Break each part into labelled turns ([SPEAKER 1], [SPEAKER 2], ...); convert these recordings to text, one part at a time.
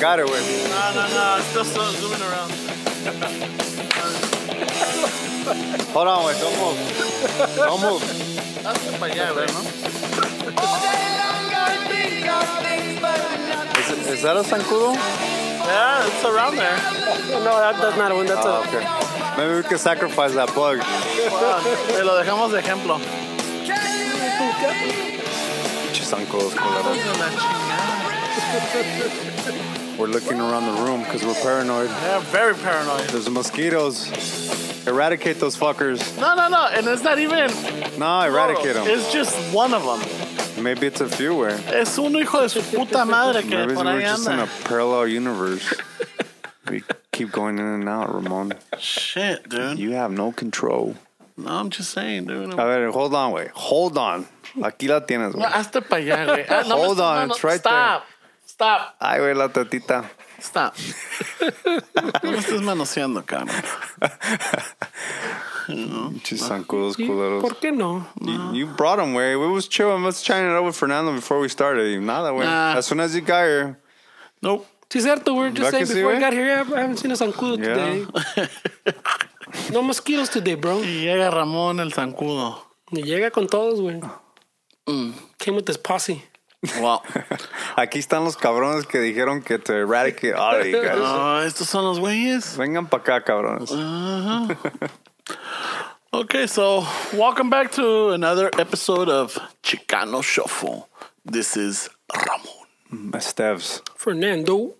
[SPEAKER 1] got it with.
[SPEAKER 2] No, no, no. It's still so- zooming around.
[SPEAKER 1] Hold on, wait, don't move. Don't move.
[SPEAKER 2] That's the paella, right?
[SPEAKER 1] Is, it, is that a zancudo?
[SPEAKER 2] Yeah, it's around there.
[SPEAKER 3] No, that, that's not one. That's
[SPEAKER 1] Oh,
[SPEAKER 2] Ah,
[SPEAKER 3] a.
[SPEAKER 1] okay. Maybe we can sacrifice that bug.
[SPEAKER 2] Wow. Oh, Te lo dejamos de ejemplo.
[SPEAKER 1] Pinches zancudos, culeros. We're looking around the room because we're paranoid.
[SPEAKER 2] Yeah, very paranoid.
[SPEAKER 1] There's mosquitoes. Eradicate those fuckers.
[SPEAKER 2] No, no, no. And it's not even.
[SPEAKER 1] No, eradicate
[SPEAKER 2] plural.
[SPEAKER 1] them.
[SPEAKER 2] Oh, It's just one of them.
[SPEAKER 1] Maybe it's a fewer.
[SPEAKER 2] Es uno hijo de su puta madre que
[SPEAKER 1] Maybe
[SPEAKER 2] por
[SPEAKER 1] we're
[SPEAKER 2] ahí
[SPEAKER 1] just in a
[SPEAKER 2] anda.
[SPEAKER 1] parallel universe. We keep going in and out, Ramon.
[SPEAKER 2] Shit, dude.
[SPEAKER 1] You Uh, have no control.
[SPEAKER 2] No, I'm just saying, dude.
[SPEAKER 1] A ver, hold on, wait. Hold on. Aquí la tienes,
[SPEAKER 2] No,
[SPEAKER 1] güey.
[SPEAKER 2] hazte para allá, güey. Ah, no me
[SPEAKER 1] Hold
[SPEAKER 2] estés
[SPEAKER 1] on,
[SPEAKER 2] dando-
[SPEAKER 1] it's right
[SPEAKER 2] Stop. Stop.
[SPEAKER 1] Ay, güey, la tatita.
[SPEAKER 2] Stop. No me estés manoseando, cabrón.
[SPEAKER 1] Pinches zancudos culeros.
[SPEAKER 3] ¿Por qué no?
[SPEAKER 1] You, you brought him, way. We was chilling. Let's trying it out with Fernando before we started. Not that way.
[SPEAKER 2] Nah.
[SPEAKER 1] As soon as you got here,
[SPEAKER 2] Nope.
[SPEAKER 3] Sí, cierto. We were just
[SPEAKER 1] ¿Verdad que
[SPEAKER 3] saying
[SPEAKER 1] sí,
[SPEAKER 3] before I
[SPEAKER 1] güey?
[SPEAKER 3] got here, yeah, I haven't seen a zancudo
[SPEAKER 1] Yeah.
[SPEAKER 3] today. No mosquitos today, bro.
[SPEAKER 2] Y llega Ramón el zancudo.
[SPEAKER 3] Y llega con todos, güey.
[SPEAKER 1] Mm.
[SPEAKER 3] Came with his posse.
[SPEAKER 2] Wow.
[SPEAKER 1] aquí están los cabrones que dijeron que te eradicate all of you guys.
[SPEAKER 2] Ah, estos son los güeyes.
[SPEAKER 1] Vengan pa' acá, cabrones.
[SPEAKER 2] Okay, so welcome back to another episode of Chicano Shuffle. This is Ramon.
[SPEAKER 1] Steves.
[SPEAKER 3] Fernando.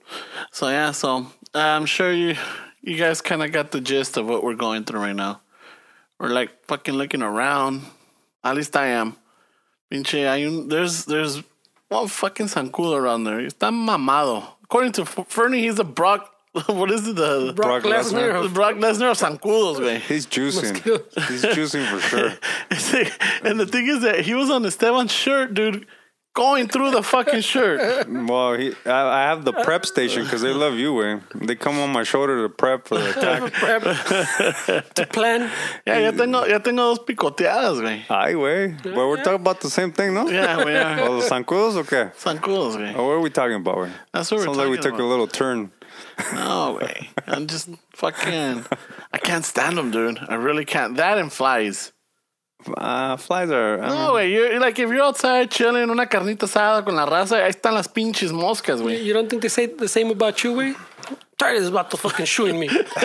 [SPEAKER 2] So yeah, so uh, I'm sure you you guys kind of got the gist of what we're going through right now. We're like fucking looking around. At least I am. Pinche, hay un, there's there's one fucking zancudo around there. Está mamado. According to F- Fernie, he's a Brock. What is it? The
[SPEAKER 3] Brock,
[SPEAKER 1] Brock Lesnar.
[SPEAKER 3] Lesnar.
[SPEAKER 2] the Brock Lesnar of zancudos, güey.
[SPEAKER 1] He's juicing.
[SPEAKER 3] Mosquitoes.
[SPEAKER 1] He's juicing for sure.
[SPEAKER 2] and the thing is that he was on Esteban's shirt, dude, going through the fucking shirt.
[SPEAKER 1] Well, he, I, I have the prep station because they love you, way. They come on my shoulder to prep for the attack.
[SPEAKER 3] Prep. to plan.
[SPEAKER 2] Yeah, ya tengo, ya tengo dos picoteadas, güey.
[SPEAKER 1] Ay, way. But we're talking about the same thing, no?
[SPEAKER 2] Yeah, we are.
[SPEAKER 1] Oh, the zancudos? Okay.
[SPEAKER 2] Zancudos, güey.
[SPEAKER 1] Oh, what are we talking about, güey?
[SPEAKER 2] That's what we're
[SPEAKER 1] Sounds
[SPEAKER 2] talking
[SPEAKER 1] like we took
[SPEAKER 2] about.
[SPEAKER 1] a little turn.
[SPEAKER 2] No way. I'm just fucking. I can't stand them, dude. I really can't. That and flies.
[SPEAKER 1] Uh, flies are. I
[SPEAKER 2] No way. You're like if you're outside chilling, una carnita asada con la raza, ahí están las pinches moscas, güey.
[SPEAKER 3] You don't think they say the same about you, güey? Tired is about to fucking shooting me. just,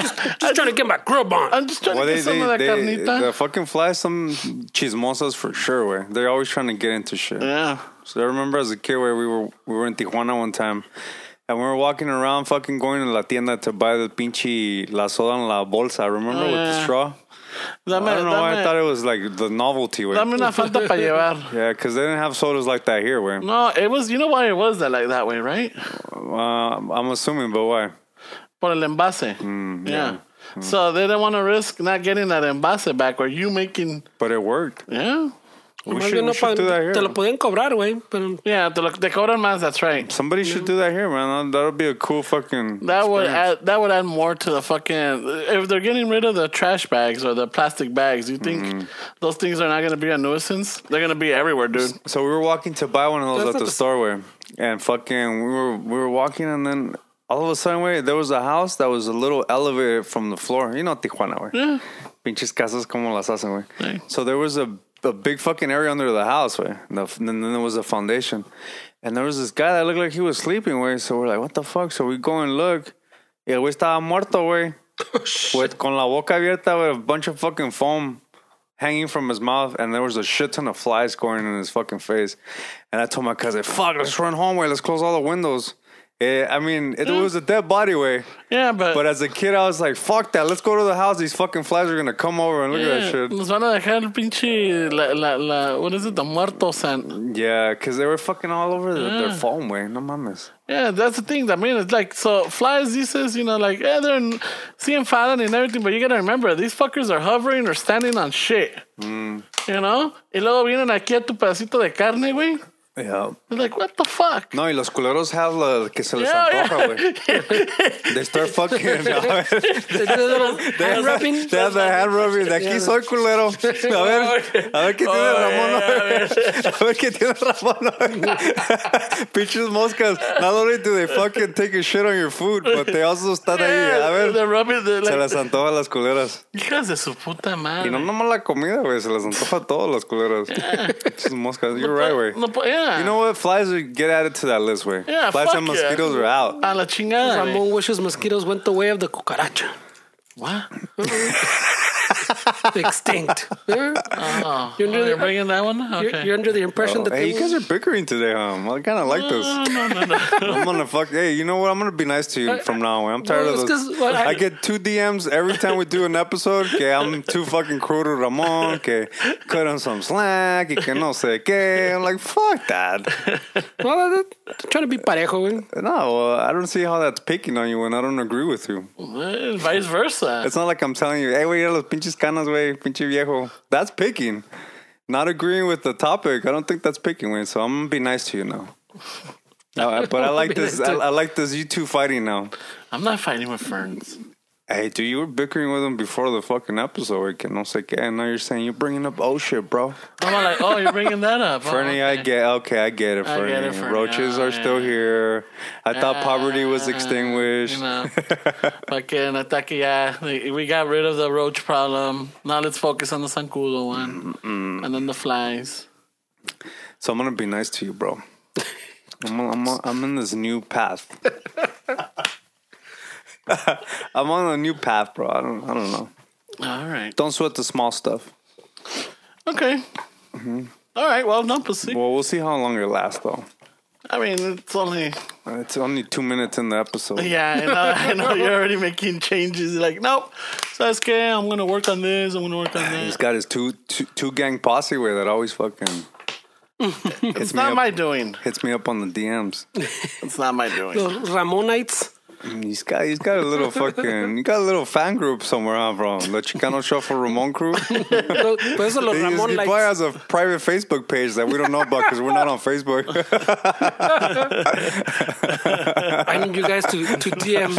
[SPEAKER 3] just trying to get my grub on.
[SPEAKER 2] I'm just trying
[SPEAKER 1] Well,
[SPEAKER 2] to
[SPEAKER 1] they,
[SPEAKER 2] get some of that
[SPEAKER 1] they, they,
[SPEAKER 2] carnita.
[SPEAKER 1] the fucking flies, some chismosas for sure, way. They're always trying to get into shit.
[SPEAKER 2] yeah.
[SPEAKER 1] So I remember as a kid where we were we were in Tijuana one time, and we were walking around, fucking going to la tienda to buy the pinche la soda en la bolsa. Remember
[SPEAKER 2] Oh,
[SPEAKER 1] with the
[SPEAKER 2] yeah.
[SPEAKER 1] straw?
[SPEAKER 2] Dame,
[SPEAKER 1] I don't know why I
[SPEAKER 2] dame-
[SPEAKER 1] thought it was like the novelty way.
[SPEAKER 2] dame una falta para llevar.
[SPEAKER 1] Yeah, because they didn't have sodas like that here. Where
[SPEAKER 2] No, it was. You know why it was that like that way, right?
[SPEAKER 1] uh, I'm assuming, but why?
[SPEAKER 2] Por el envase. Mm, yeah. So they didn't want to risk not getting that envase back, or you making.
[SPEAKER 1] But it worked.
[SPEAKER 2] Yeah.
[SPEAKER 1] We
[SPEAKER 3] Más
[SPEAKER 1] should,
[SPEAKER 3] bien
[SPEAKER 1] we
[SPEAKER 3] no
[SPEAKER 1] should do that
[SPEAKER 3] pa-
[SPEAKER 1] here.
[SPEAKER 3] te lo podían cobrar, güey, pero
[SPEAKER 2] Yeah. Te, lo, te cobran más. That's right.
[SPEAKER 1] Somebody should do that here, man. That'll be a cool fucking.
[SPEAKER 2] That would
[SPEAKER 1] experience.
[SPEAKER 2] add that would add more to the fucking if they're getting rid of the trash bags or the plastic bags, you think those things are not gonna be a nuisance? Mm-hmm. They're gonna be everywhere, dude.
[SPEAKER 1] So we were walking to buy one of those
[SPEAKER 3] That's
[SPEAKER 1] at
[SPEAKER 3] not
[SPEAKER 1] the
[SPEAKER 3] the-
[SPEAKER 1] store, where, and fucking, we were we were walking, and then all of a sudden, wait, there was a house that was a little elevated from the floor. You know, Tijuana, where
[SPEAKER 2] Yeah.
[SPEAKER 1] pinches casas como las hacen, where.
[SPEAKER 2] Right.
[SPEAKER 1] So there was a a big fucking area under the house, where, and the- and then there was a foundation, and there was this guy that looked like he was sleeping, where. So we're like, what the fuck? So we go and look. El güey estaba muerto, way. With con la boca abierta, with a bunch of fucking foam hanging from his mouth, and there was a shit ton of flies going in his fucking face. And I told my cousin, "Fuck, let's run home. Way, let's close all the windows." Eh, I mean, it was a dead body way.
[SPEAKER 2] Yeah, but,
[SPEAKER 1] But as a kid, I was like, "Fuck that! Let's go to the house. These fucking flies are gonna come over and look
[SPEAKER 2] yeah,
[SPEAKER 1] at that shit."
[SPEAKER 2] nos van a dejar el pinche la, la, la what is it, the muerto san
[SPEAKER 1] Yeah, because they were fucking all over the, their phone way. No mames.
[SPEAKER 2] Yeah, that's the thing. I mean it's like so flies he says, you know, like yeah, they're in, seeing fallen and everything, but you gotta remember these fuckers are hovering
[SPEAKER 1] Mm.
[SPEAKER 2] or standing on shit. You know? Y luego vienen aquí a tu pedacito de carne, güey.
[SPEAKER 1] Yeah.
[SPEAKER 2] They're like, what the fuck?
[SPEAKER 1] No, y los culeros have la que se les
[SPEAKER 2] Yeah,
[SPEAKER 1] antoja, güey. They start fucking.
[SPEAKER 3] They did a little hand rubbing.
[SPEAKER 1] They have the hand rubbing. De aquí soy culero. A ver, a ver qué tiene Ramón. A ver, a ver qué tiene Ramón. Pinches moscas. Not only do they fucking take a shit on your food, but they also están ahí. A ver.
[SPEAKER 2] They're rubbing the,
[SPEAKER 1] Se
[SPEAKER 2] like,
[SPEAKER 1] les antoja las culeras.
[SPEAKER 2] hijas de su puta madre.
[SPEAKER 1] Y no nomás la comida, güey. Se les antoja todo las culeras. Pinches moscas. You're right, güey.
[SPEAKER 2] No, po- yeah.
[SPEAKER 1] You know what? Flies are get added to that list, way.
[SPEAKER 2] Yeah,
[SPEAKER 1] Flies
[SPEAKER 2] fuck
[SPEAKER 1] and
[SPEAKER 2] yeah.
[SPEAKER 1] mosquitoes are out.
[SPEAKER 2] A la chingada. güey.
[SPEAKER 3] Ramon wishes mosquitoes went the way of the cucaracha.
[SPEAKER 2] What?
[SPEAKER 3] Extinct. Huh?
[SPEAKER 2] Oh,
[SPEAKER 3] You're
[SPEAKER 2] you're,
[SPEAKER 3] under the-
[SPEAKER 2] bringing that one? Okay.
[SPEAKER 3] You're, you're under the impression that
[SPEAKER 1] Oh, Hey,
[SPEAKER 3] they
[SPEAKER 1] you guys are bickering today, huh? I kind of like this.
[SPEAKER 2] no, no, no, no.
[SPEAKER 1] I'm gonna fuck. Hey, you know what? I'm gonna be nice to you from now on. I'm tired
[SPEAKER 3] it's
[SPEAKER 1] of this.
[SPEAKER 3] 'cause, well, I-
[SPEAKER 1] I, get two DMs every time we do an episode. Okay, I'm too fucking cruel to Ramon. Okay, cut him some slack. You can no say okay. I'm like fuck that.
[SPEAKER 3] well, they're they're trying to be parejo. güey.
[SPEAKER 1] No, uh, I don't see how that's picking on you, and I don't agree with you.
[SPEAKER 2] Well, vice versa.
[SPEAKER 1] It's not like I'm telling you, hey, wey, los pinches canas, wey, pinche viejo. That's picking. Not agreeing with the topic. I don't think that's picking, wey. So I'm gonna be nice to you now. Uh, but I like
[SPEAKER 3] Be
[SPEAKER 1] this.
[SPEAKER 3] nice
[SPEAKER 1] I,
[SPEAKER 3] to-
[SPEAKER 1] I like this. You two fighting now.
[SPEAKER 2] I'm not fighting with ferns.
[SPEAKER 1] Hey, dude, you were bickering with him before the fucking episode. Que no sé qué. And now you're saying you're bringing up oh shit, bro.
[SPEAKER 2] I'm all like, oh, you're bringing that up. Oh,
[SPEAKER 1] Fernie, I
[SPEAKER 2] okay.
[SPEAKER 1] get. Okay, I get it,
[SPEAKER 2] I
[SPEAKER 1] Fernie.
[SPEAKER 2] get it, Fernie.
[SPEAKER 1] Roaches
[SPEAKER 2] Oh,
[SPEAKER 1] are still
[SPEAKER 2] yeah.
[SPEAKER 1] here. I thought poverty was
[SPEAKER 2] Yeah,
[SPEAKER 1] extinguished.
[SPEAKER 2] You know, fucking ataque ya. We got rid of the roach problem. Now let's focus on the Sancudo one. And then the flies.
[SPEAKER 1] So I'm gonna be nice to you, bro. I'm I'm I'm in this new path. I'm on a new path, bro. I don't I don't know.
[SPEAKER 2] All right.
[SPEAKER 1] Don't sweat the small stuff.
[SPEAKER 2] Okay. All right. Well, no, but see.
[SPEAKER 1] Well, we'll see how long it lasts, though.
[SPEAKER 2] I mean, it's only.
[SPEAKER 1] It's only two minutes in the episode.
[SPEAKER 2] Yeah, I know. I know you're already making changes. Like, nope. Sasuke, I'm going to work on this. I'm going to work on
[SPEAKER 1] He's
[SPEAKER 2] this.
[SPEAKER 1] got his two two, two gang posse way that always fucking
[SPEAKER 2] It's
[SPEAKER 1] hits me
[SPEAKER 2] not
[SPEAKER 1] up,
[SPEAKER 2] my doing.
[SPEAKER 1] hits me up on the DMs.
[SPEAKER 2] It's not my doing.
[SPEAKER 3] Those Ramonites.
[SPEAKER 1] He's got he's got a little fucking he got a little fan group somewhere, huh, bro? The Chicano Shuffle Ramon crew.
[SPEAKER 3] Los- Por eso los
[SPEAKER 1] He just-
[SPEAKER 3] Ramon
[SPEAKER 1] he probably has
[SPEAKER 3] likes.
[SPEAKER 1] a private Facebook page that we don't know about because we're not on Facebook.
[SPEAKER 3] I need you guys to, to DM.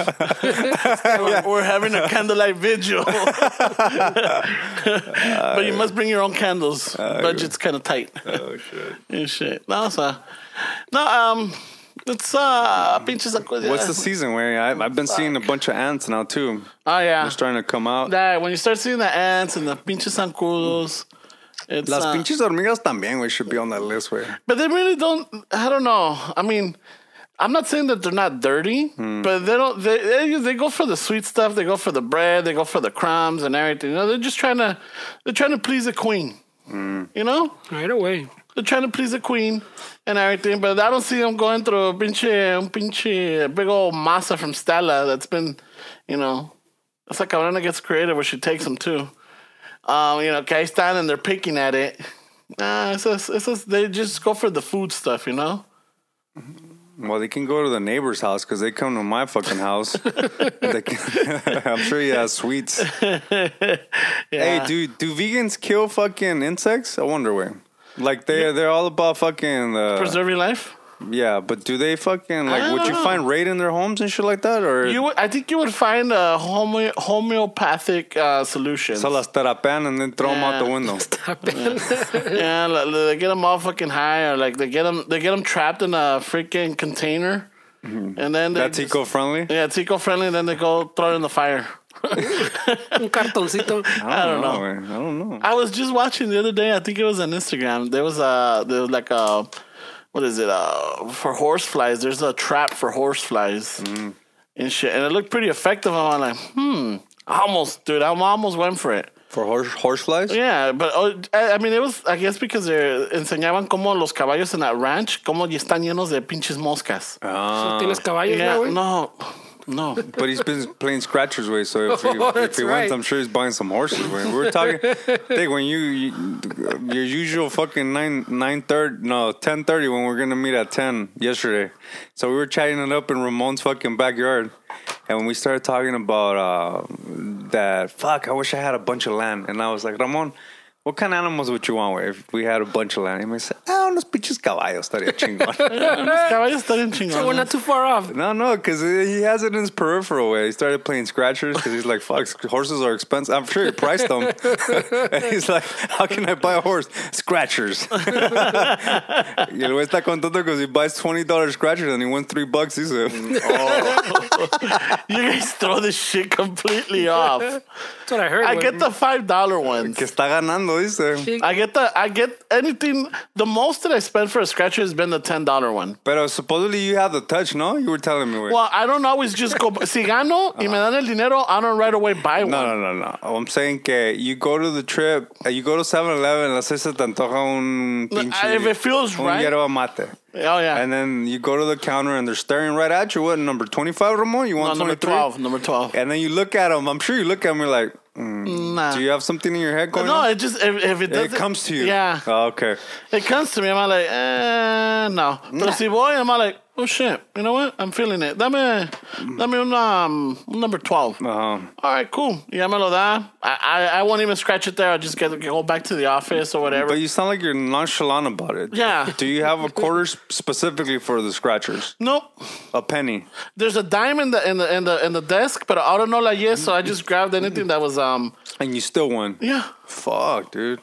[SPEAKER 2] We're, we're having a candlelight vigil. but you must bring your own candles. Budget's kind of tight.
[SPEAKER 1] oh shit!
[SPEAKER 2] and shit. No, so, no, um, it's uh, pinches acuerdo.
[SPEAKER 1] What's the season where I, I've been seeing a bunch of ants now too.
[SPEAKER 2] Oh yeah,
[SPEAKER 1] They're starting to come out.
[SPEAKER 2] that when you start seeing the ants and the pinches zancudos, it's
[SPEAKER 1] Las
[SPEAKER 2] uh,
[SPEAKER 1] pinches hormigas también we should be on that list. Way
[SPEAKER 2] but they really don't. I don't know. I mean. I'm not saying that they're not dirty,
[SPEAKER 1] Hmm.
[SPEAKER 2] but they don't. They, they they go for the sweet stuff. They go for the bread. They go for the crumbs and everything. You know, they're just trying to they're trying to please the queen.
[SPEAKER 1] Hmm.
[SPEAKER 2] You know,
[SPEAKER 3] Right away.
[SPEAKER 2] They're trying to please the queen and everything, but I don't see them going through a pinche, un pinche big old masa from Stella that's been, you know, it's like Cabrona gets creative where she takes them too. Um, you know, que ahí están and they're picking at it. Nah, it's just, it's just, they just go for the food stuff, you know?
[SPEAKER 1] Well, they can go to the neighbor's house because they come to my fucking house. They can- I'm sure he has sweets. Hey, do do vegans kill fucking insects? I wonder where. Like they they're all about fucking uh,
[SPEAKER 2] Preserve your life.
[SPEAKER 1] Yeah, but do they fucking like?
[SPEAKER 2] don't
[SPEAKER 1] Would you
[SPEAKER 2] know.
[SPEAKER 1] find raid in their homes and shit like that, or
[SPEAKER 2] You would, I think you would find a homeo- homeopathic uh, solution.
[SPEAKER 1] so las terapan and then throw them out the
[SPEAKER 2] Yeah.
[SPEAKER 1] window?
[SPEAKER 2] Yeah, like, they get them all fucking high, or like they get them they get them trapped in a freaking container, and then they
[SPEAKER 1] Mm-hmm. That's
[SPEAKER 2] just-
[SPEAKER 1] eco friendly.
[SPEAKER 2] Yeah, it's eco friendly. Then they go throw it in the fire.
[SPEAKER 3] Un cartoncito.
[SPEAKER 1] I don't know. man. I don't know.
[SPEAKER 2] I was just watching the other day. I think it was on Instagram. There was a there was like a what is it uh, for horse flies? There's a trap for horse flies and shit, and it looked pretty effective. I'm like, hmm, I almost, dude, I almost went for it.
[SPEAKER 1] For horse horseflies.
[SPEAKER 2] Yeah, but oh, I I mean, it was, I guess, because they enseñaban cómo los caballos en that ranch, cómo ya están llenos de pinches moscas.
[SPEAKER 1] Ah.
[SPEAKER 3] Tienes caballos,
[SPEAKER 2] Yeah,
[SPEAKER 3] ¿no, güey?
[SPEAKER 2] no, no.
[SPEAKER 1] But he's been playing scratchers way, so if he,
[SPEAKER 3] Oh,
[SPEAKER 1] if
[SPEAKER 3] that's
[SPEAKER 1] he
[SPEAKER 3] right.
[SPEAKER 1] wins, I'm sure he's buying some horses. Way. We're talking, Dick, when you, you your usual fucking nine nine thirty, no ten thirty when we're gonna meet at ten yesterday. So we were chatting it up in Ramon's fucking backyard, and when we started talking about uh, that, fuck, I wish I had a bunch of land, and I was like, Ramon, What kind of animals would you want, güey? If we had a bunch of land, you might say, ah, unos pinches caballos estaría chingón.
[SPEAKER 2] Unos caballos estarían chingones.
[SPEAKER 3] So we're not too far off.
[SPEAKER 1] no, no, because he has it in his peripheral way. He started playing scratchers because he's like, fuck, horses are expensive. I'm sure he priced them. and he's like, how can I buy a horse? Scratchers. y el güey está contento because he buys $20 scratchers and he wins three bucks. He's like,
[SPEAKER 2] you guys throw this shit completely off.
[SPEAKER 3] That's what I heard.
[SPEAKER 2] I
[SPEAKER 3] güey.
[SPEAKER 2] get the five dollar ones.
[SPEAKER 1] que está ganando, dice.
[SPEAKER 2] I get the I get anything. The most that I spend for a scratcher has been the ten dollar one.
[SPEAKER 1] Pero supposedly you have the touch, no? You were telling me, güey.
[SPEAKER 2] Well, I don't always just go. Si gano y me dan el dinero, I don't right away buy one.
[SPEAKER 1] No, no, no, no. I'm saying que you go to the trip, uh, you go to 7-Eleven, let's say se te antoja un
[SPEAKER 2] No,
[SPEAKER 1] pinche...
[SPEAKER 2] if it feels
[SPEAKER 1] un
[SPEAKER 2] right.
[SPEAKER 1] yerba mate.
[SPEAKER 2] Oh yeah.
[SPEAKER 1] And then you go to the counter and they're staring right at you. What, number 25, Ramon? You
[SPEAKER 2] No,
[SPEAKER 1] want
[SPEAKER 2] number
[SPEAKER 1] 23?
[SPEAKER 2] twelve. Number twelve.
[SPEAKER 1] And then you look at them. I'm sure you look at me like, mm,
[SPEAKER 2] Nah.
[SPEAKER 1] do you have something in your head going
[SPEAKER 2] no,
[SPEAKER 1] on?
[SPEAKER 2] it just if, if it
[SPEAKER 1] It
[SPEAKER 2] doesn't-
[SPEAKER 1] comes to you.
[SPEAKER 2] Yeah,
[SPEAKER 1] Oh, okay.
[SPEAKER 2] it comes to me. I'm like, eh, no. But see, boy, I'm like, oh shit. You know what? I'm feeling it. Dame, dame un um, un number twelve.
[SPEAKER 1] Uh-huh.
[SPEAKER 2] All right, cool. Yeah, me lo da. I, I, I won't even scratch it there. I'll just get go back to the office or whatever.
[SPEAKER 1] But you sound like you're nonchalant about it.
[SPEAKER 2] Yeah.
[SPEAKER 1] Do you have a quarter sp- specifically for the scratchers?
[SPEAKER 2] nope.
[SPEAKER 1] A penny.
[SPEAKER 2] There's a dime in the in the in the in the desk, but I don't know like yes, so I just grabbed anything that was um
[SPEAKER 1] And you still won.
[SPEAKER 2] yeah.
[SPEAKER 1] Fuck, dude.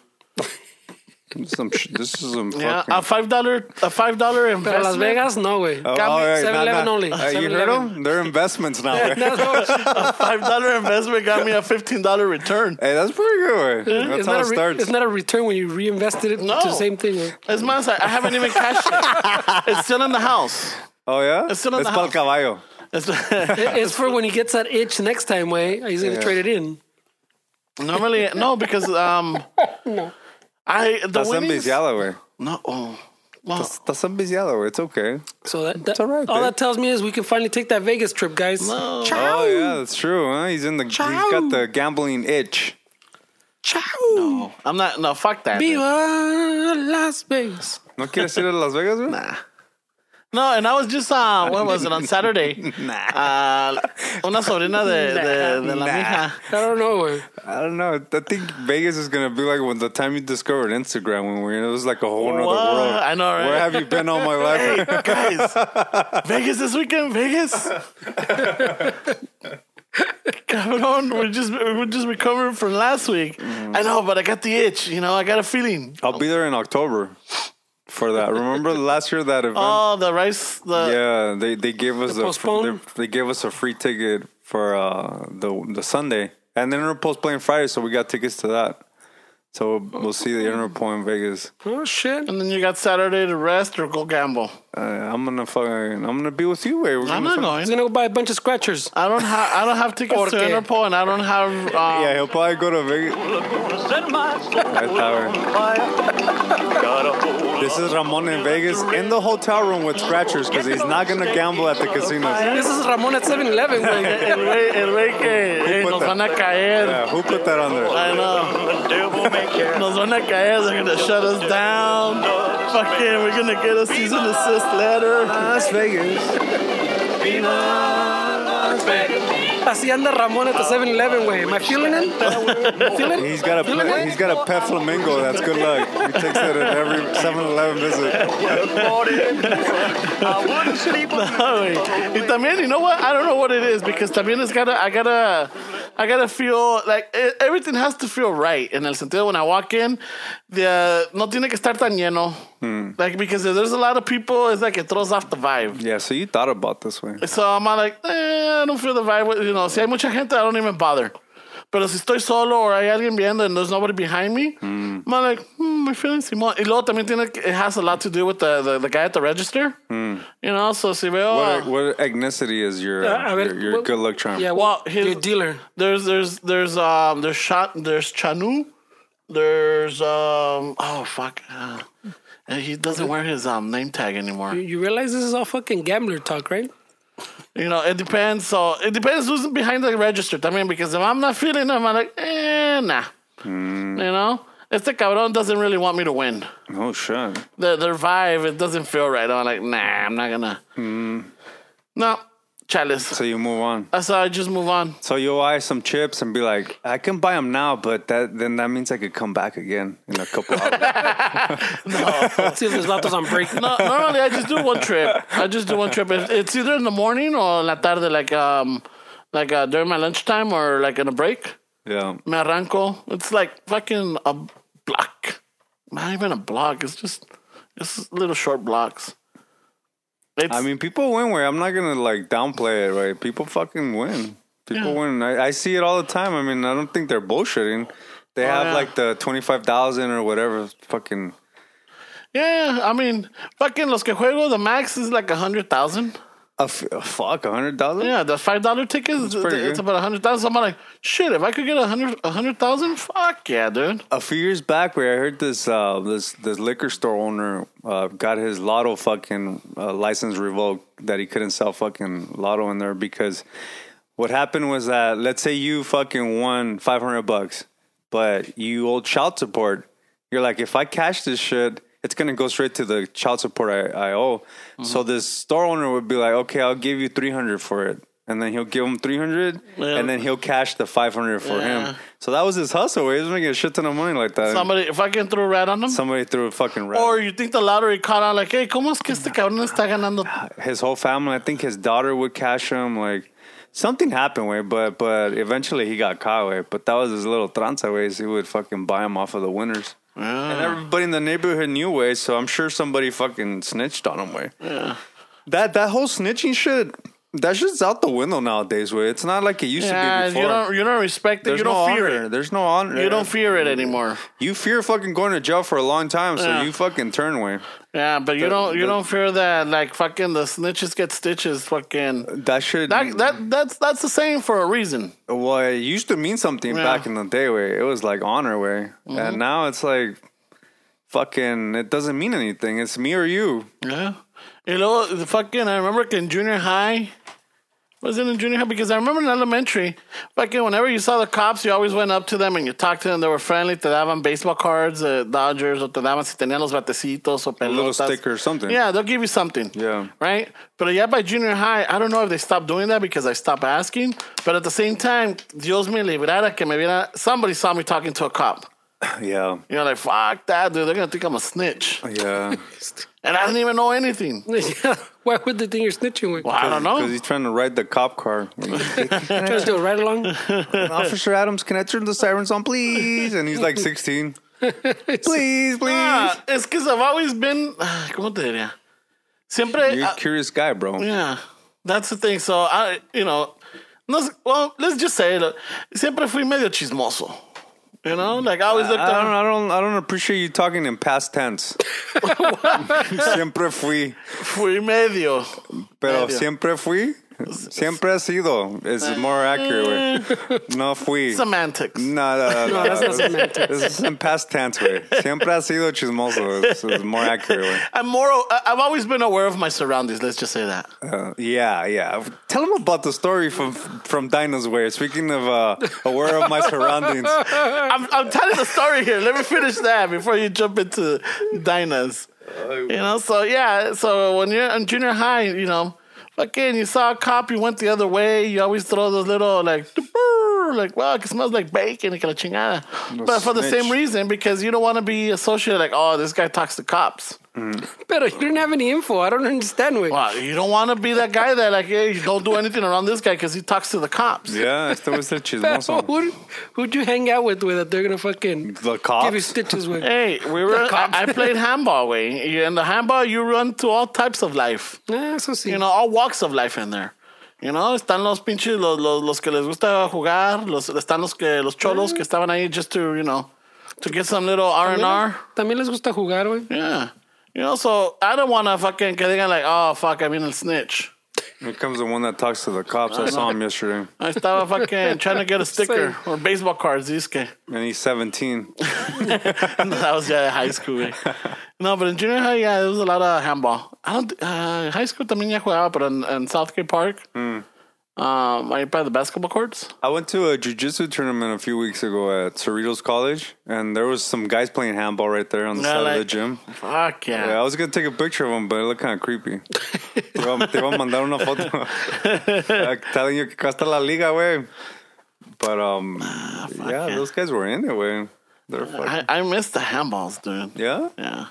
[SPEAKER 1] some sh- this is some fucking.
[SPEAKER 2] Yeah, a five dollar a five dollar
[SPEAKER 3] Pero Las
[SPEAKER 2] investment.
[SPEAKER 3] Vegas, no, güey.
[SPEAKER 1] Oh,
[SPEAKER 2] Cambio-
[SPEAKER 1] all right, nah,
[SPEAKER 3] 7-Eleven
[SPEAKER 1] nah.
[SPEAKER 3] only.
[SPEAKER 1] Uh, you heard
[SPEAKER 3] 7-Eleven.
[SPEAKER 1] them? They're investments now. eh?
[SPEAKER 3] That's not-
[SPEAKER 2] a five dollar investment got me a fifteen dollar return.
[SPEAKER 1] Hey, that's pretty good. eh? That's
[SPEAKER 3] it's,
[SPEAKER 1] how
[SPEAKER 3] not
[SPEAKER 1] it
[SPEAKER 3] a re-
[SPEAKER 1] starts.
[SPEAKER 3] it's not a return when you reinvested it
[SPEAKER 2] No.
[SPEAKER 3] to the same thing. güey.
[SPEAKER 2] As much I haven't even cashed it. It's still in the house.
[SPEAKER 1] oh yeah,
[SPEAKER 2] It's still in the
[SPEAKER 1] pa'l
[SPEAKER 2] house.
[SPEAKER 1] caballo.
[SPEAKER 2] It's,
[SPEAKER 3] It- It's for when he gets that itch next time, way he's gonna
[SPEAKER 1] Yeah.
[SPEAKER 3] trade it in.
[SPEAKER 2] normally no because um I the
[SPEAKER 1] Estás
[SPEAKER 2] winnings
[SPEAKER 1] ambiciado, güey.
[SPEAKER 2] no oh well,
[SPEAKER 1] Estás ambitiado, güey. It's okay.
[SPEAKER 3] So that, that
[SPEAKER 1] all right,
[SPEAKER 3] all
[SPEAKER 1] babe.
[SPEAKER 3] that tells me is we can finally take that Vegas trip, guys.
[SPEAKER 2] No.
[SPEAKER 3] Ciao,
[SPEAKER 1] Oh yeah, that's true. Huh? He's in the. He's got the gambling itch.
[SPEAKER 3] ciao.
[SPEAKER 2] I'm not no fuck that. dude.
[SPEAKER 3] Viva Las Vegas.
[SPEAKER 1] No quieres ir a Las Vegas, güey? Nah.
[SPEAKER 2] No, and I was just uh, what was it on Saturday?
[SPEAKER 1] Nah.
[SPEAKER 2] Uh, una sobrina de, de, de la
[SPEAKER 1] Nah.
[SPEAKER 2] mija.
[SPEAKER 3] I don't know. güey.
[SPEAKER 1] I don't know. I think Vegas is gonna be like when the time you discovered Instagram, when we it was like a whole nother
[SPEAKER 2] Whoa,
[SPEAKER 1] world.
[SPEAKER 2] I know, right?
[SPEAKER 1] Where have you been all my life?
[SPEAKER 2] Guys, Vegas this weekend, Vegas. Cabrón, we just we were just recovering from last week.
[SPEAKER 1] Mm.
[SPEAKER 2] I know, but I got the itch. You know, I got a feeling.
[SPEAKER 1] I'll be there in October for that. Remember last year that event?
[SPEAKER 2] Oh, the rice. The
[SPEAKER 1] yeah, they they gave us
[SPEAKER 3] Uh, The
[SPEAKER 1] a fr- they,
[SPEAKER 3] postpone?
[SPEAKER 1] they gave us a free ticket for uh, the the Sunday, and then Interpol's playing Friday, so we got tickets to that. So we'll, we'll see the Interpol in Vegas.
[SPEAKER 3] Oh shit.
[SPEAKER 2] and then you got Saturday to rest or go gamble.
[SPEAKER 1] Uh, I'm gonna fucking I'm gonna be with you. Wait, we're gonna
[SPEAKER 2] I'm not
[SPEAKER 1] fuck-
[SPEAKER 2] going.
[SPEAKER 3] He's gonna go buy a bunch of scratchers.
[SPEAKER 2] I don't have I don't have tickets to
[SPEAKER 3] Porque-
[SPEAKER 2] Interpol, and I don't have. Um,
[SPEAKER 1] Yeah, he'll probably go to Vegas. Right, Tyler. this is Ramon in Vegas in the hotel room with scratchers because he's not gonna gamble at the casinos.
[SPEAKER 3] This is Ramon at 7 Eleven, güey.
[SPEAKER 2] El rey, el rey que hey,
[SPEAKER 1] put
[SPEAKER 2] nos
[SPEAKER 1] that?
[SPEAKER 2] van a caer.
[SPEAKER 1] Yeah, who put that on there?
[SPEAKER 2] I know. Nos van a caer. They're gonna shut us down. Fucking, we're gonna get a cease and assist letter.
[SPEAKER 1] Las Vegas.
[SPEAKER 3] Así anda Ramon at the 7 Eleven, güey. Am I feeling it? feeling
[SPEAKER 1] He's got a pet, he's got a pet flamingo. That's good luck. He takes it at every 7-Eleven visit.
[SPEAKER 2] Ay, y también, you know what? I don't know what it is because también it's gotta, I gotta, I gotta feel like e- everything has to feel right. In el sentido, when I walk in, the uh, no tiene que estar tan lleno. Like because if there's a lot of people, it's like it throws off the vibe.
[SPEAKER 1] Yeah, so you thought about this way.
[SPEAKER 2] So I'm all like, eh, I don't feel the vibe. You know, si hay mucha gente, I don't even bother. Pero si estoy solo or hay alguien viendo and there's nobody behind me, I'm all like, hmm, my feeling Simón. Y luego también tiene, que- it has a lot to do with the, the, the guy at the register. You know, so si veo...
[SPEAKER 1] What,
[SPEAKER 2] uh,
[SPEAKER 1] what ethnicity is your
[SPEAKER 3] Uh, a ver,
[SPEAKER 1] your, your
[SPEAKER 3] what-
[SPEAKER 1] good luck charm?
[SPEAKER 3] Yeah,
[SPEAKER 2] Well,
[SPEAKER 3] well,
[SPEAKER 2] his-
[SPEAKER 3] your dealer.
[SPEAKER 2] there's, there's, there's, um, there's shot, there's Chanu, there's, um, oh, fuck. Uh, and he doesn't wear his um, name tag anymore.
[SPEAKER 3] You realize this is all fucking gambler talk, right?
[SPEAKER 2] You know, it depends. So it depends who's behind the register. I mean, because if I'm not feeling them, I'm like, eh, nah. You know, it's the cabrón doesn't really want me to win.
[SPEAKER 1] Oh shit.
[SPEAKER 2] The, their vibe, it doesn't feel right. I'm like, nah, I'm not gonna. No, chales.
[SPEAKER 1] So you move on.
[SPEAKER 2] That's how I just move on.
[SPEAKER 1] So you buy some chips and be like, I can buy them now, but that then that means I could come back again in a couple hours.
[SPEAKER 3] See if this vatos on break.
[SPEAKER 2] No, normally I just do one trip. I just do one trip. If- It's either in the morning or la tarde, like um, like uh, during my lunchtime or like in a break.
[SPEAKER 1] yeah.
[SPEAKER 2] Me arranco. It's like fucking a block. Not even a block. It's just it's little short blocks. It's,
[SPEAKER 1] I mean, people win. Where I'm not gonna like downplay it, right? People fucking win. People
[SPEAKER 2] Yeah.
[SPEAKER 1] win. I, I see it all the time. I mean, I don't think they're bullshitting. They have
[SPEAKER 2] Oh, yeah.
[SPEAKER 1] like the twenty five thousand or whatever fucking.
[SPEAKER 2] yeah. I mean, fucking los que juego. The max is like a hundred thousand.
[SPEAKER 1] A f- a fuck, a hundred dollars.
[SPEAKER 2] Yeah, the five dollar ticket is
[SPEAKER 1] pretty
[SPEAKER 2] it's
[SPEAKER 1] good.
[SPEAKER 2] about a hundred thousand. I'm like, shit, if I could get a hundred a hundred thousand, fuck yeah, dude.
[SPEAKER 1] a few years back, where I heard this uh, this this liquor store owner uh, got his lotto fucking uh, license revoked that he couldn't sell fucking lotto in there because what happened was that let's say you fucking won five hundred bucks, but you owe child support. You're like, if I cash this shit, it's gonna go straight to the child support I, I owe.
[SPEAKER 2] Mm-hmm.
[SPEAKER 1] So this store owner would be like, okay, I'll give you three hundred for it. And then he'll give him three hundred,
[SPEAKER 2] Yeah.
[SPEAKER 1] and then he'll cash the five hundred for
[SPEAKER 2] Yeah.
[SPEAKER 1] him. So that was his hustle. Where he was making a shit ton of money like that. Somebody,
[SPEAKER 2] Somebody, if I can throw rat on them,
[SPEAKER 1] threw a fucking rat.
[SPEAKER 2] or you think the lottery caught on, like, hey, cómo es que este cabrón está ganando?
[SPEAKER 1] his whole family. I think his daughter would cash him. Like something happened way, but but eventually he got caught way. But that was his little tranza ways. He would fucking buy him off of the winners.
[SPEAKER 2] Mm.
[SPEAKER 1] And everybody in the neighborhood knew way, so I'm sure somebody fucking snitched on him way. That that whole snitching shit, that shit's out the window nowadays. Way it's not like it used
[SPEAKER 2] Yeah,
[SPEAKER 1] to be
[SPEAKER 2] you
[SPEAKER 1] before.
[SPEAKER 2] don't, you don't respect it.
[SPEAKER 1] There's
[SPEAKER 2] You don't
[SPEAKER 1] no
[SPEAKER 2] fear
[SPEAKER 1] honor.
[SPEAKER 2] it.
[SPEAKER 1] There's no honor.
[SPEAKER 2] You don't fear it anymore.
[SPEAKER 1] You fear fucking going to jail for a long time, so
[SPEAKER 2] Yeah.
[SPEAKER 1] you fucking turn way.
[SPEAKER 2] Yeah, but you don't, you
[SPEAKER 1] the-
[SPEAKER 2] don't fear that. Like, fucking the snitches get stitches. Fucking
[SPEAKER 1] That should
[SPEAKER 2] that, that, that's that's the same for a reason.
[SPEAKER 1] well, it used to mean something
[SPEAKER 2] Yeah. Mm-hmm.
[SPEAKER 1] back in the day where it was like honor way, and now it's like fucking. It doesn't mean anything. It's me or you.
[SPEAKER 2] Yeah. You know, the fucking, I remember in junior high, was it in junior high? Because I remember in elementary, fucking, whenever you saw the cops, you always went up to them and you talked to them. They were friendly. Te daban baseball cards, uh, Dodgers, or te daban si tenían los batecitos o pelotas.
[SPEAKER 1] A little sticker or something.
[SPEAKER 2] Yeah, they'll give you something.
[SPEAKER 1] Yeah.
[SPEAKER 2] Right? But yeah, by junior high, I don't know if they stopped doing that because I stopped asking. But at the same time, Dios me librara que me viera. Somebody saw me talking to a cop.
[SPEAKER 1] yeah,
[SPEAKER 2] You know, like, fuck that, dude. They're going to think I'm a snitch.
[SPEAKER 1] yeah.
[SPEAKER 2] And I didn't even know anything.
[SPEAKER 3] yeah. Why would they think you're snitching? With?
[SPEAKER 2] Well, I don't know.
[SPEAKER 1] Because he's trying to ride the cop car.
[SPEAKER 3] Trying to do a ride along?
[SPEAKER 1] Officer Adams, can I turn the sirens on, please? And he's like 16. please, please.
[SPEAKER 2] Ah, es que I've always been. ah, ¿Cómo te diría? Siempre.
[SPEAKER 1] You're a
[SPEAKER 2] ah,
[SPEAKER 1] curious guy, bro.
[SPEAKER 2] yeah, that's the thing. So I, you know, no, sé- well, let's just say, it. siempre fui medio chismoso. You know, like I always looked
[SPEAKER 1] I don't,
[SPEAKER 2] around.
[SPEAKER 1] I don't, I don't appreciate you talking in past tense. siempre fui,
[SPEAKER 2] Fui medio.
[SPEAKER 1] pero
[SPEAKER 2] Medio.
[SPEAKER 1] siempre fui, siempre he sido. Is more accurate. way. No fui.
[SPEAKER 2] Semantics.
[SPEAKER 1] No, no, no, no.
[SPEAKER 3] that's not
[SPEAKER 1] This, this is in past tense way. Siempre ha sido chismoso. This is more accurate way.
[SPEAKER 2] I'm more. I- I've always been aware of my surroundings. Let's just say that.
[SPEAKER 1] Uh, yeah, yeah. Tell them about the story from from Dino's way. Speaking of uh, aware of my surroundings,
[SPEAKER 2] I'm, I'm telling the story here. Let me finish that before you jump into dinas.
[SPEAKER 1] Oh.
[SPEAKER 2] You know, so yeah, so when you're in junior high, you know, fucking, you saw a cop, you went the other way. You always throw those little like, "Tup-er," like wow, it smells like bacon, que la chingada. But for the
[SPEAKER 1] snitch.
[SPEAKER 2] same reason, because you don't want to be associated like, oh, this guy talks to cops.
[SPEAKER 3] Pero you didn't have any info. I don't understand. Wait.
[SPEAKER 2] Wow, you don't want to be that guy that like, hey, don't do anything around this guy because he talks to the cops.
[SPEAKER 1] yeah, esto es el chismoso.
[SPEAKER 3] Who, who'd you hang out with, with that they're going to fucking
[SPEAKER 1] The
[SPEAKER 3] give you
[SPEAKER 1] cops.
[SPEAKER 3] stitches with?
[SPEAKER 2] Hey, we were. I,
[SPEAKER 3] cops.
[SPEAKER 2] I played handball. Way in the handball, you run to all types of life.
[SPEAKER 3] Ah, eso sí.
[SPEAKER 2] you know, all walks of life in there. You know, están los pinches, los, los, los que les gusta jugar, los, están los que, los cholos que estaban ahí just to, you know, to get some little R&R.
[SPEAKER 3] También les gusta jugar, güey.
[SPEAKER 2] Yeah. You know, so I don't want to fucking, que digan like, oh, fuck, I'm in a snitch.
[SPEAKER 1] Here comes the one that talks to the cops. I saw him yesterday,
[SPEAKER 2] I estaba fucking trying to get a sticker or baseball cards, these que.
[SPEAKER 1] and he's 17.
[SPEAKER 2] that was yeah, high school. güey. No, but in junior high, yeah, there was a lot of handball. I don't. Uh, high school también ya jugaba, pero en, en Southgate Park. Um, are you by the basketball courts?
[SPEAKER 1] I went to a jiu-jitsu tournament a few weeks ago at Cerritos College, and there was some guys playing handball right there on the
[SPEAKER 2] Yeah,
[SPEAKER 1] side of the
[SPEAKER 2] like- uh-huh.
[SPEAKER 1] gym.
[SPEAKER 2] Fuck yeah.
[SPEAKER 1] Yeah, I was gonna take a picture of them, but it looked kind of creepy. te, iba, te iba a mandar una foto. like, telling you que costa la liga, güey. But um, yeah,
[SPEAKER 2] Ah, yeah. Uh,
[SPEAKER 1] those guys were in it, güey. They're fucking.
[SPEAKER 2] I, I miss the handballs, dude.
[SPEAKER 1] Yeah,
[SPEAKER 2] Yeah.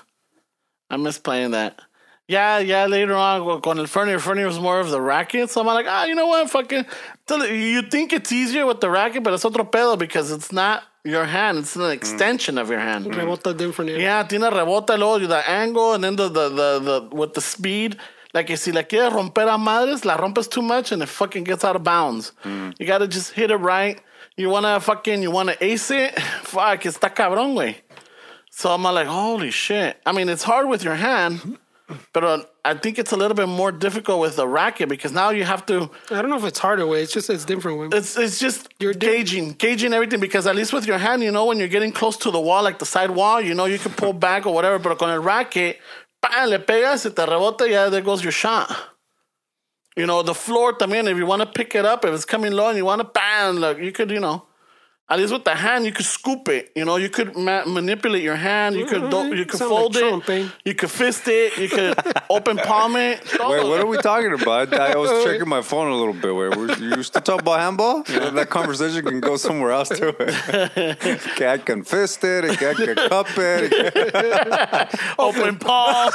[SPEAKER 2] I miss playing that. Yeah, yeah, later on, well, con el Fernie, Fernie was more of the racket. So I'm like, ah, you know what? Fucking. tell- You think it's easier with the racket, but it's otro pedo because it's not your hand, it's an extension of your hand.
[SPEAKER 3] Rebota different. Yeah.
[SPEAKER 2] Mm. Yeah, tiene rebota, luego the angle, and then the, the, the, the with the speed. Like, if si la quieres romper a madres, la rompes too much and it fucking gets out of bounds. You gotta just hit it right. You wanna fucking, you wanna ace it? Fuck, está cabrón, güey. So I'm like, holy shit. I mean, it's hard with your hand, but uh, I think it's a little bit more difficult with the racket because now you have to
[SPEAKER 3] I don't know if it's harder way. It's just it's different way.
[SPEAKER 2] it's it's just
[SPEAKER 3] You're di-
[SPEAKER 2] gauging, gauging everything because at least with your hand, you know when you're getting close to the wall, like the side wall, you know you can pull back or whatever. But con el racket, pa, le pegas, se te rebota, yeah, there goes your shot. You know the floor también. If you want to pick it up, if it's coming low and you want to bang, like you could, you know, at least with the hand you could scoop it. You know you could ma- manipulate your hand. You could do- you could
[SPEAKER 3] Mm-hmm. Sound like
[SPEAKER 2] fold
[SPEAKER 3] Trump, eh?
[SPEAKER 2] it. You could fist it. You could open palm it.
[SPEAKER 1] Wait, what are we talking about? I was checking my phone a little bit. Wait, we're, you still talking about handball? Yeah, that conversation can go somewhere else too. Cat can fist it, a cat can cup it.
[SPEAKER 2] open palm.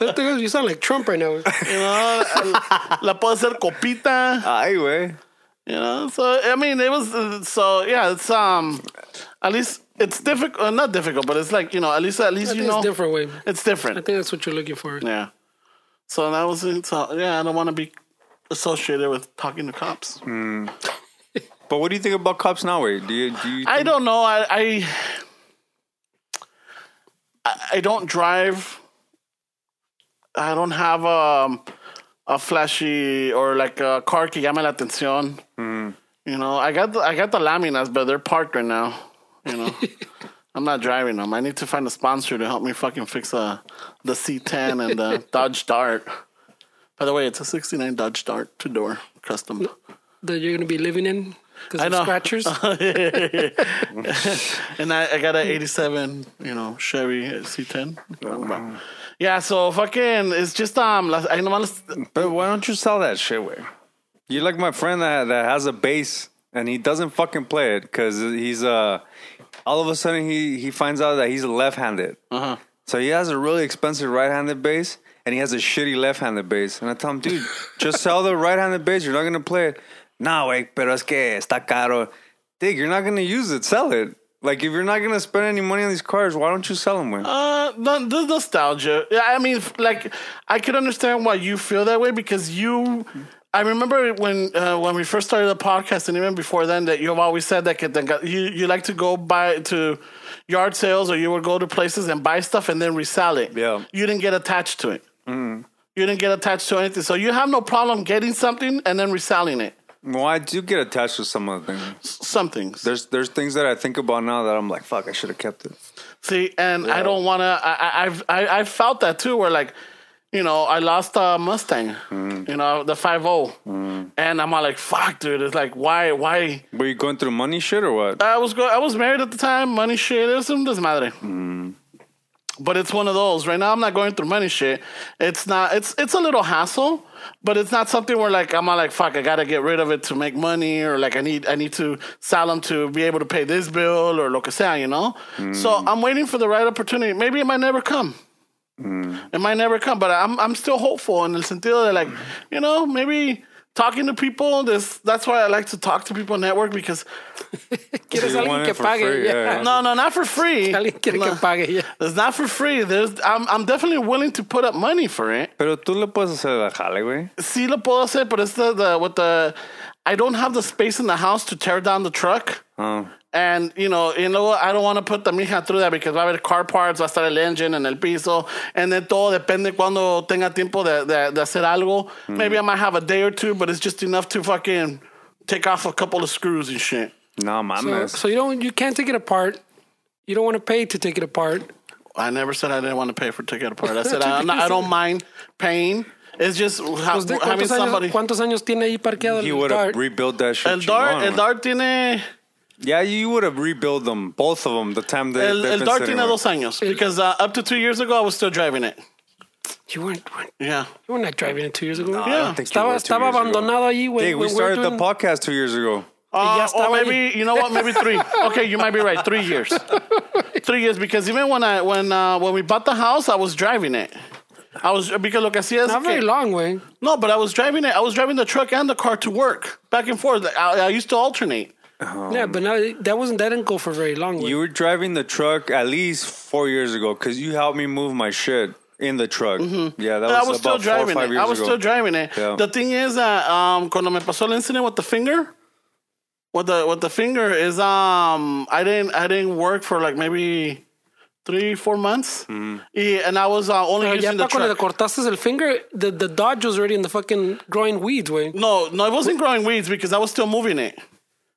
[SPEAKER 3] The thing is, you sound like Trump right now.
[SPEAKER 2] You know, la- la puedo hacer copita.
[SPEAKER 1] Ay, güey.
[SPEAKER 2] You know, so I mean, it was uh, so yeah. It's um, at least it's difficult. Uh, not difficult, but it's like you know, at least at least
[SPEAKER 3] I
[SPEAKER 2] you
[SPEAKER 3] think
[SPEAKER 2] know,
[SPEAKER 3] it's different way.
[SPEAKER 2] It's
[SPEAKER 3] I
[SPEAKER 2] different.
[SPEAKER 3] think that's what you're looking for.
[SPEAKER 2] Yeah. So that was it. So yeah, I don't want to be associated with talking to cops.
[SPEAKER 1] But what do you think about cops now, wait? Do you, do you
[SPEAKER 2] I don't know. I I I- I don't drive. I don't have um a flashy or like a car que llame la atención. You know, I got the, I got the laminas, but they're parked right now. You know, I'm not driving them. I need to find a sponsor to help me fucking fix uh, the C10 and the Dodge Dart. By the way, it's a '69 Dodge Dart two door custom.
[SPEAKER 3] That you're gonna be living in because
[SPEAKER 2] I
[SPEAKER 3] of
[SPEAKER 2] know.
[SPEAKER 3] scratchers.
[SPEAKER 2] and I, I got an 87, you know, Chevy C10. Yeah, so fucking, it's just, um, las- I nomás,
[SPEAKER 1] But why don't you sell that shit, way? You're like my friend that that has a bass and he doesn't fucking play it because he's uh all of a sudden he he finds out that he's left-handed.
[SPEAKER 2] uh-huh.
[SPEAKER 1] So he has a really expensive right-handed bass and he has a shitty left-handed bass. And I tell him, dude, just sell the right-handed bass. You're not gonna play it. Nah, wey, pero es que está caro. Dig, you're not gonna use it. Sell it. Like if you're not gonna spend any money on these cars, why don't you sell them, wey?
[SPEAKER 2] Uh, the, the nostalgia. Yeah, I mean, f- like, I could understand why you feel that way because you. I remember when uh, when we first started the podcast, and even before then, that you've always said that que tenga- you you like to go buy to yard sales, or you would go to places and buy stuff and then resell it.
[SPEAKER 1] Yeah.
[SPEAKER 2] you didn't get attached to it. You didn't get attached to anything, so you have no problem getting something and then reselling it.
[SPEAKER 1] Well, I do get attached to some of the things.
[SPEAKER 2] S- Some things.
[SPEAKER 1] There's there's things that I think about now that I'm like, fuck, I should have kept it.
[SPEAKER 2] See, and I don't want to. I, I, I've I, I felt that too. Where like, you know, I lost a Mustang. You know, the five zero, and I'm all like, fuck, dude. It's like, why, why?
[SPEAKER 1] Were you going through money shit or what?
[SPEAKER 2] I was go- I was married at the time. Money shit. It was some desmadre. But it's one of those. Right now, I'm not going through money shit. It's not. It's it's a little hassle, but it's not something where like I'm all like fuck. I gotta get rid of it to make money, or like I need I need to sell them to be able to pay this bill or lo que sea, you know. So I'm waiting for the right opportunity. Maybe it might never come. It might never come, but I'm I'm still hopeful in the sentido that like you know maybe talking to people. This that's why I like to talk to people network because
[SPEAKER 3] Quieres
[SPEAKER 1] You
[SPEAKER 3] alguien
[SPEAKER 1] want
[SPEAKER 3] que
[SPEAKER 1] it for
[SPEAKER 3] pague,
[SPEAKER 1] free,
[SPEAKER 3] yeah.
[SPEAKER 2] no no not for free.
[SPEAKER 3] Alguien quiere
[SPEAKER 2] No.
[SPEAKER 3] que pague. Yeah.
[SPEAKER 2] It's not for free. There's, I'm, I'm definitely willing to put up money for it.
[SPEAKER 1] Pero tú le puedes hacer la jale, güey.
[SPEAKER 2] Sí lo puedo hacer, but it's the, the with the I don't have the space in the house to tear down the truck.
[SPEAKER 1] Oh.
[SPEAKER 2] And you know, you know, what? I don't want to put the mija through that because va a haber car parts, va a estar el engine en el piso, and then todo depende cuando tenga tiempo de, de, de hacer algo. Maybe I might have a day or two, but it's just enough to fucking take off a couple of screws and shit.
[SPEAKER 1] No,
[SPEAKER 3] So,
[SPEAKER 1] mames.
[SPEAKER 3] so you don't you can't take it apart. You don't want to pay to take it apart.
[SPEAKER 2] I never said I didn't want to pay for ticket apart. I said I, I don't mind paying It's just how,
[SPEAKER 3] Pues, de-
[SPEAKER 2] having
[SPEAKER 3] ¿cuántos,
[SPEAKER 2] somebody.
[SPEAKER 3] años, ¿Cuántos años tiene ahí parqueado
[SPEAKER 1] He
[SPEAKER 3] el
[SPEAKER 1] would have
[SPEAKER 3] dart?
[SPEAKER 1] rebuilt that shit.
[SPEAKER 2] El Dart,
[SPEAKER 1] chingón,
[SPEAKER 2] el
[SPEAKER 1] man.
[SPEAKER 2] Dart tiene,
[SPEAKER 1] Yeah, you would have rebuilt them, both of them, the time they.
[SPEAKER 2] el,
[SPEAKER 1] they've
[SPEAKER 2] el
[SPEAKER 1] been
[SPEAKER 2] Dart
[SPEAKER 1] sitting
[SPEAKER 2] tiene
[SPEAKER 1] with-
[SPEAKER 2] dos años because uh, up to two years ago I was still driving it.
[SPEAKER 3] You weren't, weren't-
[SPEAKER 2] Yeah,
[SPEAKER 3] you weren't like driving it two years ago.
[SPEAKER 1] I
[SPEAKER 2] Yeah.
[SPEAKER 1] don't think you
[SPEAKER 3] Estaba,
[SPEAKER 1] were two
[SPEAKER 3] estaba
[SPEAKER 1] years ago.
[SPEAKER 3] abandonado allí, güey.
[SPEAKER 1] Hey, we
[SPEAKER 3] when were
[SPEAKER 1] started the
[SPEAKER 3] doing-
[SPEAKER 1] podcast two years ago.
[SPEAKER 2] Uh,
[SPEAKER 3] ya
[SPEAKER 2] or
[SPEAKER 3] estaba
[SPEAKER 2] maybe you know what? Maybe three. Okay, you might be right. Three years. three years because even when I when uh, when we bought the house, I was driving it. I was because look, I see
[SPEAKER 3] Not very long, güey.
[SPEAKER 2] No, but I was driving it. I was driving the truck and the car to work back and forth. I, I used to alternate.
[SPEAKER 3] yeah, but now that wasn't that didn't go for very long. güey.
[SPEAKER 1] Um, You were driving the truck at least four years ago because you helped me move my shit in the truck. Yeah, that was,
[SPEAKER 2] Mm-hmm. I was
[SPEAKER 1] about
[SPEAKER 2] still
[SPEAKER 1] four or
[SPEAKER 2] driving
[SPEAKER 1] five
[SPEAKER 2] it.
[SPEAKER 1] years
[SPEAKER 2] I was
[SPEAKER 1] ago.
[SPEAKER 2] still driving it.
[SPEAKER 1] Yeah.
[SPEAKER 2] The thing is that um, cuando me pasó el incident with the finger, with the with the finger is um, I didn't I didn't work for like maybe three four months,
[SPEAKER 1] Mm-hmm.
[SPEAKER 2] Y- and I was uh, only
[SPEAKER 3] Pero ya
[SPEAKER 2] using the
[SPEAKER 3] pa' cuando le
[SPEAKER 2] truck.
[SPEAKER 3] cortaste el finger, the, the dodge was already in the fucking growing weeds, güey.
[SPEAKER 2] No, no, it wasn't growing weeds because I was still moving it.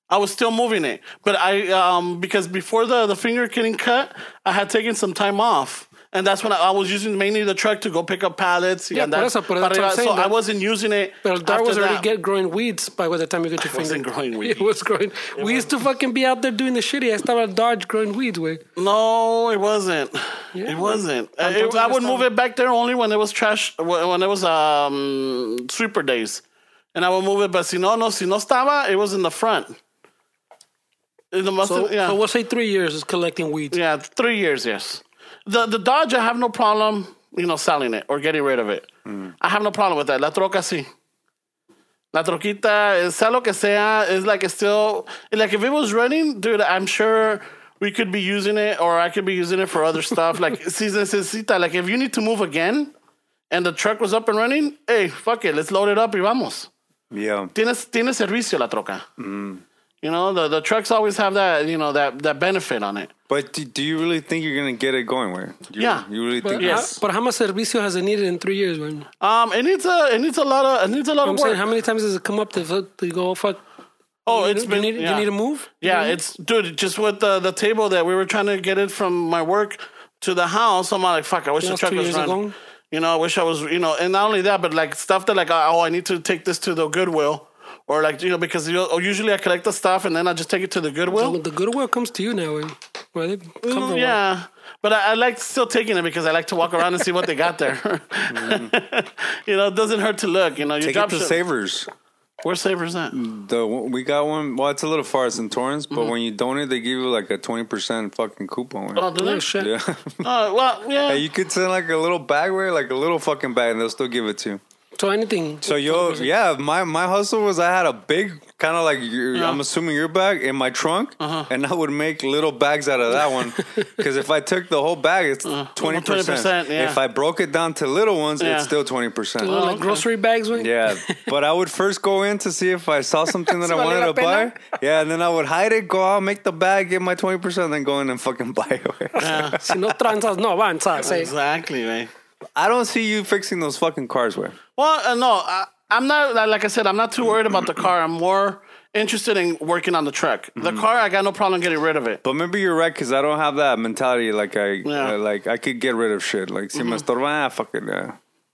[SPEAKER 2] I was still moving it, but I um because before the the finger getting cut, I had taken some time off, and that's when I, I was using mainly the truck to go pick up pallets.
[SPEAKER 3] Yeah,
[SPEAKER 2] and
[SPEAKER 3] por
[SPEAKER 2] that-
[SPEAKER 3] eso, pero that's what I'm
[SPEAKER 2] so
[SPEAKER 3] saying,
[SPEAKER 2] I
[SPEAKER 3] that-
[SPEAKER 2] wasn't using it.
[SPEAKER 3] But that
[SPEAKER 2] after
[SPEAKER 3] was already
[SPEAKER 2] that.
[SPEAKER 3] get growing weeds by the time you got your finger.
[SPEAKER 2] wasn't growing weeds.
[SPEAKER 3] It was growing. we used to fucking be out there doing the shitty. I estaba dodge growing weeds, güey.
[SPEAKER 2] No, it wasn't.
[SPEAKER 3] Yeah.
[SPEAKER 2] it wasn't. Uh,
[SPEAKER 3] Entonces
[SPEAKER 2] it- I would
[SPEAKER 3] estaba-
[SPEAKER 2] move it back there only when it was trash, when when it was um, sweeper days, and I would move it. But si no, no, si no estaba, it was in the front. In the must
[SPEAKER 3] So,
[SPEAKER 2] yeah,
[SPEAKER 3] so we'll say three years is collecting weeds.
[SPEAKER 2] yeah, three years, yes. The the Dodge, I have no problem, you know, selling it or getting rid of it. I have no problem with that. La troca, sí. La troquita, eh, sea lo que sea, is like it's still like if it was running, dude. I'm sure we could be using it, or I could be using it for other stuff. like si necesita, like if you need to move again, and the truck was up and running, hey, fuck it, let's load it up y vamos.
[SPEAKER 1] Yeah.
[SPEAKER 2] Tienes tiene servicio la troca. You know the the trucks always have that you know that that benefit on it.
[SPEAKER 1] But do, do you really think you're going to get it going where? Do you,
[SPEAKER 2] Yeah.
[SPEAKER 1] You really
[SPEAKER 3] But,
[SPEAKER 1] think
[SPEAKER 2] Yes.
[SPEAKER 3] how, but how much servicio has it needed in three years, man?
[SPEAKER 2] Um, it needs a it needs a lot of it needs a lot
[SPEAKER 3] I'm
[SPEAKER 2] of work.
[SPEAKER 3] saying, how many times has it come up to, fuck- to go, fuck,
[SPEAKER 2] oh,
[SPEAKER 3] you,
[SPEAKER 2] it's
[SPEAKER 3] you
[SPEAKER 2] been
[SPEAKER 3] need,
[SPEAKER 2] yeah.
[SPEAKER 3] you need to move?
[SPEAKER 2] Yeah, it's dude. Just with the the table that we were trying to get it from my work to the house, I'm like, fuck. I wish
[SPEAKER 3] That
[SPEAKER 2] the
[SPEAKER 3] was
[SPEAKER 2] truck
[SPEAKER 3] two
[SPEAKER 2] was
[SPEAKER 3] years
[SPEAKER 2] running.
[SPEAKER 3] ago?
[SPEAKER 2] You know, I wish I was. You know, and not only that, but like stuff that like, oh, I need to take this to the Goodwill, or like you know, because you know, or usually I collect the stuff and then I just take it to the Goodwill.
[SPEAKER 3] So the goodwill comes to you now, eh? Well, they come
[SPEAKER 2] Mm,
[SPEAKER 3] for a while.
[SPEAKER 2] yeah. But I, I like still taking it because I like to walk around and see what they got there. you know, it doesn't hurt to look. You know, you
[SPEAKER 1] Take it
[SPEAKER 2] drop
[SPEAKER 1] to Mm.
[SPEAKER 2] shit-
[SPEAKER 1] Savers.
[SPEAKER 2] Where savers at?
[SPEAKER 1] The we got one. Well, it's a little far. It's in Torrance, but
[SPEAKER 2] Mm-hmm.
[SPEAKER 1] when you donate, they give you like a twenty percent fucking coupon.
[SPEAKER 2] Oh, do
[SPEAKER 3] Oh,
[SPEAKER 2] they?
[SPEAKER 3] shit.
[SPEAKER 1] yeah,
[SPEAKER 2] Oh, well, yeah.
[SPEAKER 1] you could send like a little bag where like a little fucking bag, and they'll still give it to you.
[SPEAKER 3] So anything.
[SPEAKER 1] So yo, yeah, my my hustle was I had a big kind of like your,
[SPEAKER 2] Yeah. Uh-huh.
[SPEAKER 1] I'm assuming your bag in my trunk, and I would make little bags out of that one because if I took the whole bag, it's twenty percent.
[SPEAKER 2] 20%, Uh, yeah.
[SPEAKER 1] If I broke it down to little ones,
[SPEAKER 2] Yeah.
[SPEAKER 1] it's still twenty percent.
[SPEAKER 3] like
[SPEAKER 2] Oh, okay.
[SPEAKER 3] grocery bags, when
[SPEAKER 1] Yeah, but I would first go in to see if I saw something that I
[SPEAKER 3] Vale
[SPEAKER 1] wanted
[SPEAKER 3] la
[SPEAKER 1] to buy.
[SPEAKER 3] pena.
[SPEAKER 1] Yeah, and then I would hide it, go out, make the bag, get my twenty percent, then go in and fucking buy it.
[SPEAKER 3] Si no tranzas, no avanzas, eh?
[SPEAKER 2] Exactly, man.
[SPEAKER 1] I don't see you fixing those fucking cars, where
[SPEAKER 2] Well, uh, no, I, I'm not. li- Like I said, I'm not too worried about the car. I'm more interested in working on the truck. The car, I got no problem getting rid of it.
[SPEAKER 1] but maybe you're right because I don't have that mentality. Like I,
[SPEAKER 2] Yeah. Mm-hmm.
[SPEAKER 1] uh, like I could get rid of shit. Like see, my store, ah, fucking yeah.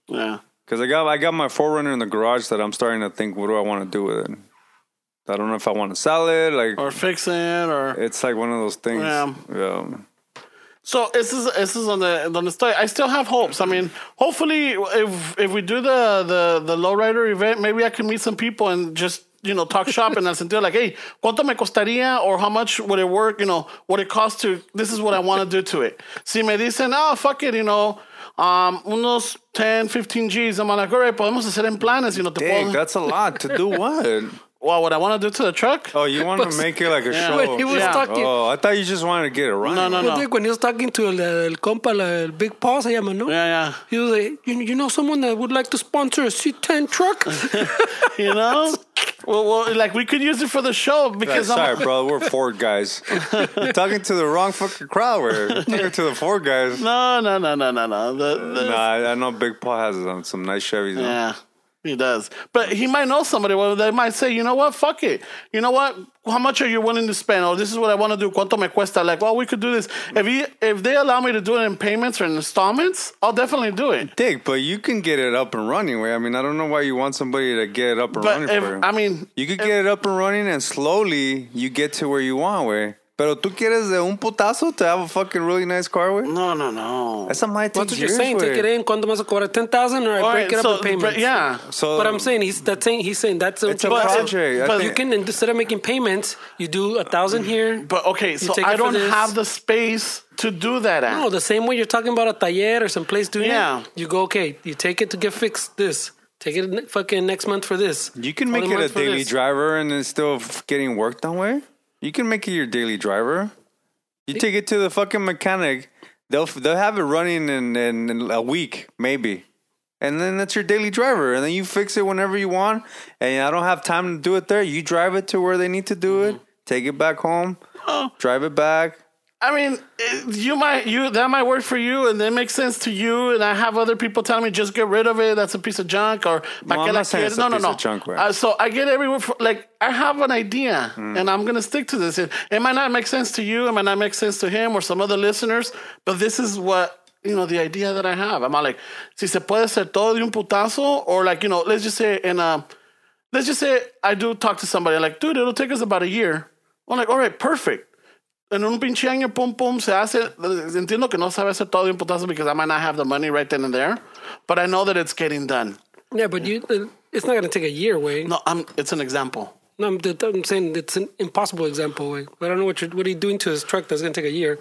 [SPEAKER 2] Yeah.
[SPEAKER 1] Because I got I got my forerunner in the garage that I'm starting to think, what do I want to do with it? I don't know if I want to sell it. Like
[SPEAKER 2] Or fix it, or
[SPEAKER 1] it's like one of those things.
[SPEAKER 2] Yeah.
[SPEAKER 1] yeah.
[SPEAKER 2] so. This is this is on the on the story. I still have hopes. I mean, hopefully, if if we do the the the lowrider event, maybe I can meet some people and just you know talk shop and sentido like, hey, cuánto me costaría, or how much would it work? You know, what it costs to. This is what I want to do to it. Si me dicen, oh fuck it, you know. Um, unos 10, 15 G's. I'm like, all right, podemos hacer en planes, you know, te
[SPEAKER 1] Dang,
[SPEAKER 2] puedo-
[SPEAKER 1] that's a lot to do. What?
[SPEAKER 2] Well, what I want to do to the truck?
[SPEAKER 1] Oh, you want to make it like a show?
[SPEAKER 3] When he was
[SPEAKER 2] Yeah.
[SPEAKER 3] talking.
[SPEAKER 1] Oh, I thought you just wanted to get it right.
[SPEAKER 2] No, no,
[SPEAKER 3] Well,
[SPEAKER 2] no.
[SPEAKER 3] Dick, when he was talking to el, el compa, la- el Big Paul se llama, ¿no?
[SPEAKER 2] Yeah,
[SPEAKER 3] He was like, you, you know someone that would like to sponsor a C10 truck?
[SPEAKER 2] yeah. You know? well, well, like we could use it for the show
[SPEAKER 1] Like,
[SPEAKER 2] because
[SPEAKER 1] sorry,
[SPEAKER 2] I'm.
[SPEAKER 1] bro. We're Ford guys. You're talking to the wrong fucking crowd. We're talking to the Ford guys.
[SPEAKER 2] No, no, no, no, no, no. The, the,
[SPEAKER 1] Nah, I, I know Big Paul has um, some nice Chevys. huh?
[SPEAKER 2] Yeah. He does. But he might know somebody. Well, they might say, you know what? Fuck it. You know what? How much are you willing to spend? Oh, this is what I want to do. Cuánto me cuesta? Like, well, we could do this. If you, if they allow me to do it in payments or in installments, I'll definitely do it.
[SPEAKER 1] Dick, but you can get it up and running. Way, I mean, I don't know why you want somebody to get it up and
[SPEAKER 2] But
[SPEAKER 1] running
[SPEAKER 2] if,
[SPEAKER 1] for you.
[SPEAKER 2] I mean,
[SPEAKER 1] you could get it up and running, and slowly you get to where you want. Way, pero tú quieres de un putazo to have a fucking really nice car. Way,
[SPEAKER 2] no, no, no.
[SPEAKER 1] that's a mighty.
[SPEAKER 3] That's what you're saying. Take it in. Cuando vas a cobrar ten thousand, or I
[SPEAKER 2] All
[SPEAKER 3] break
[SPEAKER 2] right,
[SPEAKER 3] it up
[SPEAKER 2] so-
[SPEAKER 3] in payments.
[SPEAKER 2] but yeah.
[SPEAKER 1] So,
[SPEAKER 3] but I'm saying he's that's saying he's saying that's
[SPEAKER 1] it's a
[SPEAKER 3] what you said.
[SPEAKER 1] project. I
[SPEAKER 2] but
[SPEAKER 1] think-
[SPEAKER 3] You can instead of making payments, you do a thousand here.
[SPEAKER 2] But okay, so
[SPEAKER 3] take it
[SPEAKER 2] I
[SPEAKER 3] for
[SPEAKER 2] don't
[SPEAKER 3] this.
[SPEAKER 2] have the space to do that at.
[SPEAKER 3] Oh, No, the same way you're talking about a taller or some place doing
[SPEAKER 2] Yeah.
[SPEAKER 3] it. You go, okay, you take it to get fixed this. Take it ne- fucking next month for this.
[SPEAKER 1] You can
[SPEAKER 3] Other
[SPEAKER 1] make it a
[SPEAKER 3] month for
[SPEAKER 1] daily
[SPEAKER 3] this.
[SPEAKER 1] driver and it's still f- getting work done way. You can make it your daily driver. You take it to the fucking mechanic. They'll f- they'll have it running in, in, in a week maybe, and then that's your daily driver. And then you fix it whenever you want. And I don't have time to do it there. You drive it to where they need to do it. Take it back home. Drive it back.
[SPEAKER 2] I mean, it- you might you that might work for you, and that makes sense to you. And I have other people telling me just get rid of it. That's a piece of junk, or
[SPEAKER 1] I'm
[SPEAKER 2] "Pa' qué la
[SPEAKER 1] not saying
[SPEAKER 2] quieres?"
[SPEAKER 1] it's a piece of junk, right?
[SPEAKER 2] Uh, so I get everywhere. For, like I have an idea,
[SPEAKER 1] Mm.
[SPEAKER 2] and I'm gonna stick to this. It, it might not make sense to you. It might not make sense to him or some other listeners. But this is what you know the idea that I have. I'm not like, si se puede hacer todo de un putazo, or like you know, let's just say in a let's just say I do talk to somebody like, dude, it'll take us about a year. I'm like, all right, perfect. En un pinche año, pum, pum, se hace. Entiendo que no sabe hacer todo de un putazo because I might not have the money right then and there, but I know that it's getting done.
[SPEAKER 3] Yeah, but you, uh, it's not going to take a year, way. No,
[SPEAKER 2] No, I'm, it's an example.
[SPEAKER 3] I'm, I'm saying it's an impossible example, way. I don't know what you're, what are you doing to his truck that's going to take a year.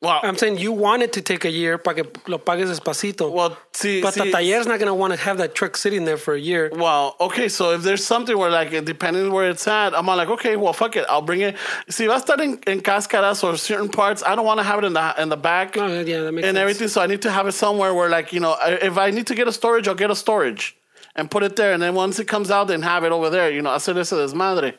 [SPEAKER 2] Well,
[SPEAKER 3] I'm saying you want it to take a year para que lo pagues despacito.
[SPEAKER 2] well, see,
[SPEAKER 3] but
[SPEAKER 2] see-
[SPEAKER 3] the taller's not going to want to have that truck sitting there for a year.
[SPEAKER 2] Well, okay, so if there's something where like it- depending where it's at, I'm like, okay, well, fuck it, I'll bring it. See, if I start in, in cascaras or certain parts, I don't want to have it in the in the back
[SPEAKER 3] No, yeah, that makes
[SPEAKER 2] and
[SPEAKER 3] sense.
[SPEAKER 2] everything. So I need to have it somewhere where like you know, I, if I need to get a storage, I'll get a storage and put it there. And then once it comes out, then have it over there. You know, hacer ese desmadre.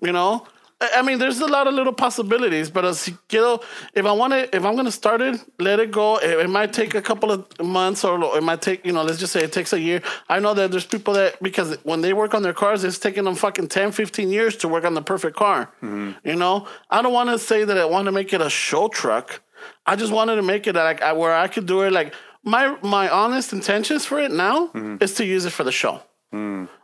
[SPEAKER 2] You know. I I mean, there's a lot of little possibilities, but as you know, if I want to, if I'm gonna start it, let it go. It, it might take a couple of months, or lo- it might take, you know, let's just say it takes a year. I know that there's people that because when they work on their cars, it's taking them fucking 10, 15 years to work on the perfect car. You know, I don't want to say that I want to make it a show truck. I just wanted to make it like I- where I could do it. Like my my honest intentions for it now is to use it for the show.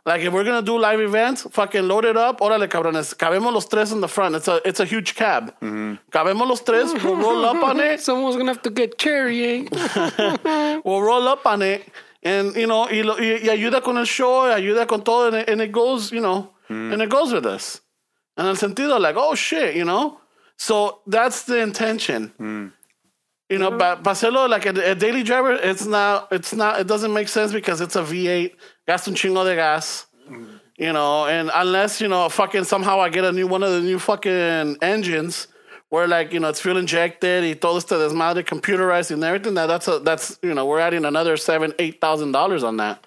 [SPEAKER 2] Like if we're gonna do live events, fucking load it up. Órale, cabrones. Cabemos los tres in the front. It's a it's a huge cab. Cabemos los tres. We'll roll up on it.
[SPEAKER 3] Someone's going to have to get cherry, eh?
[SPEAKER 2] We'll roll up on it. And you know, y, lo, y, y ayuda con el show, y ayuda con todo, and it, and it goes, you know, and it goes with us. And el sentido, like, oh shit, you know. So that's the intention. You know, but Barcelo, like a, a daily driver, it's not, it's not, it doesn't make sense because it's a V8, gasta un chingo de gas. you know, and unless you know, fucking somehow I get a new one of the new fucking engines where like you know it's fuel injected, y todo este desmadre, computerized and everything. That that's a that's you know we're adding another seven eight thousand dollars on that.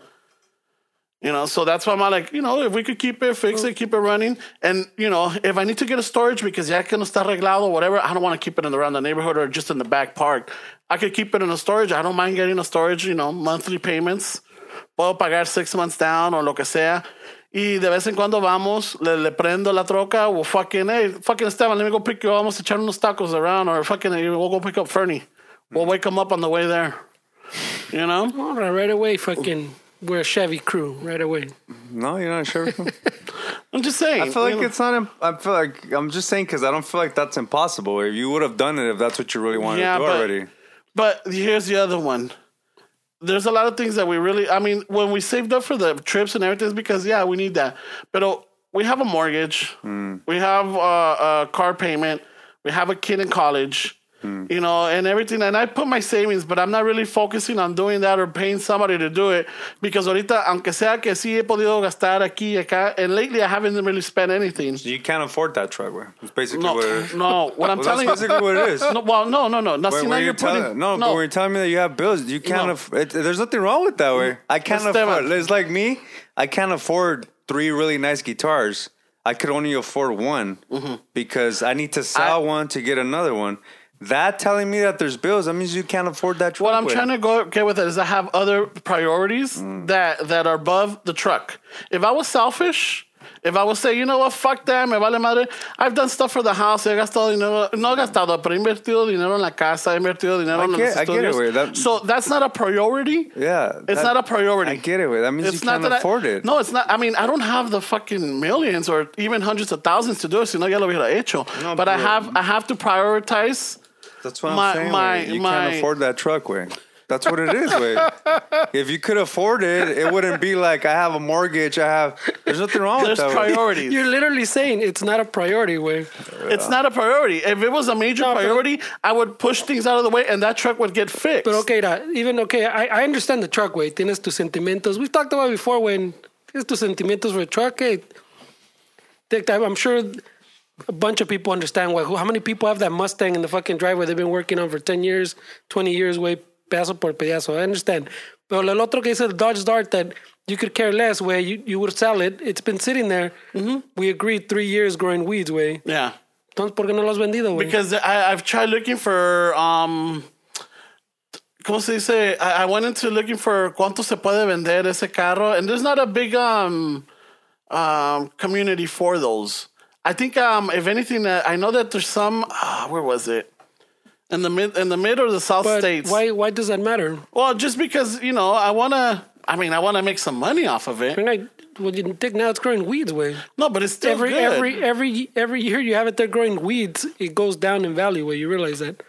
[SPEAKER 2] You know, so that's why I'm like, you know, if we could keep it, fix it, keep it running, and you know, if I need to get a storage because ya que no está arreglado or whatever, I don't want to keep it in around the neighborhood or just in the back park. I could keep it in a storage. I don't mind getting a storage. You know, monthly payments. Puedo pagar six months down o lo que sea. Y de vez en cuando vamos, le, le prendo la troca o fucking, hey, fucking Esteban, let me go pick you. up. Vamos a echar unos tacos around or fucking, hey, we'll go pick up Fernie. We'll wake him up on the way there. You know?
[SPEAKER 3] All right, right away, fucking, we're a Chevy crew, right away.
[SPEAKER 1] No, you're not sure.
[SPEAKER 2] I'm just saying.
[SPEAKER 1] I feel like it's not. Imp- I feel like I'm just saying because I don't feel like that's impossible. If you would have done it, if that's what you really wanted to
[SPEAKER 2] Yeah,
[SPEAKER 1] do
[SPEAKER 2] but-
[SPEAKER 1] already.
[SPEAKER 2] But here's the other one. There's a lot of things that we really, I mean, when we saved up for the trips and everything, it's because, yeah, we need that. But uh, we have a mortgage,
[SPEAKER 1] Mm.
[SPEAKER 2] we have uh, a car payment, we have a kid in college,
[SPEAKER 1] Mm.
[SPEAKER 2] you know, and everything. And I put my savings, but I'm not really focusing on doing that or paying somebody to do it because ahorita, aunque sea que sí he podido gastar aquí y acá, and lately I haven't really spent anything.
[SPEAKER 1] You can't afford that truck. Way. It's basically
[SPEAKER 2] No,
[SPEAKER 1] what it is.
[SPEAKER 2] no, what I'm
[SPEAKER 1] Well,
[SPEAKER 2] telling
[SPEAKER 1] that's
[SPEAKER 2] you.
[SPEAKER 1] basically what it is.
[SPEAKER 2] No, well, no, no, no. Now,
[SPEAKER 1] When-
[SPEAKER 2] see, now
[SPEAKER 1] when
[SPEAKER 2] you're
[SPEAKER 1] you're telling-
[SPEAKER 2] putting
[SPEAKER 1] no, but when you're telling me that you have bills, you can't.
[SPEAKER 2] No.
[SPEAKER 1] Aff- it, there's nothing wrong with that way. I can't
[SPEAKER 2] Esteban.
[SPEAKER 1] afford. It's like me. I can't afford three really nice
[SPEAKER 2] Mm-hmm.
[SPEAKER 1] guitars. I could only afford one because I need to sell one to get another one. That telling me that there's bills, that means you can't afford that truck.
[SPEAKER 2] What I'm trying to go get with it is I have other priorities that that are above the truck. If I was selfish, if I would say, you know what, fuck them, me vale madre. I've done stuff for the house. He gastado dinero, no he gastado, pero he invertido dinero en la casa, he invertido dinero en
[SPEAKER 1] get-
[SPEAKER 2] los
[SPEAKER 1] I get it,
[SPEAKER 2] estudios.
[SPEAKER 1] güey. That-
[SPEAKER 2] so that's not a priority.
[SPEAKER 1] Yeah.
[SPEAKER 2] It's not a priority.
[SPEAKER 1] I get it, güey. That means you can't
[SPEAKER 2] that I-
[SPEAKER 1] afford it.
[SPEAKER 2] No, it's not. I mean, I don't have the fucking millions or even hundreds of thousands to do it. Si no, ya lo hubiera hecho.
[SPEAKER 1] No,
[SPEAKER 2] but I
[SPEAKER 1] pero-
[SPEAKER 2] have, I have to prioritize.
[SPEAKER 1] That's what
[SPEAKER 2] My-
[SPEAKER 1] I'm saying.
[SPEAKER 2] my-
[SPEAKER 1] güey. you
[SPEAKER 2] my-
[SPEAKER 1] can't afford that truck, way. That's what it is, way. if you could afford it, it wouldn't be like I have a mortgage. I have. There's nothing wrong
[SPEAKER 2] There's
[SPEAKER 1] with that. güey.
[SPEAKER 2] priorities.
[SPEAKER 3] You're literally saying it's not a priority, way.
[SPEAKER 2] It's not a priority. If it was a major priority, I would push things out of the way and that truck would get fixed.
[SPEAKER 3] But okay, da, even okay, I, I understand the truck, way. Tienes tus sentimientos. We've talked about it before when tienes tus sentimientos for a truck. Hey, Dick, I'm sure a bunch of people understand why. How many people have that Mustang in the fucking driveway they've been working on for 10 years, 20 years, way, pedazo por pedazo. I understand. But el otro que dice the Dodge Dart that you could care less, way, you, you would sell it. It's been sitting there.
[SPEAKER 2] Mm-hmm.
[SPEAKER 3] We agreed three years growing weeds, way.
[SPEAKER 2] Yeah.
[SPEAKER 3] Entonces, ¿por qué no lo has vendido, way?
[SPEAKER 2] Because I, I've tried looking for, um, ¿cómo se dice? I, I went into looking for cuánto se puede vender ese carro, and there's not a big um, um, community for those. I think, um, if anything, uh, I know that there's some, uh, where was it? In the mid, in the mid or the south
[SPEAKER 3] But
[SPEAKER 2] states.
[SPEAKER 3] why, why does that matter?
[SPEAKER 2] Well, just because you know, I wanna. I mean, I wanna make some money off of it.
[SPEAKER 3] You're not, well, you think now it's growing weeds, way.
[SPEAKER 2] No, but it's still
[SPEAKER 3] every
[SPEAKER 2] good.
[SPEAKER 3] every every every year you have it there growing weeds, it goes down in value. Where you realize that,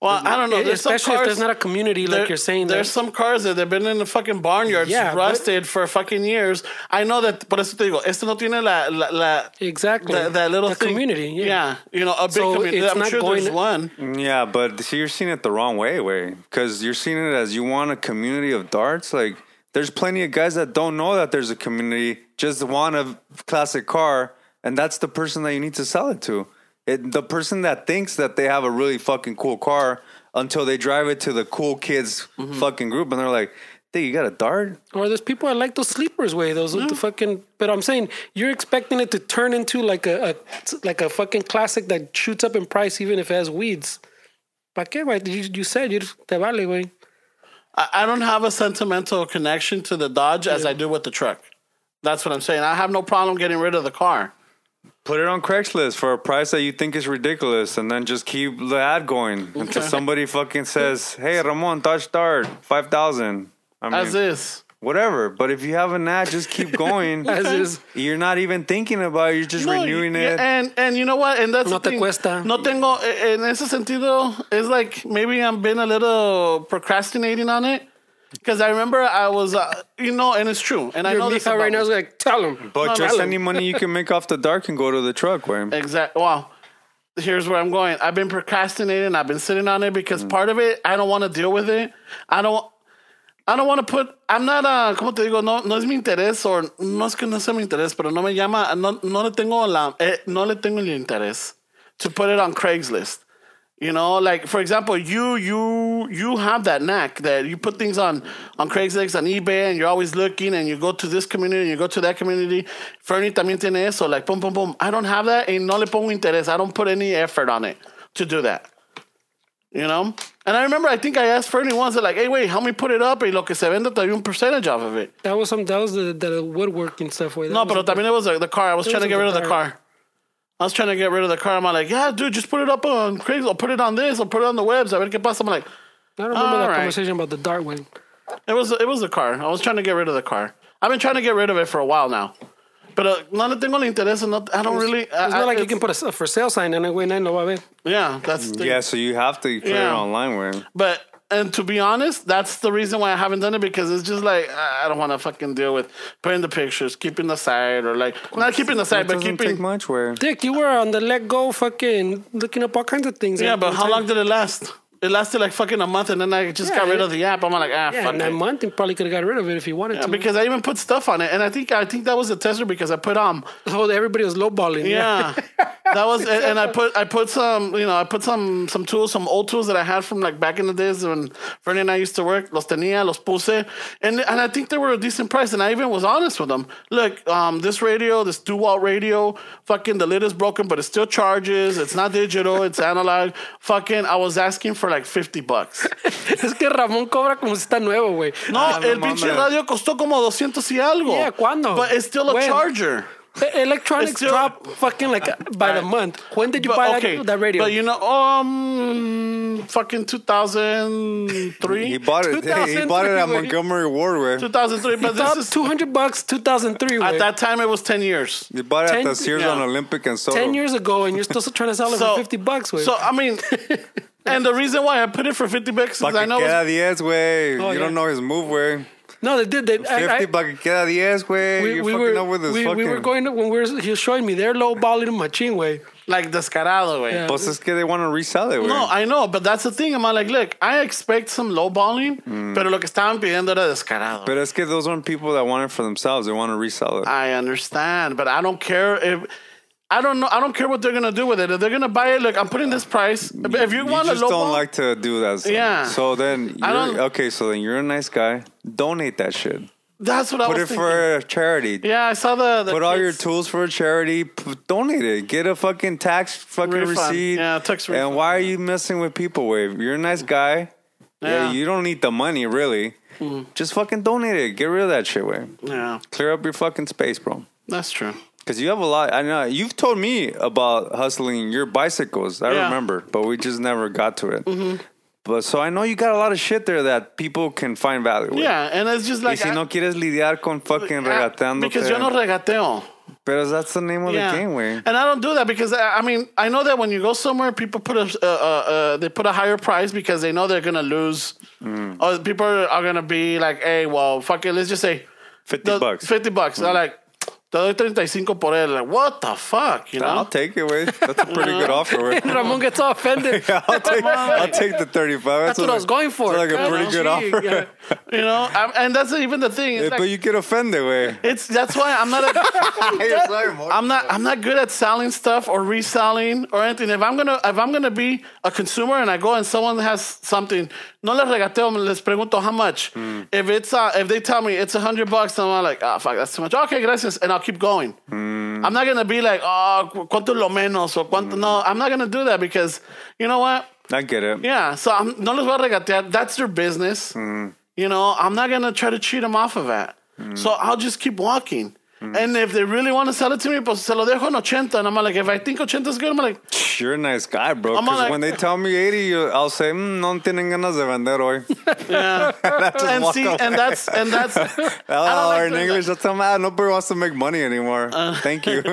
[SPEAKER 2] Well, I don't know. There's some
[SPEAKER 3] especially
[SPEAKER 2] cars,
[SPEAKER 3] if there's not a community
[SPEAKER 2] there-
[SPEAKER 3] like you're saying.
[SPEAKER 2] There's
[SPEAKER 3] that,
[SPEAKER 2] some cars that they've been in the fucking barnyards,
[SPEAKER 3] Yeah, but-
[SPEAKER 2] rusted for fucking years. I know that. Por eso te digo, este no tiene la la, la
[SPEAKER 3] exactly
[SPEAKER 2] that, that little
[SPEAKER 3] the
[SPEAKER 2] thing.
[SPEAKER 3] community. Yeah.
[SPEAKER 2] you know, a big
[SPEAKER 3] So
[SPEAKER 2] community.
[SPEAKER 3] it's
[SPEAKER 2] I'm
[SPEAKER 3] not
[SPEAKER 2] sure there's
[SPEAKER 3] going-
[SPEAKER 2] one.
[SPEAKER 1] Yeah, but see, you're seeing it the wrong way, way. Because you're seeing it as you want a community of darts. Like, there's plenty of guys that don't know that there's a community, just want a classic car, and that's the person that you need to sell it to. It, the person that thinks that they have a really fucking cool car until they drive it to the cool kids fucking group, and they're like, "Dude, you got a dart?
[SPEAKER 3] Or there's people that like those sleepers way. Those with the fucking. But I'm saying you're expecting it to turn into like a, a like a fucking classic that shoots up in price even if it has weeds. Pa qué, güey? You, you said you te vale, güey.
[SPEAKER 2] I, I don't have a sentimental connection to the Dodge as I do with the truck. That's what I'm saying. I have no problem getting rid of the car.
[SPEAKER 1] Put it on Craigslist for a price that you think is ridiculous, and then just keep the ad going until somebody fucking says, "Hey, Ramon, Dodge Dart, five thousand. I mean,
[SPEAKER 2] As is.
[SPEAKER 1] whatever. But if you have an ad, just keep going.
[SPEAKER 3] As is.
[SPEAKER 1] You're not even thinking about it. You're just
[SPEAKER 2] No, eh,
[SPEAKER 1] renewing
[SPEAKER 2] y-
[SPEAKER 1] it.
[SPEAKER 2] And and you know what? And that's
[SPEAKER 3] No
[SPEAKER 2] the
[SPEAKER 3] te
[SPEAKER 2] thing.
[SPEAKER 3] cuesta.
[SPEAKER 2] No tengo eh, en ese sentido. It's like maybe I'm been a little procrastinating on it because I remember I was, uh, you know, and it's true. And I
[SPEAKER 3] Your
[SPEAKER 2] know this
[SPEAKER 3] mija
[SPEAKER 2] about
[SPEAKER 3] right now
[SPEAKER 2] me.
[SPEAKER 3] is like, tell him.
[SPEAKER 1] but just
[SPEAKER 3] tell
[SPEAKER 1] any
[SPEAKER 3] him.
[SPEAKER 1] money you can make off the dark can go to the truck, Wayne.
[SPEAKER 2] Exact. Wow. Here's where I'm going. I've been procrastinating. I've been sitting on it because
[SPEAKER 3] Mm.
[SPEAKER 2] part of it I don't want to deal with it. I don't. I don't want to put. I'm not. Uh, como te digo, no, no es mi interés or no es que no sea mi interés, pero no me llama. No, no le tengo la. Eh, no le tengo el interés to put it on Craigslist. You know, like for example, you you you have that knack that you put things on on Craigslist and eBay, and you're always looking, and you go to this community, and you go to that community. Fernie también tiene eso, like boom, boom, boom. I don't have that, and no le pongo interés. I don't put any effort on it to do that. You know, and I remember I think I asked Fernie once, like, hey, wait, help me put it up, and lo que se vende, te doy un percentage off of it.
[SPEAKER 3] That was some. That was the, the woodworking stuff. Way. That
[SPEAKER 2] No,
[SPEAKER 3] was
[SPEAKER 2] pero
[SPEAKER 3] the-
[SPEAKER 2] también it was uh, the car. I was trying to
[SPEAKER 3] wasn't
[SPEAKER 2] get
[SPEAKER 3] the
[SPEAKER 2] rid of the
[SPEAKER 3] car.
[SPEAKER 2] car. I was trying to get rid of the car. I'm like, yeah, dude, just put it up on Craigslist. I'll put it on this. I'll put it on the webs. I ver qué pasa. I'm like,
[SPEAKER 3] I don't remember that
[SPEAKER 2] Alright.
[SPEAKER 3] conversation about the dart wing.
[SPEAKER 2] it was it was the car. I was trying to get rid of the car. I've been trying to get rid of it for a while now. But uh, no le tengo el interés. and No, I don't really.
[SPEAKER 3] It's not like you can
[SPEAKER 2] put.
[SPEAKER 3] put a s- a for sale sign in it, güey, nadie lo va a ver.
[SPEAKER 2] Yeah, that's the thing.
[SPEAKER 1] Yeah, so you have to put it
[SPEAKER 2] Yeah.
[SPEAKER 1] online, Wayne.
[SPEAKER 2] But and to be honest, that's the reason why I haven't done it because it's just like I I don't want to fucking deal with putting the pictures, keeping the side, or like not keeping the
[SPEAKER 1] It
[SPEAKER 2] side, but
[SPEAKER 1] doesn't take
[SPEAKER 2] keeping.
[SPEAKER 1] much, Wayne.
[SPEAKER 3] Dick, you were on the let go, fucking looking up all kinds of things.
[SPEAKER 2] Yeah,
[SPEAKER 3] at
[SPEAKER 2] but
[SPEAKER 3] one
[SPEAKER 2] how
[SPEAKER 3] time.
[SPEAKER 2] long did it last? It lasted like fucking a month, and then I just
[SPEAKER 3] Yeah,
[SPEAKER 2] got rid
[SPEAKER 3] it-
[SPEAKER 2] of the app. I'm like, ah,
[SPEAKER 3] Yeah,
[SPEAKER 2] fuck
[SPEAKER 3] in that
[SPEAKER 2] it.
[SPEAKER 3] month, you probably could have got rid of it if you wanted
[SPEAKER 2] Yeah,
[SPEAKER 3] to.
[SPEAKER 2] because I even put stuff on it, and I think I think that was a tester because I put um,
[SPEAKER 3] oh, everybody was lowballing.
[SPEAKER 2] yeah, that was, and, and I put I put some, you know, I put some some tools, some old tools that I had from like back in the days when Fernie and I used to work. Los tenía, los puse, and and I think they were a decent price, and I even was honest with them. Look, um, this radio, this dual radio, fucking the lid is broken, but it still charges. It's not digital, it's analog. Fucking, I was asking for like fifty bucks.
[SPEAKER 3] es que Ramón cobra como si está nuevo, güey.
[SPEAKER 2] No,
[SPEAKER 1] Ah, no
[SPEAKER 2] el pinche
[SPEAKER 1] mames.
[SPEAKER 2] radio costó como 200 y algo.
[SPEAKER 3] Yeah, ¿cuándo?
[SPEAKER 2] But it's still a
[SPEAKER 3] When?
[SPEAKER 2] charger.
[SPEAKER 3] E- Electronics
[SPEAKER 2] It's still-
[SPEAKER 3] drop fucking like uh, by the month. When did you
[SPEAKER 2] But,
[SPEAKER 3] buy
[SPEAKER 2] okay,
[SPEAKER 3] that, that radio?
[SPEAKER 2] But you know, um, fucking 2003.
[SPEAKER 1] He bought it. He bought it
[SPEAKER 3] 2003,
[SPEAKER 1] at
[SPEAKER 3] güey.
[SPEAKER 1] Montgomery Ward, way.
[SPEAKER 2] 2003, but this is,
[SPEAKER 3] two hundred bucks, two thousand three.
[SPEAKER 2] at that time it was 10 years.
[SPEAKER 1] He bought it at
[SPEAKER 3] 10
[SPEAKER 1] the Sears
[SPEAKER 2] yeah.
[SPEAKER 1] on Olympic and Soto.
[SPEAKER 3] ten years ago, and you're still trying to sell it for fifty bucks. Wait.
[SPEAKER 2] So, I mean, and the reason why I put it for 50 bucks is
[SPEAKER 1] Pa'
[SPEAKER 2] I
[SPEAKER 1] que
[SPEAKER 2] know it's
[SPEAKER 1] queda 10, güey.
[SPEAKER 3] Oh,
[SPEAKER 1] you
[SPEAKER 3] yeah.
[SPEAKER 1] don't know his move, way.
[SPEAKER 3] no, they did. They,
[SPEAKER 1] 50
[SPEAKER 3] I, I,
[SPEAKER 1] pa' que queda 10, güey.
[SPEAKER 3] we,
[SPEAKER 1] You're
[SPEAKER 3] we
[SPEAKER 1] fucking
[SPEAKER 3] were
[SPEAKER 1] up with this
[SPEAKER 3] we,
[SPEAKER 1] fucking...
[SPEAKER 3] we were going to, when we were he was showing me they're lowballing machine way.
[SPEAKER 2] like descarado, way.
[SPEAKER 3] Yeah.
[SPEAKER 1] Pues es que they want to resell it, güey.
[SPEAKER 2] No, I know, but that's the thing. I'm like, look, I expect some lowballing,
[SPEAKER 1] Mm.
[SPEAKER 2] pero lo que estaban pidiendo era descarado.
[SPEAKER 1] But es que those aren't people that want it for themselves. They want to resell it.
[SPEAKER 2] I understand, but I don't care if I don't know. I don't care what they're gonna do with it. If they're gonna buy it, look, I'm putting this price. If if you,
[SPEAKER 1] you
[SPEAKER 2] want a
[SPEAKER 1] just
[SPEAKER 2] low
[SPEAKER 1] don't
[SPEAKER 2] ball,
[SPEAKER 1] like to do that. Stuff.
[SPEAKER 2] Yeah.
[SPEAKER 1] So then,
[SPEAKER 2] I
[SPEAKER 1] you're,
[SPEAKER 2] don't-
[SPEAKER 1] okay, so then you're a nice guy. Donate that shit.
[SPEAKER 2] that's what I
[SPEAKER 1] Put
[SPEAKER 2] was
[SPEAKER 1] it
[SPEAKER 2] thinking.
[SPEAKER 1] for a charity.
[SPEAKER 2] yeah, I saw the. the
[SPEAKER 1] Put all your
[SPEAKER 2] kids-
[SPEAKER 1] tools for a charity. P- donate it. Get a fucking tax fucking
[SPEAKER 2] Refund.
[SPEAKER 1] receipt.
[SPEAKER 2] Yeah, tax refund.
[SPEAKER 1] And why are you messing with people, Wave? You're a nice guy. Yeah.
[SPEAKER 2] Yeah. Mm-hmm.
[SPEAKER 1] you don't need the money, really. Just fucking donate it. Get rid of that shit, Wave.
[SPEAKER 2] Yeah,
[SPEAKER 1] Clear up your fucking space, bro.
[SPEAKER 2] that's true.
[SPEAKER 1] Because you have a lot. I know you've told me about hustling your bicycles. I
[SPEAKER 2] Yeah. Mm-hmm.
[SPEAKER 1] remember, but we just never got to it. But so I know you got a lot of shit there that people can find value. with.
[SPEAKER 2] Yeah, and it's just
[SPEAKER 1] Y
[SPEAKER 2] like
[SPEAKER 1] si
[SPEAKER 2] I-
[SPEAKER 1] no quieres lidiar con fucking
[SPEAKER 2] I-
[SPEAKER 1] regateando,
[SPEAKER 2] because yo no regateo.
[SPEAKER 1] Pero that's the name of the game, way.
[SPEAKER 2] And I don't do that because I, I mean I know that when you go somewhere, people put a uh, uh, uh, they put a higher price because they know they're gonna lose,
[SPEAKER 1] Mm.
[SPEAKER 2] or people are gonna be like, hey, well, fuck it, let's just say
[SPEAKER 1] 50
[SPEAKER 2] the-
[SPEAKER 1] bucks. Mm.
[SPEAKER 2] fifty bucks. They're like, te doy 35 por él. Like, what the fuck, you
[SPEAKER 1] I'll
[SPEAKER 2] know?
[SPEAKER 1] take it, way. That's a pretty good offer, way.
[SPEAKER 3] Ramon gets all offended.
[SPEAKER 1] I'll take, I'll take the 35.
[SPEAKER 3] That's what I was going for.
[SPEAKER 1] It's like a
[SPEAKER 3] God,
[SPEAKER 1] pretty good
[SPEAKER 3] gee,
[SPEAKER 1] offer.
[SPEAKER 3] yeah.
[SPEAKER 2] you know, I'm, and that's even the thing. It's,
[SPEAKER 1] but
[SPEAKER 2] like,
[SPEAKER 1] you get offended, way.
[SPEAKER 2] it's that's why I'm not. A, I'm not. I'm not good at selling stuff or reselling or anything. If I'm gonna, if I'm gonna be a consumer and I go and someone has something, no les regateo, les pregunto how much. If it's, uh, if they tell me it's a hundred bucks, I'm like, ah, fuck, that's too much. Okay, gracias, and I'll keep going. I'm not gonna be like, oh, cu- cuánto lo menos or cuánto. No, I'm not gonna do that because you know what?
[SPEAKER 1] I get it.
[SPEAKER 2] Yeah, so I'm no les voy a regatear. That's their business.
[SPEAKER 1] Mm.
[SPEAKER 2] You know, I'm not gonna try to cheat them off of that. So I'll just keep walking.
[SPEAKER 1] Mm.
[SPEAKER 2] And if they really want to sell it to me, pues se lo dejo en 80. And I'm like, if I think 80 is good, I'm like,
[SPEAKER 1] You're a nice guy, bro.
[SPEAKER 2] I'm
[SPEAKER 1] Because
[SPEAKER 2] like-
[SPEAKER 1] when they tell me 80, you- I'll say, mm, no tienen ganas de vender hoy.
[SPEAKER 2] and
[SPEAKER 1] walk
[SPEAKER 2] see,
[SPEAKER 1] away.
[SPEAKER 2] and that's, and that's, I
[SPEAKER 1] Oh,
[SPEAKER 2] don't like
[SPEAKER 1] or in
[SPEAKER 2] doing
[SPEAKER 1] English, that's how mad. Nobody wants to make money anymore.
[SPEAKER 2] Uh.
[SPEAKER 1] Thank you.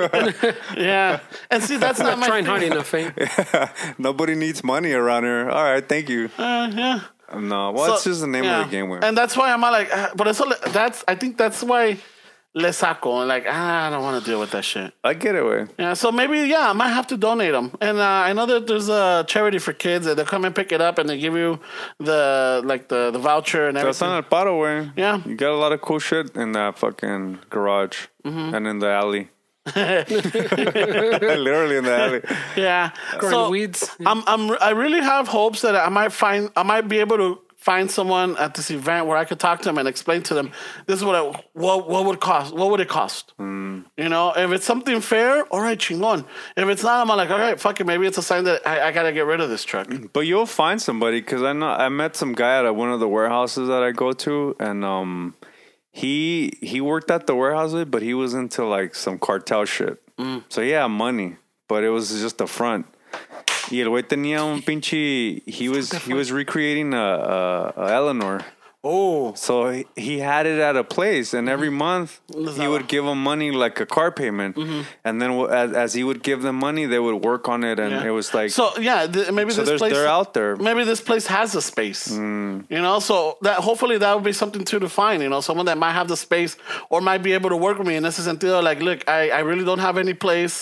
[SPEAKER 2] yeah. And see, that's not my
[SPEAKER 3] Trying hard
[SPEAKER 2] thing.
[SPEAKER 3] enough, eh?
[SPEAKER 1] Nobody needs money around here. All right, thank you.
[SPEAKER 2] Uh, yeah.
[SPEAKER 1] No, well, that's
[SPEAKER 2] So,
[SPEAKER 1] just the name
[SPEAKER 2] yeah.
[SPEAKER 1] of the game. Where
[SPEAKER 2] And that's why I'm like, ah, but eso, le- that's, I think that's why le saco. I'm like, ah, I don't want to deal with that shit.
[SPEAKER 1] I get it, way.
[SPEAKER 2] Yeah, so maybe yeah, I might have to donate them. And uh, I know that there's a charity for kids that they come and pick it up and they give you the like the, the voucher and
[SPEAKER 1] That's
[SPEAKER 2] everything.
[SPEAKER 1] on El Paro, way.
[SPEAKER 2] Yeah.
[SPEAKER 1] You got a lot of cool shit in that fucking garage and in the alley. Literally in the alley.
[SPEAKER 2] yeah,
[SPEAKER 3] Growing
[SPEAKER 2] so
[SPEAKER 3] weeds.
[SPEAKER 2] I'm I'm I really have hopes that I might find I might be able to find someone at this event where I could talk to them and explain to them this is what I, what what would cost what would it cost.
[SPEAKER 1] Hmm.
[SPEAKER 2] You know, if it's something fair, all right, chingon. If it's not, I'm like, all right, fuck it. Maybe it's a sign that I, I gotta get rid of this truck.
[SPEAKER 1] But you'll find somebody because I know I met some guy at one of the warehouses that I go to, and um, he he worked at the warehouse, but he was into like some cartel shit. So yeah, money, but it was just a front. Y el güey tenía un pinche. He was he was recreating a, a, a Eleanor.
[SPEAKER 2] Oh,
[SPEAKER 1] So he- he had it at a place, and
[SPEAKER 2] Mm-hmm.
[SPEAKER 1] every month he would give them money like a car payment,
[SPEAKER 2] Mm-hmm.
[SPEAKER 1] and then w- as, as he would give them money, they would work on it, and
[SPEAKER 2] Yeah.
[SPEAKER 1] it was like
[SPEAKER 2] so yeah, th- maybe
[SPEAKER 1] so
[SPEAKER 2] this
[SPEAKER 1] there's,
[SPEAKER 2] place
[SPEAKER 1] they're out there.
[SPEAKER 2] maybe this place has a space you know so that hopefully that would be something to define you know someone that might have the space or might be able to work with me in ese sentido like look i, I really don't have any place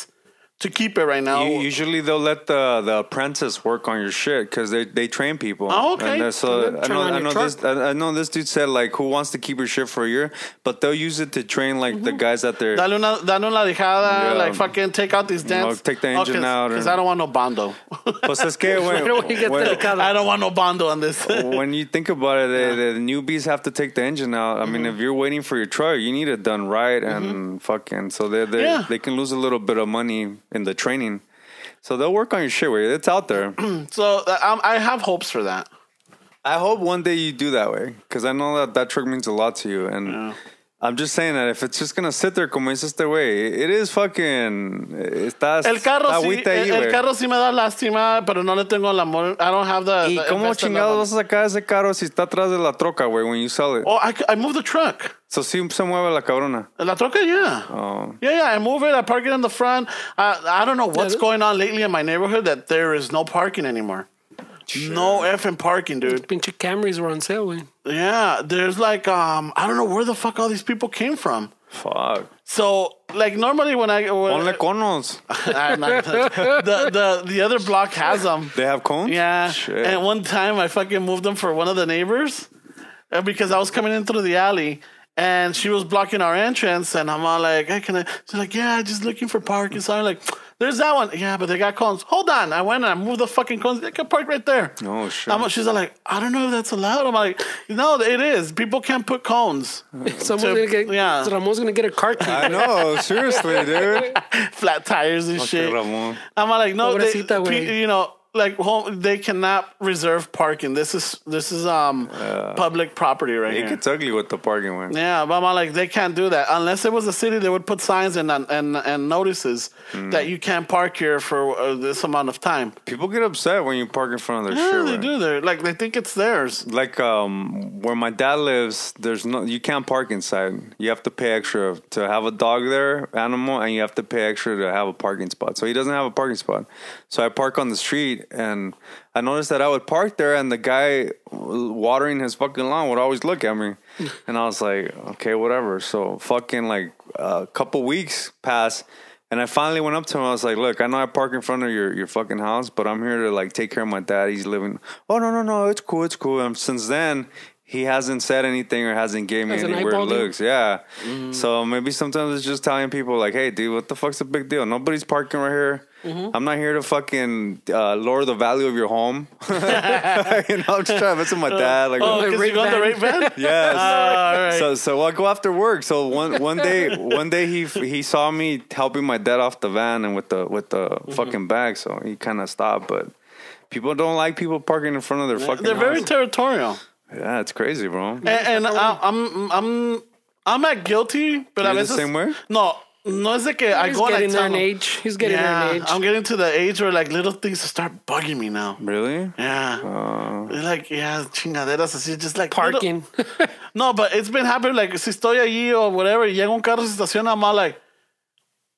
[SPEAKER 2] to keep it right now.
[SPEAKER 1] U- usually they'll let the the apprentice work on your shit because they they train people.
[SPEAKER 2] Oh, okay.
[SPEAKER 1] And that's- so
[SPEAKER 3] And then
[SPEAKER 1] I
[SPEAKER 3] turn
[SPEAKER 1] know
[SPEAKER 3] on
[SPEAKER 1] I
[SPEAKER 3] your
[SPEAKER 1] know
[SPEAKER 3] truck.
[SPEAKER 1] this I, I know this dude said like who wants to keep your shit for a year, but they'll use it to train like the guys that they're.
[SPEAKER 2] Mm-hmm. Dale una, dale una dejada,
[SPEAKER 1] Yeah.
[SPEAKER 2] like fucking take out these dents.
[SPEAKER 1] Like, take the engine out or-
[SPEAKER 2] Because I don't want no bondo.
[SPEAKER 1] Pues es que when,
[SPEAKER 3] Pero we get
[SPEAKER 1] when,
[SPEAKER 3] delicado.
[SPEAKER 2] I don't want no bondo on this.
[SPEAKER 1] when you think about it, eh, the, the newbies have to take the engine out. I
[SPEAKER 2] Mm-hmm.
[SPEAKER 1] mean, if you're waiting for your truck, you need it done right and fucking so they they
[SPEAKER 2] Yeah.
[SPEAKER 1] they can lose a little bit of money in the training. So they'll work on your shit. Way it's out there.
[SPEAKER 2] so uh, I'm, I have hopes for that.
[SPEAKER 1] I hope one day you do that way because I know that that truck means a lot to you. And I'm just saying that if it's just gonna sit there, como es este way, it is fucking. Estás
[SPEAKER 2] El carro,
[SPEAKER 1] está
[SPEAKER 2] sí,
[SPEAKER 1] agüita ahí,
[SPEAKER 2] el, el
[SPEAKER 1] güey.
[SPEAKER 2] carro sí me da lástima, pero no le tengo el amor. I don't have the.
[SPEAKER 1] ¿Y
[SPEAKER 2] the
[SPEAKER 1] cómo
[SPEAKER 2] investment
[SPEAKER 1] chingados
[SPEAKER 2] of-
[SPEAKER 1] vas a sacar ese carro si está atrás de la troca, güey, when you sell it?
[SPEAKER 2] Oh, I, c- I moved the truck.
[SPEAKER 1] So sí se mueve la cabrona.
[SPEAKER 2] La troca, yeah.
[SPEAKER 1] Oh.
[SPEAKER 2] Yeah, yeah. I move it. I park it in the front. I, I don't know what's
[SPEAKER 3] Yeah.
[SPEAKER 2] going on lately in my neighborhood that there is no parking anymore. No effing parking, dude.
[SPEAKER 3] Pinche Camrys were on sale, güey.
[SPEAKER 2] Yeah, there's like um, I don't know where the fuck all these people came from.
[SPEAKER 1] Fuck.
[SPEAKER 2] So like normally when I when,
[SPEAKER 1] Ponle conos.
[SPEAKER 2] I'm not- the the the other block has them.
[SPEAKER 1] They have cones?
[SPEAKER 2] Yeah.
[SPEAKER 1] Shit.
[SPEAKER 2] And one time I fucking moved them for one of the neighbors uh, because I was coming in through the alley and she was blocking our entrance. And I'm all like, hey, can I? She's like, yeah, just looking for parking. So I'm like, there's that one. Yeah, but they got cones. Hold on. I went and I moved the fucking cones. They can park right there.
[SPEAKER 1] Oh, shit.
[SPEAKER 2] I'm, she's all like, I don't know if that's allowed. I'm like, no, it is. People can't put cones.
[SPEAKER 3] Someone's
[SPEAKER 2] So,
[SPEAKER 3] gonna get.
[SPEAKER 2] yeah.
[SPEAKER 3] Ramon's gonna get a car key.
[SPEAKER 1] I know, seriously, dude.
[SPEAKER 2] Flat tires and shit.
[SPEAKER 1] Ramon.
[SPEAKER 2] I'm like, no, they,
[SPEAKER 3] Pobrecita, güey.
[SPEAKER 2] pe- you know, like home, they cannot reserve parking. This is this is um public property right
[SPEAKER 1] It
[SPEAKER 2] here.
[SPEAKER 1] gets ugly with the parking, man.
[SPEAKER 2] yeah, but I'm like, they can't do that unless it was a city. They would put signs and and and notices
[SPEAKER 3] Hmm.
[SPEAKER 2] that you can't park here for uh, this amount of time.
[SPEAKER 1] People get upset when you park in front of their
[SPEAKER 2] Yeah,
[SPEAKER 1] shit.
[SPEAKER 2] they
[SPEAKER 1] man.
[SPEAKER 2] do. They're like they think it's theirs.
[SPEAKER 1] Like um, where my dad lives, there's no you can't park inside. You have to pay extra to have a dog there, animal, and you have to pay extra to have a parking spot. So he doesn't have a parking spot. So I park on the street, and I noticed that I would park there, and the guy watering his fucking lawn would always look at me, and I was like, okay, whatever. So fucking like a couple weeks pass. And I finally went up to him. I was like, "Look, I know I park in front of your, your fucking house, but I'm here to like take care of my dad. He's living. Oh no, no, no, it's cool, it's cool." And since then, he hasn't said anything or hasn't given me
[SPEAKER 3] Hasn't
[SPEAKER 1] any weird
[SPEAKER 3] eyeballed you?
[SPEAKER 1] looks. Yeah. So maybe sometimes it's just telling people like, "Hey, dude, what the fuck's the big deal? Nobody's parking right here. I'm not here to fucking uh, lower the value of your home. you know, I'm just trying to visit my dad. Like,
[SPEAKER 2] Oh,
[SPEAKER 3] the
[SPEAKER 2] because you
[SPEAKER 3] rape
[SPEAKER 2] got the
[SPEAKER 3] van.
[SPEAKER 2] rape van.
[SPEAKER 1] Yes.
[SPEAKER 2] all right.
[SPEAKER 1] So so I go after work. So one one day one day he he saw me helping my dad off the van and with the with the
[SPEAKER 2] Mm-hmm.
[SPEAKER 1] fucking bag. So he kind of stopped. But people don't like people parking in front of their fucking.
[SPEAKER 2] They're very
[SPEAKER 1] house.
[SPEAKER 2] territorial.
[SPEAKER 1] yeah, it's crazy, bro.
[SPEAKER 2] And, and I, I'm I'm I'm not guilty, but I
[SPEAKER 1] You're the
[SPEAKER 2] veces
[SPEAKER 1] same way?
[SPEAKER 2] no no es de que I
[SPEAKER 3] He's
[SPEAKER 2] go and I
[SPEAKER 3] getting
[SPEAKER 2] tell
[SPEAKER 3] there in
[SPEAKER 2] them.
[SPEAKER 3] age. He's getting there in age.
[SPEAKER 2] I'm getting to the age where like little things start bugging me now.
[SPEAKER 1] Really?
[SPEAKER 2] Yeah.
[SPEAKER 1] Uh,
[SPEAKER 2] They're like, yeah, chingaderas así, just like
[SPEAKER 3] Parking.
[SPEAKER 2] little- no, but it's been happening. Like, si estoy allí or whatever, y llega un carro, se estaciona, I'm all like,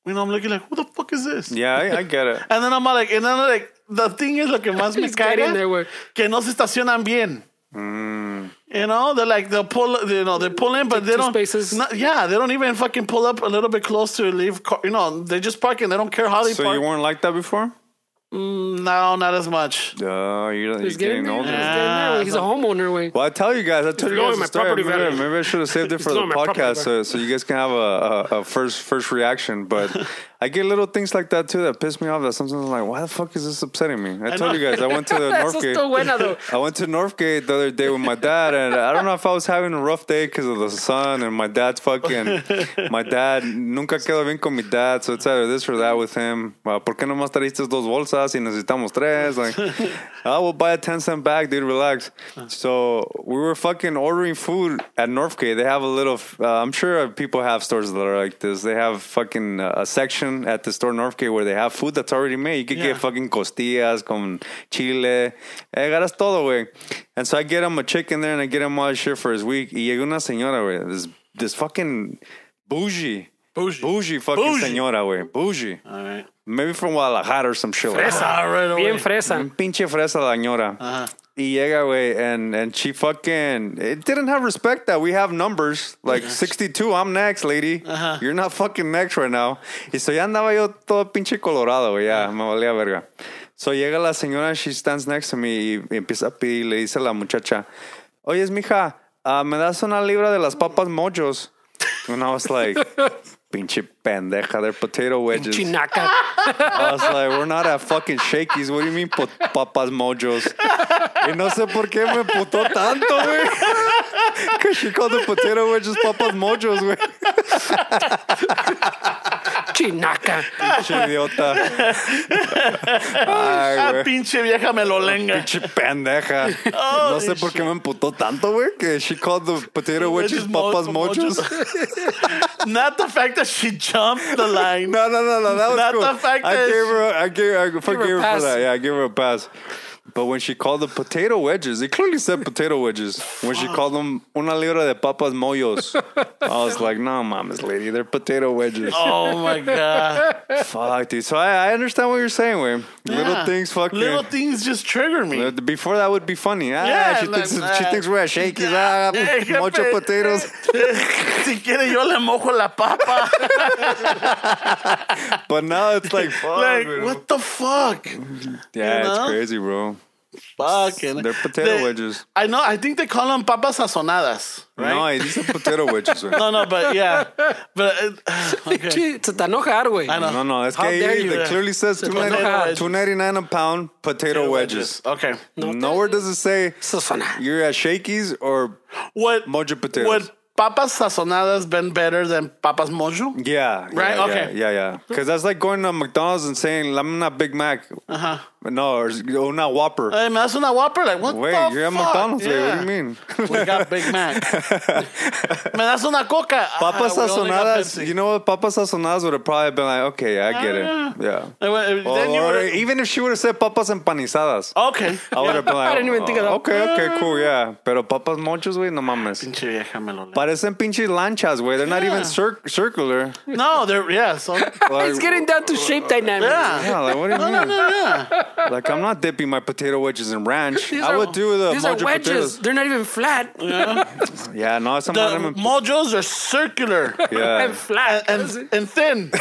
[SPEAKER 2] you know, I'm looking like, who the fuck is this?
[SPEAKER 1] yeah, I, I get it.
[SPEAKER 2] And then I'm all like, and then like, the thing is, lo que más me
[SPEAKER 3] He's getting there,
[SPEAKER 2] caga,
[SPEAKER 3] güey.
[SPEAKER 2] que no se estacionan bien.
[SPEAKER 1] Mm.
[SPEAKER 2] You know, they're like they'll pull, you know, they pull in, but they
[SPEAKER 3] two
[SPEAKER 2] don't.
[SPEAKER 3] spaces.
[SPEAKER 2] Not, yeah, they don't even fucking pull up a little bit close to leave. Car, you know, they just park and they don't care how they
[SPEAKER 1] So
[SPEAKER 2] park.
[SPEAKER 1] you weren't like that before?
[SPEAKER 2] no, not as much.
[SPEAKER 1] No, you're, you're
[SPEAKER 3] He's getting
[SPEAKER 1] getting older.
[SPEAKER 3] there. He's
[SPEAKER 1] Ah.
[SPEAKER 3] getting there, güey. He's a homeowner, güey.
[SPEAKER 1] Well, I tell you guys, I told you guys
[SPEAKER 3] lowering
[SPEAKER 1] the
[SPEAKER 3] my
[SPEAKER 1] story.
[SPEAKER 3] property
[SPEAKER 1] Maybe, I-
[SPEAKER 3] value.
[SPEAKER 1] maybe I should have saved it for the
[SPEAKER 3] lowering my property
[SPEAKER 1] podcast, so, so you guys can have a, a, a first first reaction. But I get little things like that too that piss me off. That sometimes I'm like, why the fuck is this upsetting me? I, told
[SPEAKER 2] know.
[SPEAKER 1] you guys, I went to the
[SPEAKER 3] Eso está
[SPEAKER 1] Northgate.
[SPEAKER 3] buena, though.
[SPEAKER 1] I went to Northgate the other day with my dad, and I don't know if I was having a rough day because of the sun and my dad's fucking. My dad nunca quedo bien con mi dad, so it's either this or that with him. Uh, ¿Por qué nomás trajiste dos bolsas y necesitamos tres? Like, I will buy a ten cent bag, dude. Relax. So we were fucking ordering food at Northgate. They have a little. Uh, I'm sure people have stores that are like this. They have fucking uh, a section at the store Northgate where they have food that's already made. You could
[SPEAKER 2] Yeah.
[SPEAKER 1] get fucking costillas con chile. Eh, ganas todo, güey. And so I get him a chicken there and I get him all his shit for his week. Y llega una señora, güey. This, this fucking bougie.
[SPEAKER 2] Bougie.
[SPEAKER 1] Bougie fucking
[SPEAKER 2] Bougie.
[SPEAKER 1] señora, güey. Bougie.
[SPEAKER 2] All right.
[SPEAKER 1] Maybe from Guadalajara or some shit. like that.
[SPEAKER 2] All right.
[SPEAKER 3] Bien
[SPEAKER 2] away.
[SPEAKER 3] fresa.
[SPEAKER 1] Un pinche fresa la señora. Y llega, güey, and, and she fucking it didn't have respect that we have numbers like 62, I'm next, lady.
[SPEAKER 2] Ajá.
[SPEAKER 1] You're not fucking next right now. Y so ya andaba yo todo pinche colorado, güey, ya me valía verga. So llega la señora, she stands next to me y empieza a pedir, le dice a la muchacha, oye, mija, ah, ¿me das una libra de las papas mojos? And I was like, pinche pendeja, they're potato wedges.
[SPEAKER 3] Chinaca.
[SPEAKER 1] I was like, we're not at fucking Shakey's. What do you mean, po- papas mojos? Y no sé por qué me putó tanto, güey. Because she called the potato wedges papas mojos, güey.
[SPEAKER 3] Chinaca.
[SPEAKER 1] Pinche idiota. Ay, güey.
[SPEAKER 2] Ah, Pinche vieja melolenga.
[SPEAKER 1] Pinche pendeja. No sé por qué me emputó tanto, güey. Que she called the potato wedges
[SPEAKER 2] mo-
[SPEAKER 1] papas mojos.
[SPEAKER 2] Not the fact that she jumped the line.
[SPEAKER 1] No, no, no, no. That was
[SPEAKER 2] Not
[SPEAKER 1] cool.
[SPEAKER 2] the fact
[SPEAKER 1] I
[SPEAKER 2] that
[SPEAKER 1] gave
[SPEAKER 2] she-
[SPEAKER 1] her. a- I gave. I fucking
[SPEAKER 3] her a
[SPEAKER 1] gave her
[SPEAKER 3] pass.
[SPEAKER 1] for that. Yeah, I gave her a pass. But when she called the potato wedges, it clearly said potato wedges. When she called them una libra de papas mollos, I was like, no, mamas, lady, they're potato wedges.
[SPEAKER 2] Oh my god.
[SPEAKER 1] Fuck, dude. So I, I understand what you're saying, way. Little
[SPEAKER 2] Yeah.
[SPEAKER 1] things, fucking.
[SPEAKER 2] Little things just trigger me.
[SPEAKER 1] Uh, Before that would be funny. Ah,
[SPEAKER 2] Yeah,
[SPEAKER 1] she
[SPEAKER 2] like uh,
[SPEAKER 1] thinks she
[SPEAKER 2] that.
[SPEAKER 1] thinks we're at Shakey's. Ah,
[SPEAKER 2] Hey, jefe.
[SPEAKER 1] mucho potatoes,
[SPEAKER 2] si quiere yo le mojo la papa.
[SPEAKER 1] but now it's like, fuck,
[SPEAKER 2] like
[SPEAKER 1] bro.
[SPEAKER 2] what the fuck?
[SPEAKER 1] Yeah,
[SPEAKER 2] you know?
[SPEAKER 1] it's crazy, bro.
[SPEAKER 2] Fucking.
[SPEAKER 1] They're potato wedges.
[SPEAKER 2] I know. I think they call them papas sazonadas, right?
[SPEAKER 1] No, these are potato wedges. güey.
[SPEAKER 2] No, no, but yeah, but uh, okay.
[SPEAKER 3] Chi- Se te enojar, güey.
[SPEAKER 2] I know.
[SPEAKER 1] No, no, that's
[SPEAKER 2] How dare
[SPEAKER 1] KE
[SPEAKER 2] you.
[SPEAKER 1] that clearly says
[SPEAKER 2] potato
[SPEAKER 1] 299
[SPEAKER 2] wedges.
[SPEAKER 1] 299 a pound potato wedges.
[SPEAKER 2] Okay.
[SPEAKER 1] Nowhere does it say
[SPEAKER 3] Sazona.
[SPEAKER 1] you're at Shakey's or
[SPEAKER 2] What?
[SPEAKER 1] Mojo potatoes.
[SPEAKER 2] Would papas sazonadas been better than papas mojo?
[SPEAKER 1] yeah, yeah,
[SPEAKER 2] Right,
[SPEAKER 1] yeah,
[SPEAKER 2] okay.
[SPEAKER 1] yeah, yeah. Because that's like going to McDonald's and saying I'm not Big Mac,
[SPEAKER 2] Uh huh.
[SPEAKER 1] no, or una Whopper.
[SPEAKER 2] Hey, me das una whopper. Like what?
[SPEAKER 1] Wait,
[SPEAKER 2] the
[SPEAKER 1] you're at
[SPEAKER 2] fuck?
[SPEAKER 1] McDonald's.
[SPEAKER 2] Yeah.
[SPEAKER 1] Wait, what do you mean?
[SPEAKER 2] We got Big Mac. me das una coca.
[SPEAKER 1] Papas
[SPEAKER 2] Ah, we only got
[SPEAKER 1] sazonadas.
[SPEAKER 2] Pepsi.
[SPEAKER 1] You know what? Papas sazonadas would have probably been like, okay, I get
[SPEAKER 2] Ah.
[SPEAKER 1] it. Yeah.
[SPEAKER 2] Uh, well, uh,
[SPEAKER 1] Or,
[SPEAKER 2] then you
[SPEAKER 1] or
[SPEAKER 2] would've- Oh,
[SPEAKER 1] even if she would have said papas empanizadas.
[SPEAKER 2] Okay.
[SPEAKER 1] I would have been like,
[SPEAKER 3] I didn't even think of that.
[SPEAKER 1] Okay, okay, cool, yeah. Pero papas mochos, güey, no mames.
[SPEAKER 2] Pinche vieja me lo lee.
[SPEAKER 1] Parecen pinches lanchas, güey. They're not even
[SPEAKER 2] Yeah.
[SPEAKER 1] cir- circular.
[SPEAKER 2] No, they're yeah. So
[SPEAKER 1] Like,
[SPEAKER 3] It's getting down to shape dynamics.
[SPEAKER 2] yeah.
[SPEAKER 1] Pues, Yeah, like what do you mean?
[SPEAKER 2] No, no, yeah.
[SPEAKER 1] Like I'm not dipping my potato wedges in ranch.
[SPEAKER 3] These
[SPEAKER 1] I
[SPEAKER 3] are-
[SPEAKER 1] would do the
[SPEAKER 3] These
[SPEAKER 1] mojo
[SPEAKER 3] are wedges.
[SPEAKER 1] potatoes.
[SPEAKER 3] They're not even flat.
[SPEAKER 1] Yeah, no, it's
[SPEAKER 2] The
[SPEAKER 1] not even.
[SPEAKER 2] mojos are circular
[SPEAKER 1] pues. yeah,
[SPEAKER 3] And flat.
[SPEAKER 2] and and thin.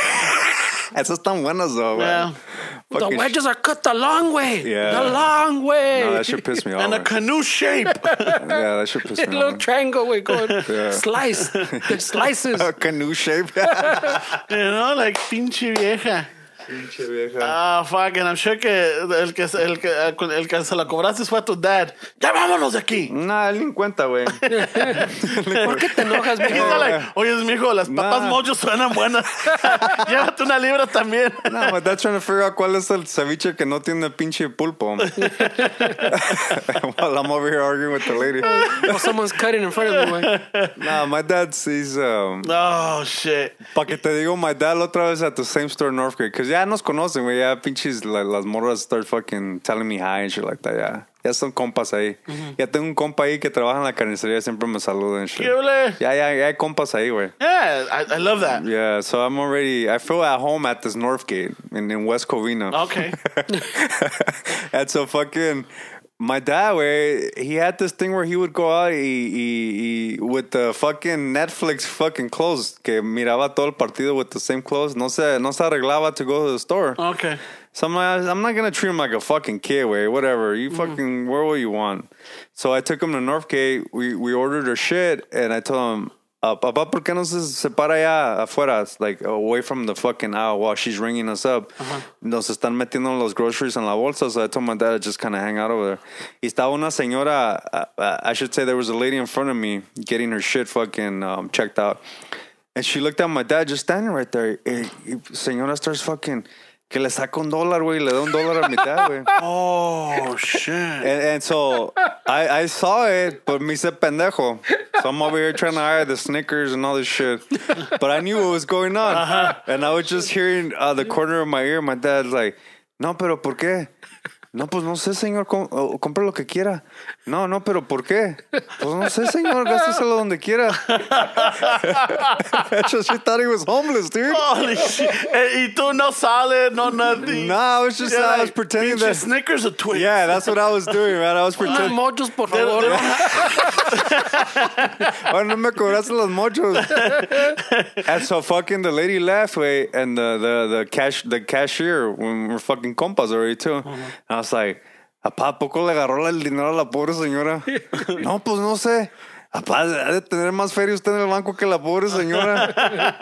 [SPEAKER 1] esas están buenas though. güey.
[SPEAKER 2] Yeah.
[SPEAKER 3] the
[SPEAKER 1] Fucking
[SPEAKER 3] wedges are cut the long way.
[SPEAKER 1] Yeah.
[SPEAKER 3] The long way.
[SPEAKER 1] sh- No, that should piss me off.
[SPEAKER 2] And a
[SPEAKER 1] güey.
[SPEAKER 2] canoe shape.
[SPEAKER 1] yeah, that should piss me
[SPEAKER 3] little
[SPEAKER 1] off.
[SPEAKER 3] triangle way going
[SPEAKER 1] Yeah.
[SPEAKER 3] slice. They're slices.
[SPEAKER 1] a canoe shape.
[SPEAKER 2] You know, like pinche vieja. Ah, fuck, and I'm sure que el que, el que, el que se la cobraste fue a tu dad. ¡Ya vámonos de aquí!
[SPEAKER 1] nah, él ni cuenta, güey.
[SPEAKER 3] ¿Por qué te enojas,
[SPEAKER 2] Y he's
[SPEAKER 3] mijo?
[SPEAKER 2] like, oye, mijo, las papas
[SPEAKER 1] Nah.
[SPEAKER 2] mochos suenan buenas. Llévate una libra también.
[SPEAKER 1] No, but that's trying to figure out cuál es el ceviche que no tiene pinche pulpo. While I'm over here arguing with the lady.
[SPEAKER 3] Well, someone's cutting in front of me, güey.
[SPEAKER 1] Nah, Ah, my dad's he's um.
[SPEAKER 2] Oh, shit.
[SPEAKER 1] Pa que te digo, my dad otra vez at the same store in Northgate, cause ya nos conocen, güey. Ya pinches la- las morras start fucking telling me hi and shit like that. Ya, ya son compas ahí. Ya tengo un compa ahí que trabaja en la carnicería, siempre me saluda and shit.
[SPEAKER 2] ¿Qué ole?
[SPEAKER 1] Ya, ya, ya hay compas ahí, güey.
[SPEAKER 2] Yeah, I, I love that.
[SPEAKER 1] Yeah, so I'm already. I feel at home at this Northgate in, in West Covina.
[SPEAKER 2] Okay.
[SPEAKER 1] and so fucking my dad, way he had this thing where he would go out he, he, he, with the fucking Netflix fucking clothes. Que miraba todo el partido with the same clothes. No se, no se arreglaba to go to the store.
[SPEAKER 2] Okay.
[SPEAKER 1] So I'm, like, I'm not gonna treat him like a fucking kid, way. Whatever. You fucking wear what you want. So I took him to Northgate. We we ordered our shit, and I told him, uh, "Papá, ¿por qué no se separa allá afuera? It's Like away from the fucking aisle while she's ringing us up. Nos están metiendo los groceries en la bolsa." So I told my dad to just kind of hang out over there. Y estaba una señora. Uh, uh, I should say there was a lady in front of me getting her shit fucking um, checked out. And she looked at my dad just standing right there. Eh, y señora starts fucking, que le saca un dólar, güey, le da un dólar a mi dad, güey.
[SPEAKER 2] Oh, shit.
[SPEAKER 1] And, and so I, I saw it, but me said pendejo. So I'm over here trying to hire the Snickers and all this shit. But I knew what was going on. And I was just hearing uh, the corner of my ear, my dad's like, no, pero ¿por qué? No, pues no sé, señor, com- o- compre lo que quiera. No, no, pero ¿por qué? Pues no sé, señor, gásteselo donde quiera. Actually, she thought he was homeless, dude.
[SPEAKER 2] Holy shit. Eh, Y tú no sales, no nothing.
[SPEAKER 1] Nah, I was just-
[SPEAKER 2] You're
[SPEAKER 1] I was pretending
[SPEAKER 2] "Pinche
[SPEAKER 1] that-
[SPEAKER 2] Snickers or Twix.
[SPEAKER 1] Yeah, that's what I was doing, man. I was
[SPEAKER 3] Unos
[SPEAKER 1] pretending.
[SPEAKER 3] mochos, por
[SPEAKER 2] They-
[SPEAKER 3] favor.
[SPEAKER 2] they don't have-
[SPEAKER 1] Why no me cobraste los mochos? and so fucking the lady left, way, and the the the cash the cashier when we're fucking compas already too. And I was like, "Apa, ¿a poco le agarró el dinero a la pobre señora?" no, pues no sé. Apá, ha de tener más feria usted en el banco que la pobre señora.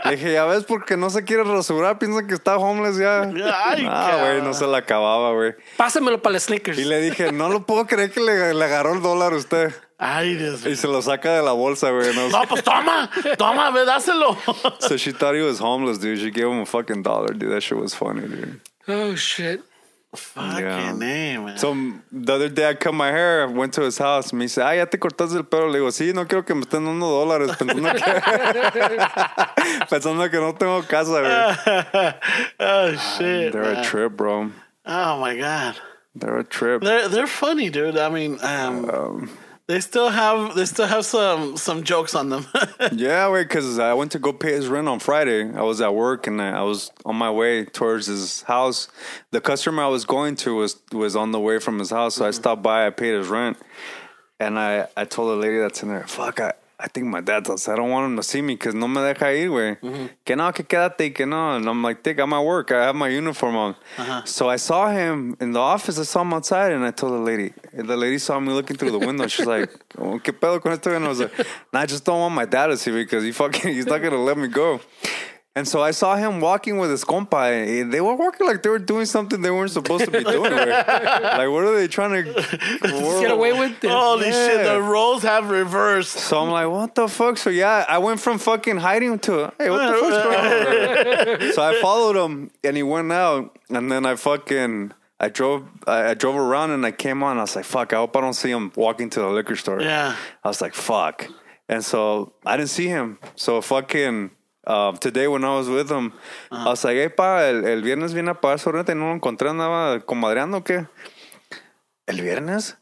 [SPEAKER 1] Le dije, ya ves, porque no se quiere rasurar, piensa que está homeless ya.
[SPEAKER 2] Ay,
[SPEAKER 1] ah, güey,
[SPEAKER 2] cabrón.
[SPEAKER 1] no se la acababa, güey.
[SPEAKER 3] Pásamelo para las sneakers.
[SPEAKER 1] Y le dije, no lo puedo creer que le, le agarró el dólar a usted.
[SPEAKER 2] Ay, Dios mío.
[SPEAKER 1] Y se lo saca de la bolsa, güey. No,
[SPEAKER 2] No, pues toma, toma, ve, dáselo.
[SPEAKER 1] So she thought he was homeless, dude. She gave him a fucking dollar, dude. That shit was funny, dude.
[SPEAKER 3] Oh, shit.
[SPEAKER 2] Fucking eh, man.
[SPEAKER 1] So m- the other day I cut my hair, went to his house, me dice, ah, ya te cortaste el pelo. Le digo, sí, no quiero que me estén dando dólares pensando que, pensando que no tengo casa, güey.
[SPEAKER 2] oh, shit.
[SPEAKER 1] They're a
[SPEAKER 2] man.
[SPEAKER 1] trip, bro.
[SPEAKER 2] Oh, my God.
[SPEAKER 1] They're a trip.
[SPEAKER 2] They're they're funny, dude. I mean, um,
[SPEAKER 1] Um,
[SPEAKER 2] they still have they still have some some jokes on them.
[SPEAKER 1] yeah, wait, because I went to go pay his rent on Friday. I was at work and I I was on my way towards his house. The customer I was going to was was on the way from his house, so I stopped by. I paid his rent, and I I told the lady that's in there, fuck, I. I think my dad's outside. I don't want him to see me because no me deja ir, güey.
[SPEAKER 3] Mm-hmm.
[SPEAKER 1] Que no, que quédate, que no. And I'm like, dick, I'm at work. I have my uniform on.
[SPEAKER 3] Uh-huh.
[SPEAKER 1] So I saw him in the office. I saw him outside and I told the lady. And the lady saw me looking through the window. She's like, oh, ¿Qué pedo con esto? And I was like, nah, I just don't want my dad to see me because he fucking, he's not going to let me go. And so I saw him walking with his compa. and They were walking like they were doing something they weren't supposed to be doing. güey. like, what are they trying to
[SPEAKER 3] Get away with it.
[SPEAKER 1] Oh,
[SPEAKER 2] Holy shit,
[SPEAKER 1] Yeah.
[SPEAKER 2] the roles have reversed.
[SPEAKER 1] So I'm like, what the fuck? So yeah, I went from fucking hiding to hey, what the fuck's going on? so I followed him, and he went out, and then I fucking I drove I, I drove around, and I came on. I was like, fuck, I hope I don't see him walking to the liquor store.
[SPEAKER 2] Yeah.
[SPEAKER 1] I was like, fuck. And so I didn't see him. So fucking um, today when I was with him, I was like, hey, pa, el, el viernes viene a pagar su renta y no lo encontré, andaba comadreando, o ¿qué? ¿El viernes?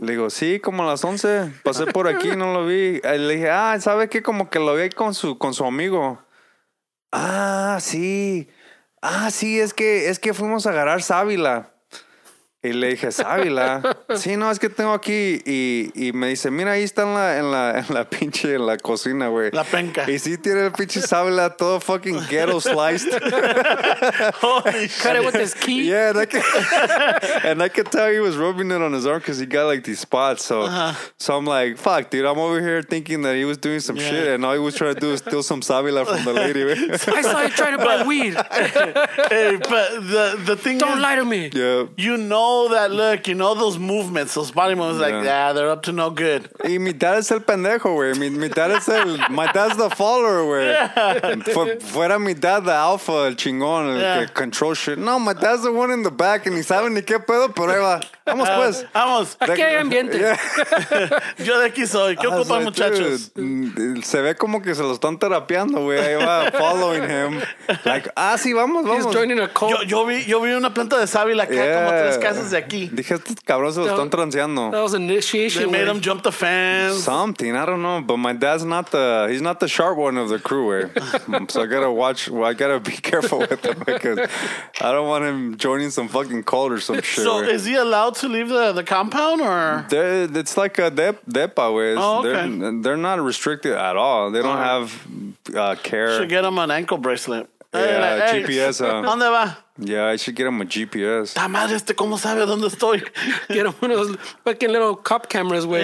[SPEAKER 1] Le digo, sí, como a las 11. Pasé por aquí, no lo vi. Eh, Le dije, ah, ¿sabe qué? Como que lo vi ahí con su, con su amigo. Ah, sí. Ah, sí, es que, es que fuimos a agarrar sábila. Y le dije, Sábila. sí, no, es que tengo aquí. Y, y me dice, mira, ahí está en la, en la, en la pinche, en la cocina, güey.
[SPEAKER 2] La penca.
[SPEAKER 1] Y sí tiene el pinche sábila todo fucking ghetto sliced.
[SPEAKER 2] Holy
[SPEAKER 3] Cut it
[SPEAKER 2] shit.
[SPEAKER 3] with his key.
[SPEAKER 1] Yeah, and I, could, and I could tell he was rubbing it on his arm because he got like these spots. So, so I'm like, fuck, dude, I'm over here thinking that he was doing some
[SPEAKER 2] Yeah.
[SPEAKER 1] shit, and all he was trying to do was steal some savila from the lady. man.
[SPEAKER 3] I saw you trying to buy weed.
[SPEAKER 2] Hey, but the the thing
[SPEAKER 3] Don't
[SPEAKER 2] is,
[SPEAKER 3] lie to me.
[SPEAKER 1] yeah.
[SPEAKER 2] you know that look, you know those movements, those body movements. Like,
[SPEAKER 1] Yeah.
[SPEAKER 2] yeah, they're up to no good.
[SPEAKER 1] Y mi dad es el pendejo, güey. Mi, mi dad es el. My dad's the follower, güey. Fu- Fuera mi dad, the alpha, el chingón, el
[SPEAKER 2] Yeah.
[SPEAKER 1] que control shit. No, my dad's the one in the back, and ni sabe ni qué pedo, pero ahí va. Vamos, pues.
[SPEAKER 2] Vamos,
[SPEAKER 3] Aquí hay ambiente.
[SPEAKER 1] Yeah.
[SPEAKER 2] yo de aquí soy. ¿Qué
[SPEAKER 1] I was
[SPEAKER 2] ocupan,
[SPEAKER 1] like,
[SPEAKER 2] muchachos?
[SPEAKER 1] Ah, dude, mm, Se ve como que se lo están terapeando, güey. Ahí va, following him. Like, ah, sí, vamos,
[SPEAKER 3] He's
[SPEAKER 1] vamos.
[SPEAKER 3] joining a cult.
[SPEAKER 2] Yo, yo, vi, yo vi una planta de sábila acá,
[SPEAKER 1] Yeah.
[SPEAKER 2] como tres casas de aquí.
[SPEAKER 1] Dije, estos cabrones se lo están
[SPEAKER 3] that
[SPEAKER 1] transeando.
[SPEAKER 3] was
[SPEAKER 2] They
[SPEAKER 3] initiation.
[SPEAKER 2] made
[SPEAKER 3] way.
[SPEAKER 2] them jump the fence.
[SPEAKER 1] Something, I don't know, but my dad's not the he's not the sharp one of the crew, güey. so I gotta watch. Well, I gotta be careful with him because I don't want him joining some fucking cult or some shit.
[SPEAKER 2] So
[SPEAKER 1] güey.
[SPEAKER 2] is he allowed to leave the, the compound or?
[SPEAKER 1] They're, it's like a dep, depa, güey.
[SPEAKER 2] Oh, okay.
[SPEAKER 1] They're they're not restricted at all. They don't
[SPEAKER 2] Alright.
[SPEAKER 1] have uh, care.
[SPEAKER 2] Should get him an ankle bracelet.
[SPEAKER 1] Yeah,
[SPEAKER 2] like,
[SPEAKER 1] GPS, huh?
[SPEAKER 2] ¿Dónde va?
[SPEAKER 1] yeah, I should get him a GPS.
[SPEAKER 2] Ta madre, este cómo sabe dónde estoy.
[SPEAKER 3] Get him one of those fucking little cop cameras, güey.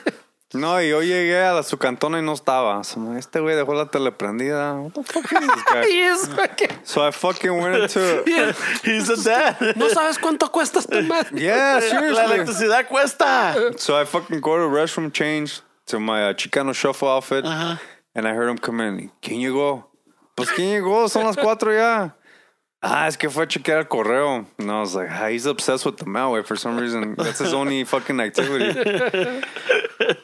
[SPEAKER 2] Yeah.
[SPEAKER 1] No, y yo llegué a la- su cantón y no estaba. So, man, Este güey dejó la tele prendida. What the fuck is this guy?
[SPEAKER 3] He is fucking.
[SPEAKER 1] So I fucking went into.
[SPEAKER 3] Yeah.
[SPEAKER 2] He's a dad.
[SPEAKER 3] No sabes cuánto cuesta esta madre.
[SPEAKER 1] Yeah,
[SPEAKER 2] La
[SPEAKER 1] seriously.
[SPEAKER 2] electricidad cuesta.
[SPEAKER 1] So I fucking go to the restroom, change to my uh, Chicano shuffle outfit, and I heard him come in. ¿Quién llegó? Pues ¿quién llegó? Son las cuatro ya. Ah, es que fue a chequear el correo. And I was like, ah, he's obsessed with the mail, güey, for some reason. That's his only fucking activity.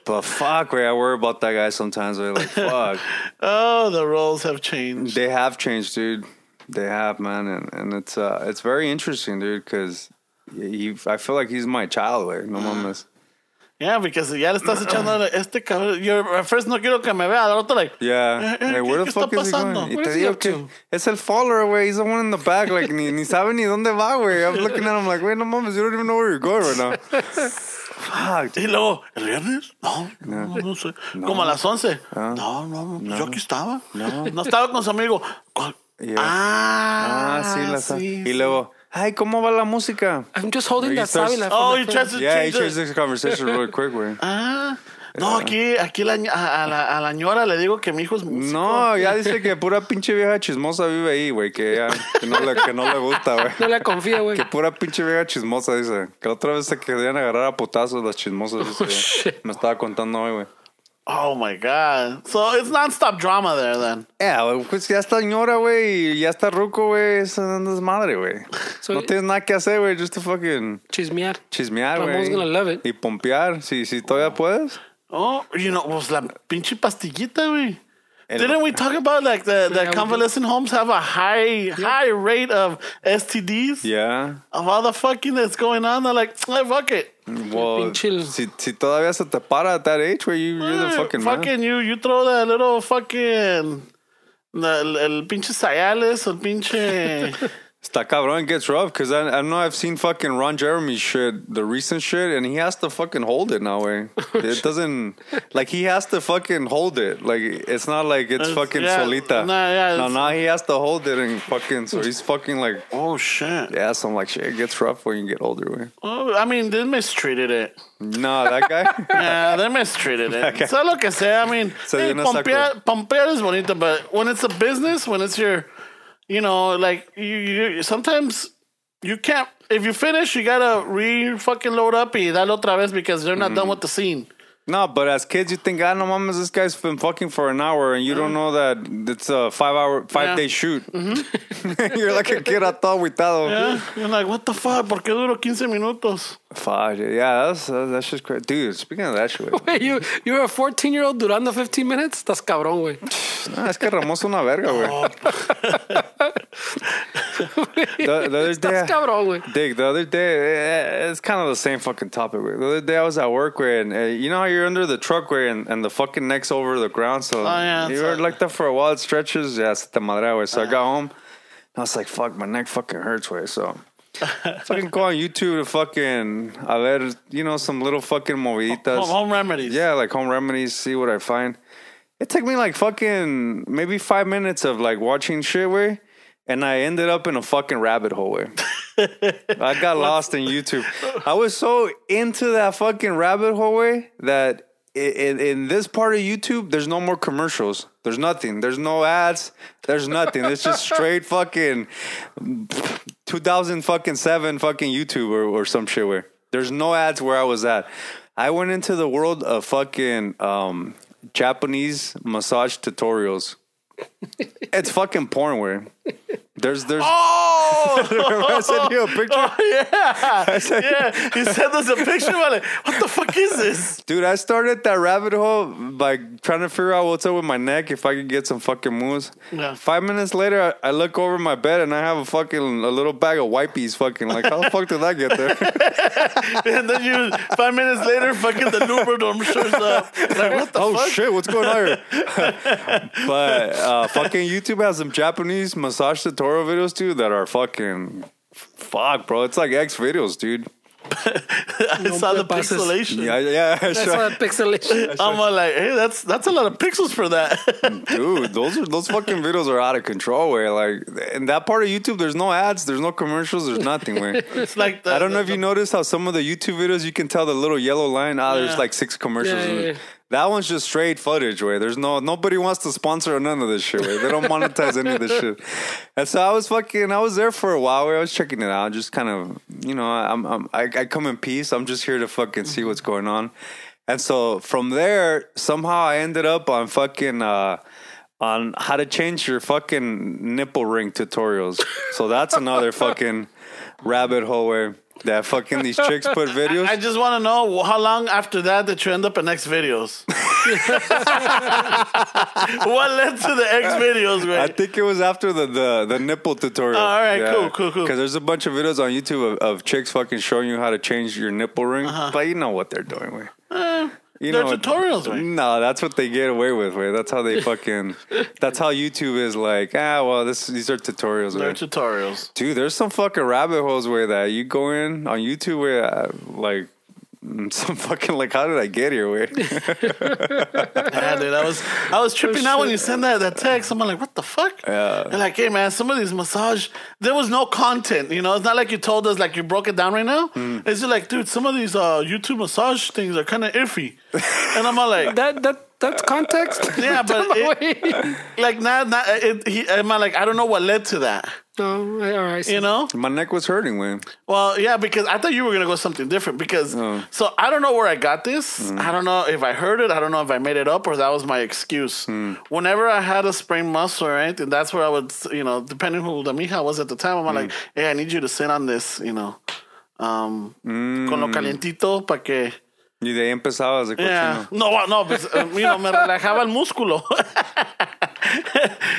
[SPEAKER 1] but fuck, güey, I worry about that guy sometimes, güey. Like, fuck.
[SPEAKER 2] Oh, the roles have changed.
[SPEAKER 1] They have changed, dude. They have, man, and, and it's uh, it's very interesting, dude, because He, I feel like he's my child, güey. No mames.
[SPEAKER 2] Yeah, because ya le estás echando a este cabrón. Yo at first no quiero que me vea, al otro like.
[SPEAKER 1] Yeah.
[SPEAKER 2] Eh, eh,
[SPEAKER 1] Like,
[SPEAKER 2] ¿qué-
[SPEAKER 1] where
[SPEAKER 2] qué
[SPEAKER 1] the
[SPEAKER 2] está
[SPEAKER 1] fuck is he
[SPEAKER 2] pasando?
[SPEAKER 1] going? Y
[SPEAKER 3] Where
[SPEAKER 1] te
[SPEAKER 3] is he
[SPEAKER 1] digo
[SPEAKER 3] up
[SPEAKER 1] que
[SPEAKER 3] to?
[SPEAKER 1] es el follower, güey. He's the one in the back. Like, ni, ni sabe ni dónde va, güey. I'm looking at him like, wait, no mames, you don't even know where you're going right now. Fuck.
[SPEAKER 2] Y luego, ¿el viernes? No, no, no, sé. Como a las 11.
[SPEAKER 1] Ah.
[SPEAKER 2] No, no, no, pues yo aquí estaba. No. estaba con su amigo. ¿Cuál?
[SPEAKER 1] Yeah.
[SPEAKER 2] Ah,
[SPEAKER 1] Ah, sí, la sa-
[SPEAKER 2] sí,
[SPEAKER 1] Y luego, ay, ¿cómo va la música?
[SPEAKER 3] I'm just holding
[SPEAKER 1] Are you
[SPEAKER 3] that
[SPEAKER 1] thirsty?
[SPEAKER 3] sábila.
[SPEAKER 2] Oh,
[SPEAKER 3] from
[SPEAKER 2] you
[SPEAKER 3] the
[SPEAKER 2] tried
[SPEAKER 3] fridge.
[SPEAKER 2] to
[SPEAKER 1] Yeah, he
[SPEAKER 2] change the-
[SPEAKER 1] changed this conversation really quick, güey.
[SPEAKER 2] Ah. No, aquí, aquí la, ña- a, a la, a la ñora le digo que mi hijo es músico.
[SPEAKER 1] No, ya dice que pura pinche vieja chismosa vive ahí, güey. Que, ya- que, no le- que no le gusta, güey.
[SPEAKER 3] No le confía, güey.
[SPEAKER 1] Que pura pinche vieja chismosa, dice. Que la otra vez se querían agarrar a putazos las chismosas. dice.
[SPEAKER 3] shit.
[SPEAKER 1] Me estaba contando hoy, güey.
[SPEAKER 2] Oh my God. So it's non-stop drama there then.
[SPEAKER 1] Eh, güey, pues ya está ñora, güey, y ya está ruco, güey. Eso no es madre, güey.
[SPEAKER 3] So-
[SPEAKER 1] no tienes nada que hacer, güey. Just to fucking
[SPEAKER 3] Chismear.
[SPEAKER 1] chismear, güey.
[SPEAKER 3] Ramon's gonna love it.
[SPEAKER 1] Y pompear, si, si todavía puedes.
[SPEAKER 2] Oh, you know, pues la pinche pastillita, güey.
[SPEAKER 1] El-
[SPEAKER 2] Didn't we talk about like the,
[SPEAKER 3] Yeah,
[SPEAKER 2] the
[SPEAKER 3] we did.
[SPEAKER 2] convalescent homes have a high high rate of STDs?
[SPEAKER 1] Yeah.
[SPEAKER 2] Of all the fucking that's going on, they're like, hey, fuck it.
[SPEAKER 1] Well,
[SPEAKER 3] pinche-
[SPEAKER 1] si, si todavía se te para at that age, güey, you, you're the
[SPEAKER 2] Eh,
[SPEAKER 1] fucking, man.
[SPEAKER 2] fucking you you throw that little fucking the, el, el pinche Sayales, el pinche
[SPEAKER 1] Está cabrón, it gets rough because I, I know I've seen fucking Ron Jeremy shit, the recent shit, and he has to fucking hold it now, way. It doesn't, like, he has to fucking hold it. Like, it's not like it's
[SPEAKER 2] It's-
[SPEAKER 1] fucking
[SPEAKER 2] yeah,
[SPEAKER 1] solita.
[SPEAKER 2] nah, yeah,
[SPEAKER 1] no,
[SPEAKER 2] it's-
[SPEAKER 1] now he has to hold it and fucking, so he's fucking like,
[SPEAKER 2] Oh shit.
[SPEAKER 1] yeah, so I'm like, shit, it gets rough when you get older, way.
[SPEAKER 2] Oh, I mean, they mistreated it.
[SPEAKER 1] No, that guy,
[SPEAKER 2] Yeah, Ah, they mistreated it. So lo que sea, I mean,
[SPEAKER 1] So
[SPEAKER 2] hey,
[SPEAKER 1] you're not
[SPEAKER 2] pompear, pompear is bonito, but when it's a business, when it's your, you know, like you, you sometimes you can't. If you finish, you gotta re fucking load up y dale otra vez because they're not
[SPEAKER 1] Mm-hmm.
[SPEAKER 2] done with the scene.
[SPEAKER 1] no, but as kids, you think, I know, mamas, this guy's been fucking for an hour, and you don't
[SPEAKER 2] Mm.
[SPEAKER 1] know that it's a five hour, five day shoot. you're like a kid, I thought we thought.
[SPEAKER 2] Mm-hmm. Yeah? You're like, what the fuck? ¿Por qué duró 15 minutos?
[SPEAKER 1] Fuck, dude. yeah, that's that's that's just crazy, dude. Speaking of that shit,
[SPEAKER 3] Hey, you, you're a 14 year old durando 15 minutes? Estás cabrón, güey.
[SPEAKER 1] no, es que Ramos es una verga, güey.
[SPEAKER 2] Oh.
[SPEAKER 1] The, the other day,
[SPEAKER 3] Estás cabrón, güey.
[SPEAKER 1] Dig, the other day, eh, it's kind of the same fucking topic. Way. The other day, I was at work, way, and uh, you know how you're under the truck, way, and, and the fucking neck's over the ground, so
[SPEAKER 2] Oh, yeah,
[SPEAKER 1] you
[SPEAKER 2] so- Uh-huh.
[SPEAKER 1] were like that for a while. It stretches, yeah, it's the madre, way. So I got home, and I was like, fuck, my neck fucking hurts, way. So fucking go on YouTube to fucking, a ver, you know, some little fucking moviditas.
[SPEAKER 2] Home, home remedies.
[SPEAKER 1] Yeah, like home remedies, see what I find. It took me like fucking maybe five minutes of like watching shit way, and I ended up in a fucking rabbit hole way. I got lost in YouTube. I was so into that fucking rabbit hole way that i- in, in this part of YouTube, there's no more commercials. There's nothing. There's no ads. There's nothing. It's just straight fucking 2000 fucking seven fucking YouTube or, or some shit where there's no ads where I was at. I went into the world of fucking um, Japanese massage tutorials. it's fucking porn where there's there's.
[SPEAKER 2] Oh,
[SPEAKER 1] I sent you a picture,
[SPEAKER 2] yeah.
[SPEAKER 1] said-
[SPEAKER 2] yeah. He sent us a picture. We're like, what the fuck is this?
[SPEAKER 1] dude. I started that rabbit hole by trying to figure out what's up with my neck if I could get some fucking moves.
[SPEAKER 2] Yeah.
[SPEAKER 1] Five minutes later, I, I look over my bed and I have a fucking a little bag of wipies. Fucking like, how the fuck did that get there?
[SPEAKER 2] And then you, five minutes later, fucking the Luberdome shows up. Like, what the
[SPEAKER 1] oh
[SPEAKER 2] fuck?
[SPEAKER 1] shit, what's going on here? but uh, fucking YouTube has some Japanese massage tutorial videos too that are fucking fuck, bro. It's like X videos, dude.
[SPEAKER 2] I saw the
[SPEAKER 3] pases.
[SPEAKER 2] pixelation.
[SPEAKER 1] Yeah, yeah,
[SPEAKER 3] That's
[SPEAKER 1] sure.
[SPEAKER 3] all that pixelation.
[SPEAKER 2] I'm all like, hey, that's that's a lot of pixels for that.
[SPEAKER 1] Mm, dude. Those are those fucking videos are out of control. Way like in that part of YouTube, there's no ads, there's no commercials, there's nothing. Way.
[SPEAKER 2] it's like the,
[SPEAKER 1] I don't know if you noticed how some of the YouTube videos you can tell the little yellow line. Ah,
[SPEAKER 2] Yeah.
[SPEAKER 1] there's like six commercials.
[SPEAKER 3] Yeah,
[SPEAKER 1] in
[SPEAKER 3] yeah,
[SPEAKER 1] it.
[SPEAKER 3] yeah.
[SPEAKER 1] That one's just straight footage. Way there's no nobody wants to sponsor none of this shit. Way they don't monetize any of this shit. And so I was fucking. I was there for a while. Where I was checking it out, just kind of you know. I'm, I'm I, I come in peace. I'm just here to fucking see what's going on. And so from there, somehow I ended up on fucking. uh on how to change your fucking nipple ring tutorials. So that's another fucking rabbit hole where that fucking these chicks put videos.
[SPEAKER 2] I just want to know how long after that did you end up in X videos? what led to the X videos,
[SPEAKER 1] I
[SPEAKER 2] man?
[SPEAKER 1] think it was after the the, the nipple tutorial.
[SPEAKER 2] Oh, all right, cool, cool, cool.
[SPEAKER 1] Because there's a bunch of videos on YouTube of, of chicks fucking showing you how to change your nipple ring, but you know what they're doing, way. you
[SPEAKER 2] Uh-huh. Eh, they're
[SPEAKER 1] what-
[SPEAKER 2] tutorials, way.
[SPEAKER 1] No, that's what they get away with, way. That's how they fucking. that's how YouTube is like. Ah, well, this these are tutorials,
[SPEAKER 2] Their
[SPEAKER 1] way.
[SPEAKER 2] tutorials.
[SPEAKER 1] Dude, there's some fucking rabbit holes way that you go in on YouTube way uh, like. mm, Some fucking like, how did I get here? Way
[SPEAKER 2] Yeah, dude, I was I was tripping out when you sent that that text. I'm like, what the fuck? Yeah. And like, hey man, some of these massage, there was no content. You know, it's not like you told us like you broke it down right now.
[SPEAKER 1] Mm.
[SPEAKER 2] It's just like, dude, some of these uh, YouTube massage things are kind of iffy. And I'm all like,
[SPEAKER 3] That that that's context.
[SPEAKER 2] Yeah, but it-
[SPEAKER 3] Wait.
[SPEAKER 2] like now, now it, he, am I like I don't know what led to that.
[SPEAKER 3] no, all right.
[SPEAKER 2] You know?
[SPEAKER 1] my neck was hurting, way.
[SPEAKER 2] Well, yeah, because I thought you were gonna go something different. Because so I don't know where I got this. I don't know if I heard it. I don't know if I made it up or that was my excuse. Whenever I had a sprained muscle, right, and that's where I would, you know, depending who the mija was at the time, I'm like, hey, I need you to sit on this, you know, um, con lo calientito para que.
[SPEAKER 1] Y de ahí empezaba as a
[SPEAKER 2] Yeah.
[SPEAKER 1] cochino.
[SPEAKER 2] No, no, pues, eh, you know, me relajaba el músculo.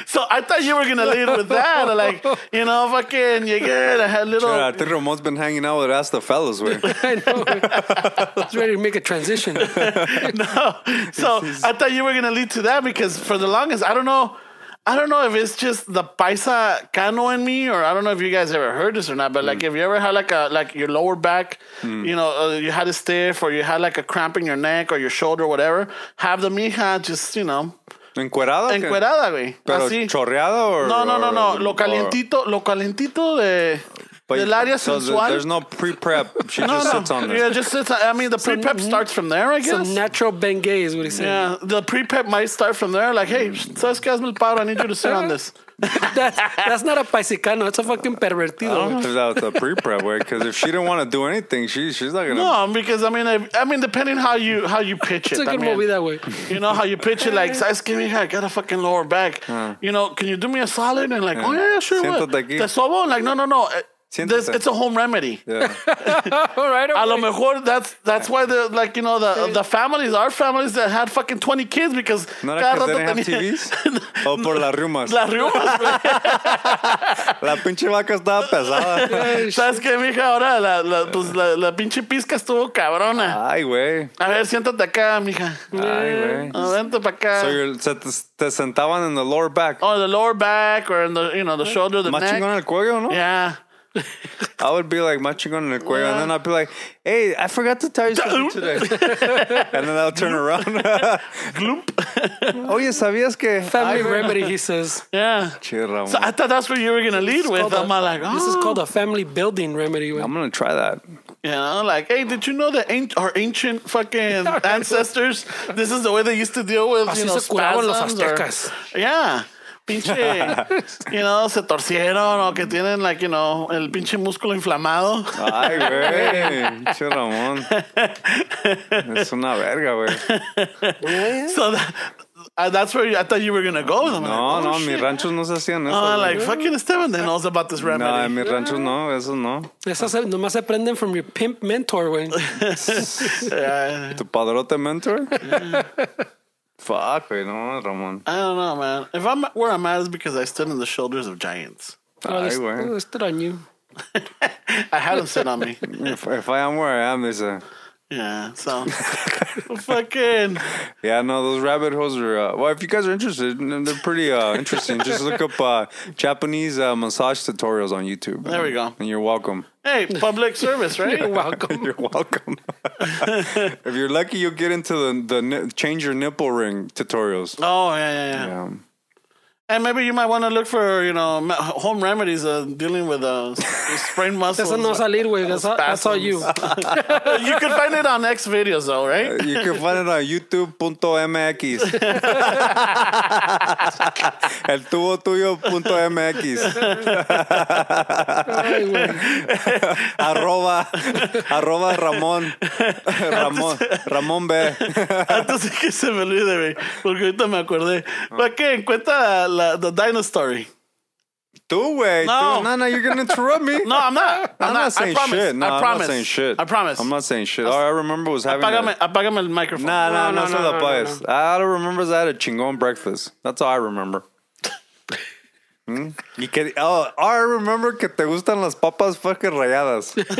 [SPEAKER 2] so I thought you were going to lead with that. Like, you know, fucking, you get, I had little.
[SPEAKER 1] Yeah, I think Ramon's been hanging out with us, the fellas, way.
[SPEAKER 3] I know. I was ready to make a transition.
[SPEAKER 2] no. So I thought you were gonna lead to that because for the longest, I don't know, I don't know if it's just the paisa cano in me, or I don't know if you guys ever heard this or not. But
[SPEAKER 1] Mm.
[SPEAKER 2] like, if you ever had like a like your lower back, you know, uh, you had a stiff, or you had like a cramp in your neck or your shoulder, whatever, have the mija just you know
[SPEAKER 1] ¿Encuerado? o qué?
[SPEAKER 2] encuerada, güey.
[SPEAKER 1] Pero
[SPEAKER 2] Así.
[SPEAKER 1] chorreado or
[SPEAKER 2] No, no, no,
[SPEAKER 1] or-
[SPEAKER 2] no. Lo
[SPEAKER 1] or-
[SPEAKER 2] calientito, lo calientito de
[SPEAKER 1] but-
[SPEAKER 2] del área
[SPEAKER 1] so th-
[SPEAKER 2] sensual.
[SPEAKER 1] There's no pre prep. She
[SPEAKER 2] no,
[SPEAKER 1] just
[SPEAKER 2] no.
[SPEAKER 1] sits on
[SPEAKER 2] Yeah,
[SPEAKER 1] there.
[SPEAKER 2] just sits. on- I mean, the pre prep starts from there, I guess.
[SPEAKER 3] Some natural Bengay is what he said.
[SPEAKER 2] Yeah, the pre prep might start from there. Like, hey, ¿sabes qué? Hazme el paro. I need you to sit on this.
[SPEAKER 3] That's, that's not a paisicano. That's a fucking pervertido.
[SPEAKER 1] Without the pre prep way, because if she didn't want to do anything, she she's not gonna.
[SPEAKER 2] No, because I mean, I, I mean, depending how you how you pitch
[SPEAKER 3] It's
[SPEAKER 2] it,
[SPEAKER 3] a good
[SPEAKER 2] también.
[SPEAKER 3] movie that way.
[SPEAKER 2] You know how you pitch it, like, ¿sabes qué, mija? I got a fucking lower back. You know, can you do me a solid? And like, oh, yeah, yeah, sure. What?
[SPEAKER 1] Ah. Siéntate aquí.
[SPEAKER 2] Te sobo? Like, no, no, no. Eh, This,
[SPEAKER 1] Siéntate.
[SPEAKER 2] it's a home remedy.
[SPEAKER 1] Yeah.
[SPEAKER 3] All right.
[SPEAKER 2] A
[SPEAKER 3] All
[SPEAKER 2] lo
[SPEAKER 3] right.
[SPEAKER 2] mejor that's that's why the like you know the the families our families that had fucking twenty kids because
[SPEAKER 1] No
[SPEAKER 2] cada
[SPEAKER 1] era que
[SPEAKER 2] rato
[SPEAKER 1] they didn't have
[SPEAKER 2] tenía-
[SPEAKER 1] TVs. O por las rumas. La,
[SPEAKER 2] las riumas, güey.
[SPEAKER 1] pinche vaca estaba pesada.
[SPEAKER 2] ¿Sabes qué, mija? Ahora la, la, pues, la, la pinche pizca estuvo cabrona.
[SPEAKER 1] Ay, güey.
[SPEAKER 2] A ver, siéntate acá, mija.
[SPEAKER 3] Mm.
[SPEAKER 1] Ay, güey.
[SPEAKER 2] Ah, Vente para acá.
[SPEAKER 1] So you're- se te, te sentaban en the lower back.
[SPEAKER 2] oh, the lower back or in the, you know, the shoulder, the
[SPEAKER 1] Más
[SPEAKER 2] neck.
[SPEAKER 1] chingón en el cuello, ¿no?
[SPEAKER 2] Yeah.
[SPEAKER 1] I would be like, más chingón en el cuello. And then I'd be like, hey, I forgot to tell you something today. and then I'll turn around. Oye, ¿sabías que?
[SPEAKER 3] Family
[SPEAKER 1] Ay, güey.
[SPEAKER 3] remedy, he says.
[SPEAKER 2] Yeah.
[SPEAKER 1] Che, Ramon.
[SPEAKER 2] So I thought that's what you were going to lead with.
[SPEAKER 3] called
[SPEAKER 2] I'm
[SPEAKER 3] a-
[SPEAKER 2] like, oh.
[SPEAKER 3] This is called a family building remedy.
[SPEAKER 1] I'm gonna try that.
[SPEAKER 2] You know, like, hey, did you know that an- our ancient fucking ancestors, this is the way they used to deal with,
[SPEAKER 3] Así
[SPEAKER 2] you know,
[SPEAKER 3] se curaban los
[SPEAKER 2] spasms or-
[SPEAKER 3] aztecas.
[SPEAKER 2] yeah. Pinche, you know, se torcieron o que tienen, like, you know, el pinche músculo inflamado.
[SPEAKER 1] Ay, güey. Che, Ramón. Es una verga, güey.
[SPEAKER 2] So that, uh, that's where you, I thought you were gonna go. with them.
[SPEAKER 1] No,
[SPEAKER 2] like,
[SPEAKER 1] no,
[SPEAKER 2] oh,
[SPEAKER 1] mis
[SPEAKER 2] shit.
[SPEAKER 1] ranchos no se hacían eso.
[SPEAKER 2] Oh,
[SPEAKER 1] güey.
[SPEAKER 2] like fucking Esteban that knows about this remedy.
[SPEAKER 1] no, en mis ranchos no, eso no.
[SPEAKER 3] Esas se- nomás se aprenden from your pimp mentor, güey.
[SPEAKER 2] Yeah,
[SPEAKER 1] ¿Tu padrote mentor? Fuck, güey, no, Ramón.
[SPEAKER 2] I don't know, man. If I'm where I'm at is because I stood on the shoulders of giants.
[SPEAKER 3] Oh,
[SPEAKER 1] Ay,
[SPEAKER 3] this- oh,
[SPEAKER 1] güey.
[SPEAKER 3] this stood on you.
[SPEAKER 2] I had them sit on me.
[SPEAKER 1] If, if I am where I am, they say.
[SPEAKER 2] Yeah, so fucking
[SPEAKER 1] Yeah, no, those rabbit holes are. Uh, well, if you guys are interested, n- they're pretty uh, interesting. Just look up uh, Japanese uh, massage tutorials on YouTube.
[SPEAKER 2] There we go.
[SPEAKER 1] And you're welcome.
[SPEAKER 2] hey, public service,
[SPEAKER 3] You're
[SPEAKER 2] right?
[SPEAKER 3] welcome.
[SPEAKER 1] You're welcome. if you're lucky, you'll get into the the ni- change your nipple ring tutorials.
[SPEAKER 2] Oh yeah, yeah, yeah.
[SPEAKER 1] Yeah.
[SPEAKER 2] And maybe you might want to look for you know me- home remedies uh, dealing with uh, s- sprained muscles.
[SPEAKER 3] Eso no salir, güey. That's, all- that's all you.
[SPEAKER 2] you can find it on X videos though, right?
[SPEAKER 1] You can find it on youtube.mx. El tubo tuyo.mx.
[SPEAKER 3] Ay, güey.
[SPEAKER 1] Arroba, arroba Ramón. Ramón, Ramón B.
[SPEAKER 2] Antes de que se me olvide, güey. Porque ahorita me acordé. ¿Para qué? Cuenta la, The Dino Story.
[SPEAKER 1] Do way. No,
[SPEAKER 2] No.
[SPEAKER 1] no, no, you're gonna interrupt me.
[SPEAKER 2] No, I'm not.
[SPEAKER 1] I'm, not, saying
[SPEAKER 2] I promise.
[SPEAKER 1] shit. No,
[SPEAKER 2] I
[SPEAKER 1] I'm
[SPEAKER 2] promise.
[SPEAKER 1] not saying shit.
[SPEAKER 2] I promise.
[SPEAKER 1] I'm not saying shit. All I remember was having.
[SPEAKER 2] Apágame,
[SPEAKER 1] A,
[SPEAKER 2] apágame el microphone.
[SPEAKER 1] nah, nah,
[SPEAKER 3] No,
[SPEAKER 1] no,
[SPEAKER 3] no,
[SPEAKER 1] no, no, no,
[SPEAKER 3] no, no,
[SPEAKER 1] no, All I remember is I had a chingon breakfast. That's all I remember. Hmm? Y que, oh, all I remember que te gustan las papas fucking rayadas.
[SPEAKER 2] That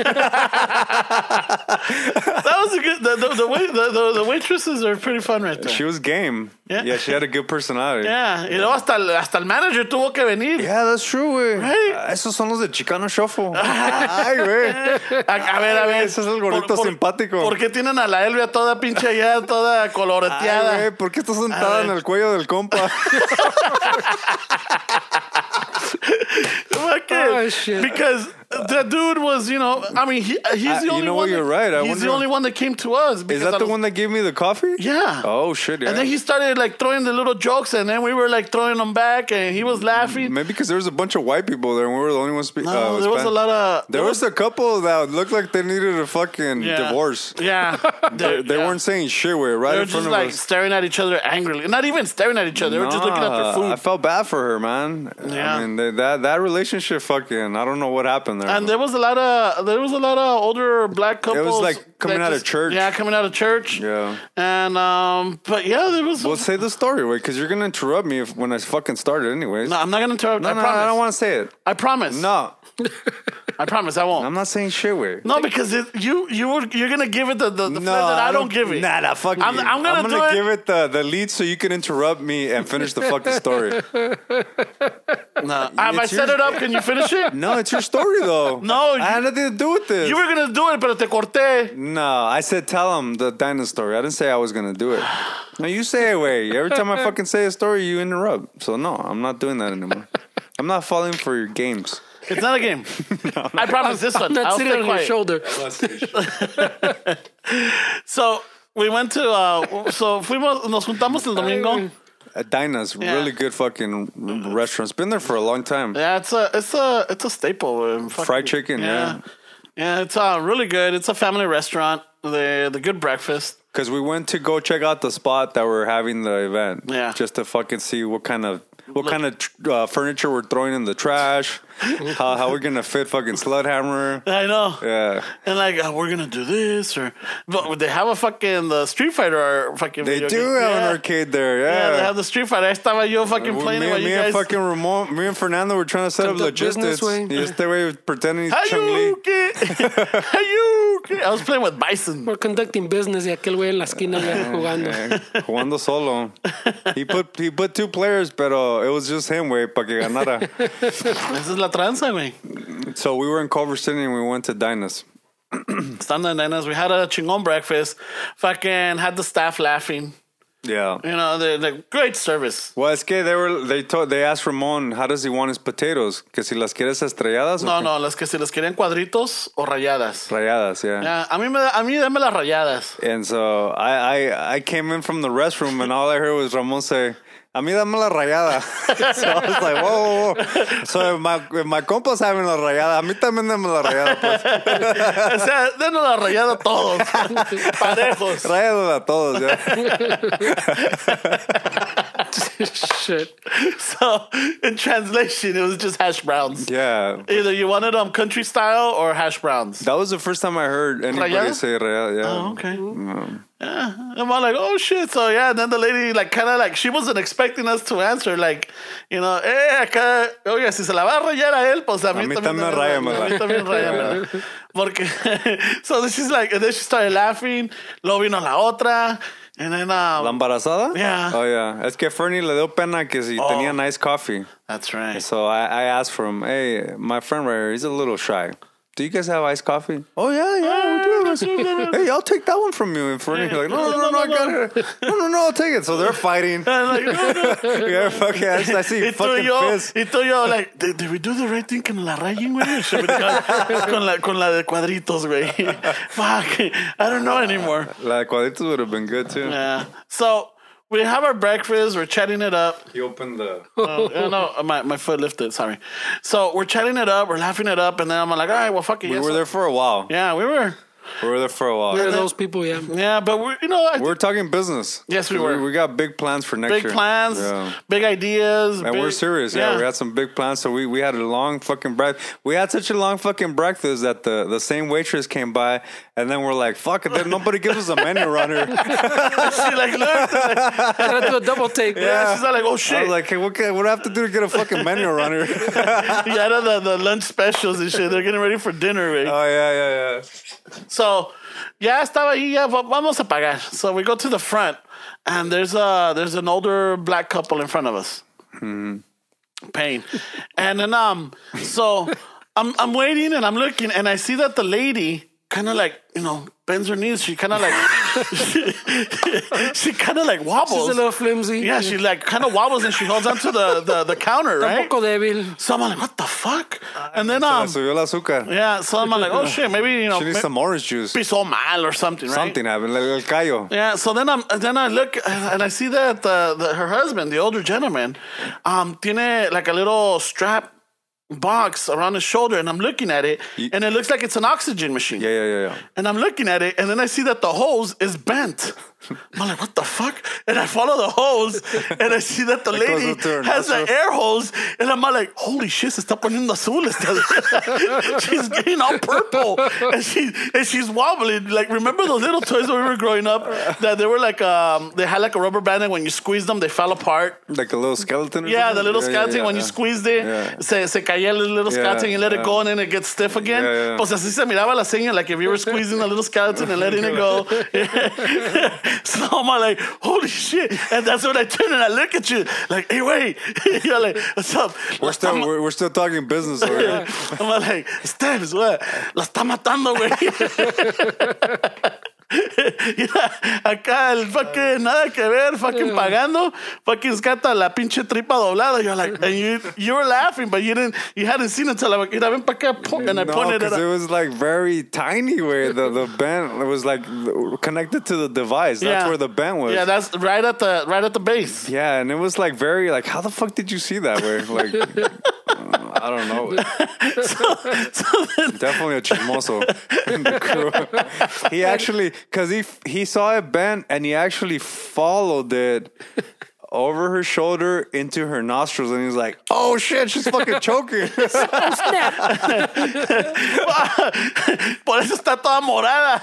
[SPEAKER 2] was a good. The, the, the, wait, the, the, the waitresses are pretty fun right there.
[SPEAKER 1] She was game.
[SPEAKER 2] Yeah.
[SPEAKER 1] Yeah, she had a good personality.
[SPEAKER 2] yeah. Y luego hasta, el- hasta el manager tuvo que venir.
[SPEAKER 1] Yeah, that's true, güey.
[SPEAKER 2] Right?
[SPEAKER 1] Ah, Esos son los de Chicano Shuffle. Ay, güey.
[SPEAKER 2] A, a ver, a ver.
[SPEAKER 1] Ese es el gordito simpático.
[SPEAKER 2] ¿Por qué tienen a la Elvia toda pinche allá, toda coloreteada?
[SPEAKER 1] Ay, güey, ¿por qué estás sentada en el cuello del compa?
[SPEAKER 2] Fucking-
[SPEAKER 3] Oh, shit.
[SPEAKER 2] Because the dude was, you know, I mean, he, uh, he's the
[SPEAKER 1] Ah, you
[SPEAKER 2] only
[SPEAKER 1] know what,
[SPEAKER 2] one.
[SPEAKER 1] you're
[SPEAKER 2] that-
[SPEAKER 1] right. I
[SPEAKER 2] he's the
[SPEAKER 1] wonder-
[SPEAKER 2] only one that came to us.
[SPEAKER 1] Is
[SPEAKER 2] because I
[SPEAKER 1] that the
[SPEAKER 2] was-
[SPEAKER 1] one that gave me the coffee?
[SPEAKER 2] Yeah.
[SPEAKER 1] Oh, shit, yeah.
[SPEAKER 2] And then he started like throwing the little jokes, and then we were like throwing them back, and he was laughing.
[SPEAKER 1] Maybe because there was a bunch of white people there and we were the only ones uh, speaking.
[SPEAKER 2] No, there was a lot of
[SPEAKER 1] There was a couple that looked like they needed a fucking
[SPEAKER 2] yeah.
[SPEAKER 1] divorce.
[SPEAKER 2] Yeah,
[SPEAKER 1] They, they
[SPEAKER 2] yeah.
[SPEAKER 1] weren't saying shit, we right
[SPEAKER 2] They were
[SPEAKER 1] in front
[SPEAKER 2] just
[SPEAKER 1] of
[SPEAKER 2] like
[SPEAKER 1] us.
[SPEAKER 2] staring at each other angrily. Not even staring at each other. They were just looking at their
[SPEAKER 1] Nah,
[SPEAKER 2] food.
[SPEAKER 1] I felt bad for her, man.
[SPEAKER 2] Yeah.
[SPEAKER 1] I mean, they, that that relationship, fucking, I don't know what happened there.
[SPEAKER 2] And there was a lot of there was a lot of older black couples.
[SPEAKER 1] like coming
[SPEAKER 2] that
[SPEAKER 1] out of church.
[SPEAKER 2] Yeah, coming out of church.
[SPEAKER 1] Yeah.
[SPEAKER 2] And um, but yeah, there was.
[SPEAKER 1] well, say the story, wait, because you're gonna interrupt me if, when I fucking started, anyways.
[SPEAKER 2] no, I'm not gonna interrupt.
[SPEAKER 1] no,
[SPEAKER 2] I
[SPEAKER 1] no,
[SPEAKER 2] promise.
[SPEAKER 1] I don't want to say it.
[SPEAKER 2] I promise.
[SPEAKER 1] No,
[SPEAKER 2] I promise. I won't.
[SPEAKER 1] I'm not saying shit, wait.
[SPEAKER 2] no, because it, you you were, you're gonna give it the the, the
[SPEAKER 1] No,
[SPEAKER 2] flair that I, don't, give it.
[SPEAKER 1] Nah, nah, fuck
[SPEAKER 2] I'm-
[SPEAKER 1] you.
[SPEAKER 2] I'm gonna do it-
[SPEAKER 1] give it the, the lead so you can interrupt me and finish the fucking story.
[SPEAKER 2] No. Have I
[SPEAKER 1] It's
[SPEAKER 2] set
[SPEAKER 1] your-
[SPEAKER 2] it up? Can you finish it?
[SPEAKER 1] No, it's your story though.
[SPEAKER 2] No, you-
[SPEAKER 1] I had nothing to do with this.
[SPEAKER 2] You were gonna do it, pero te corté.
[SPEAKER 1] no, I said tell him the dinosaur story. I didn't say I was gonna do it. No, you say it way. Every time I fucking say a story, you interrupt. So no, I'm not doing that anymore. I'm not falling for your games.
[SPEAKER 2] It's not a game. I promise this one.
[SPEAKER 3] Not
[SPEAKER 2] I'll
[SPEAKER 3] sitting
[SPEAKER 2] stay
[SPEAKER 3] on your
[SPEAKER 2] quiet.
[SPEAKER 3] shoulder.
[SPEAKER 2] So we went to uh, so fuimos nos juntamos el domingo.
[SPEAKER 1] Uh, Dina's
[SPEAKER 2] Yeah.
[SPEAKER 1] really good fucking r- restaurant. It's been there for a long time.
[SPEAKER 2] Yeah, it's a it's a it's a staple. uh, fucking-
[SPEAKER 1] Fried chicken, yeah.
[SPEAKER 2] yeah, It's uh, really good. It's a family restaurant. The the good breakfast.
[SPEAKER 1] Because we went to go check out the spot that we're having the event.
[SPEAKER 2] Yeah.
[SPEAKER 1] Just to fucking see what kind of what kind of tr- uh, furniture we're throwing in the trash, how, how we're gonna fit fucking slut hammer.
[SPEAKER 2] I know.
[SPEAKER 1] Yeah.
[SPEAKER 2] And like oh, we're gonna do this or but they have a fucking the Street Fighter fucking.
[SPEAKER 1] They
[SPEAKER 2] video
[SPEAKER 1] do
[SPEAKER 2] game.
[SPEAKER 1] have
[SPEAKER 2] yeah.
[SPEAKER 1] an arcade there, yeah.
[SPEAKER 2] Yeah, they have the Street Fighter. I estaba yo fucking
[SPEAKER 1] Well,
[SPEAKER 2] playing
[SPEAKER 1] me,
[SPEAKER 2] it while
[SPEAKER 1] me
[SPEAKER 2] you
[SPEAKER 1] and
[SPEAKER 2] guys.
[SPEAKER 1] fucking Ramon, me and Fernando were trying to set up
[SPEAKER 3] Conduct business
[SPEAKER 1] logistics.
[SPEAKER 3] way.
[SPEAKER 1] Yeah, stay away with pretending he's
[SPEAKER 2] How
[SPEAKER 1] Chun
[SPEAKER 2] you
[SPEAKER 1] Li.
[SPEAKER 2] get? How you get? I was playing with Bison.
[SPEAKER 3] We're conducting business y aquel güey en la esquina güey, jugando.
[SPEAKER 1] eh. Jugando solo. He put he put two players, but uh, it was just him, way para que ganara.
[SPEAKER 2] Esa es la tranza, güey.
[SPEAKER 1] so we were in Culver City and we went to Dinas.
[SPEAKER 2] Standing in as we had a chingon breakfast, fucking had the staff laughing.
[SPEAKER 1] Yeah.
[SPEAKER 2] You know, they're like, great service.
[SPEAKER 1] Well, es que they were they told they asked Ramon how does he want his potatoes? Que si las quieres estrelladas
[SPEAKER 2] No,
[SPEAKER 1] o
[SPEAKER 2] no, las que si les querían cuadritos o rayadas.
[SPEAKER 1] rayadas, yeah.
[SPEAKER 2] Ya, a mí me da- a mí dame las rayadas.
[SPEAKER 1] And so I, I I came in from the restroom and all I heard was Ramon say, "A mí dame la rayada." so I was like, "Whoa!" whoa, whoa. So if my if my compa's having la rayada, a mí también dame la rayada. Pues.
[SPEAKER 2] O sea, denos la rayada a todos. Parejos.
[SPEAKER 1] Rayadela a todos. Yeah.
[SPEAKER 3] Shit.
[SPEAKER 2] So, in translation, it was just hash browns.
[SPEAKER 1] yeah.
[SPEAKER 2] Either you wanted them country style or hash browns.
[SPEAKER 1] That was the first time I heard anybody
[SPEAKER 2] Rayada?
[SPEAKER 1] say rayada. Yeah. Um,
[SPEAKER 2] Oh, okay. Yeah. I'm all like, oh shit. So yeah, and then the lady like kind of like she wasn't expecting us to answer like, you know, eh, acá, oye, si se la va a rayar a él, pues a mí,
[SPEAKER 1] mí
[SPEAKER 2] también
[SPEAKER 1] también
[SPEAKER 2] rayamela. A
[SPEAKER 1] rayamela.
[SPEAKER 2] mí también rayamela. Porque, so then she's like, and then she started laughing. Luego vino la otra. And then,
[SPEAKER 1] ¿La
[SPEAKER 2] um,
[SPEAKER 1] embarazada?
[SPEAKER 2] Yeah. Oh.
[SPEAKER 1] Oh, yeah. Es que Fernie le dio pena que si tenía nice coffee.
[SPEAKER 2] that's right.
[SPEAKER 1] So I, I asked for him, hey, my friend right here, he's a little shy. Do you guys have iced coffee? Oh, yeah, yeah, we do. hey, I'll take that one from you. And Fernie, like, no, no, no, no, I got it. No, no, no, I'll take it. So they're fighting.
[SPEAKER 2] And I'm like, no, no.
[SPEAKER 1] yeah, fucking, I, I see
[SPEAKER 2] Y tú y
[SPEAKER 1] fucking
[SPEAKER 2] yo,
[SPEAKER 1] fist.
[SPEAKER 2] y tú y yo, like, did, did we do the right thing con la rayen, güey? Should we- con, la, con la de cuadritos, güey. Fuck, I don't know anymore.
[SPEAKER 1] La cuadritos would have been good, too.
[SPEAKER 2] Yeah. So we have our breakfast. We're chatting it up.
[SPEAKER 1] He opened the...
[SPEAKER 2] Oh, yeah, no, my, my foot lifted. Sorry. So we're chatting it up. We're laughing it up. And then I'm like, all right, well, fuck it.
[SPEAKER 1] We
[SPEAKER 2] yes,
[SPEAKER 1] were there for a while.
[SPEAKER 2] Yeah, we were.
[SPEAKER 1] We were there for a while.
[SPEAKER 3] There are those people, yeah.
[SPEAKER 2] Yeah, but we're you know I
[SPEAKER 1] We're talking business.
[SPEAKER 2] Yes, we
[SPEAKER 1] We,
[SPEAKER 2] were.
[SPEAKER 1] got big plans for next
[SPEAKER 2] big
[SPEAKER 1] year.
[SPEAKER 2] plans,
[SPEAKER 1] Yeah.
[SPEAKER 2] big ideas.
[SPEAKER 1] And
[SPEAKER 2] big-
[SPEAKER 1] we're serious. Yeah. we had some big plans. So we, we had a long fucking break. We had such a long fucking breakfast that the, the same waitress came by, and then we're like, "Fuck it, then nobody gives us a menu runner."
[SPEAKER 2] She like looked. Like,
[SPEAKER 3] Gotta do a double take.
[SPEAKER 1] Yeah.
[SPEAKER 2] She's like, oh
[SPEAKER 1] I
[SPEAKER 2] shit.
[SPEAKER 1] was like, "Hey, what, can, what do I have to do to get a fucking menu runner?" oh
[SPEAKER 2] yeah, I know the, the lunch specials and shit. They're getting ready for dinner, right?
[SPEAKER 1] Oh, yeah, yeah, yeah.
[SPEAKER 2] So, ya estaba ahí, ya va- vamos a pagar. So we go to the front, and there's a there's an older black couple in front of us. Hmm. Pain, and then um, so I'm I'm waiting and I'm looking and I see that the lady kind of like you know bends her knees. She kind of like she, kind of like
[SPEAKER 3] She's a
[SPEAKER 2] wobbles.
[SPEAKER 3] little flimsy.
[SPEAKER 2] yeah, she like kind of wobbles and she holds onto the the, the counter,
[SPEAKER 3] Un
[SPEAKER 2] right?
[SPEAKER 3] poco débil.
[SPEAKER 2] So I'm like, what the fuck?
[SPEAKER 3] Ah,
[SPEAKER 2] And then
[SPEAKER 1] La
[SPEAKER 2] um,
[SPEAKER 1] subió el azúcar.
[SPEAKER 2] yeah, so I'm like, oh shit, maybe you know,
[SPEAKER 1] She needs
[SPEAKER 2] maybe
[SPEAKER 1] some orange juice.
[SPEAKER 2] so mal or something, right?
[SPEAKER 1] Something happened. El, el callo.
[SPEAKER 2] Yeah, so then I'm then I look and I see that uh, the, the her husband, the older gentleman, um, tiene like a little strap box around his shoulder, and I'm looking at it,
[SPEAKER 1] Ye-
[SPEAKER 2] and it looks like it's an oxygen machine.
[SPEAKER 1] Yeah, yeah, yeah, yeah.
[SPEAKER 2] And I'm looking at it, and then I see that the hose is bent. I'm like, what the fuck? And I follow the hose, and I see that the
[SPEAKER 1] goes
[SPEAKER 2] lady
[SPEAKER 1] up to her
[SPEAKER 2] has the
[SPEAKER 1] nostril.
[SPEAKER 2] air hose, and I'm like, holy shit, se está poniendo azul. esta- she's getting all purple, and she and she's wobbling. Like, remember those little toys when we were growing up that they were like, um, they had like a rubber band, and when you squeeze them, they fell apart.
[SPEAKER 1] Like a little skeleton. or
[SPEAKER 2] Yeah,
[SPEAKER 1] something?
[SPEAKER 2] the little skeleton,
[SPEAKER 1] yeah,
[SPEAKER 2] when you
[SPEAKER 1] yeah.
[SPEAKER 2] squeezed it,
[SPEAKER 1] Yeah.
[SPEAKER 2] se, se caía el little
[SPEAKER 1] Yeah,
[SPEAKER 2] skeleton, you let it
[SPEAKER 1] yeah.
[SPEAKER 2] go, and then it gets stiff again.
[SPEAKER 1] Yeah, yeah.
[SPEAKER 2] Pues así se miraba la seña, like if you were squeezing the little skeleton and letting it go. so I'm like, holy shit. And that's when I turn and I look at you, like, hey, wait. You're like, what's up?
[SPEAKER 1] We're still
[SPEAKER 2] I'm-
[SPEAKER 1] we're, we're still talking business. Over here.
[SPEAKER 2] I'm like, Steps, what? La está matando, güey. Mira, acá el fucking nada que ver, fucking pagando, fucking's got the- la pinche tripa doblada. You're like, and you you were laughing, but you didn't, you hadn't seen it until I'm like, mira, ven pa' acá, pum, and I
[SPEAKER 1] No,
[SPEAKER 2] pointed it
[SPEAKER 1] 'cause it
[SPEAKER 2] out.
[SPEAKER 1] was like very tiny where the, the band was like connected to the device. That's where the band was.
[SPEAKER 2] Yeah,
[SPEAKER 1] Yeah,
[SPEAKER 2] that's right at the right at the base.
[SPEAKER 1] and it was like very like how the fuck did you see that where like I don't know. Definitely a chismoso in the crew. He actually cuz he he saw it bent and he actually followed it over her shoulder into her nostrils and he was like, "Oh shit, she's fucking choking."
[SPEAKER 2] Por eso está toda morada.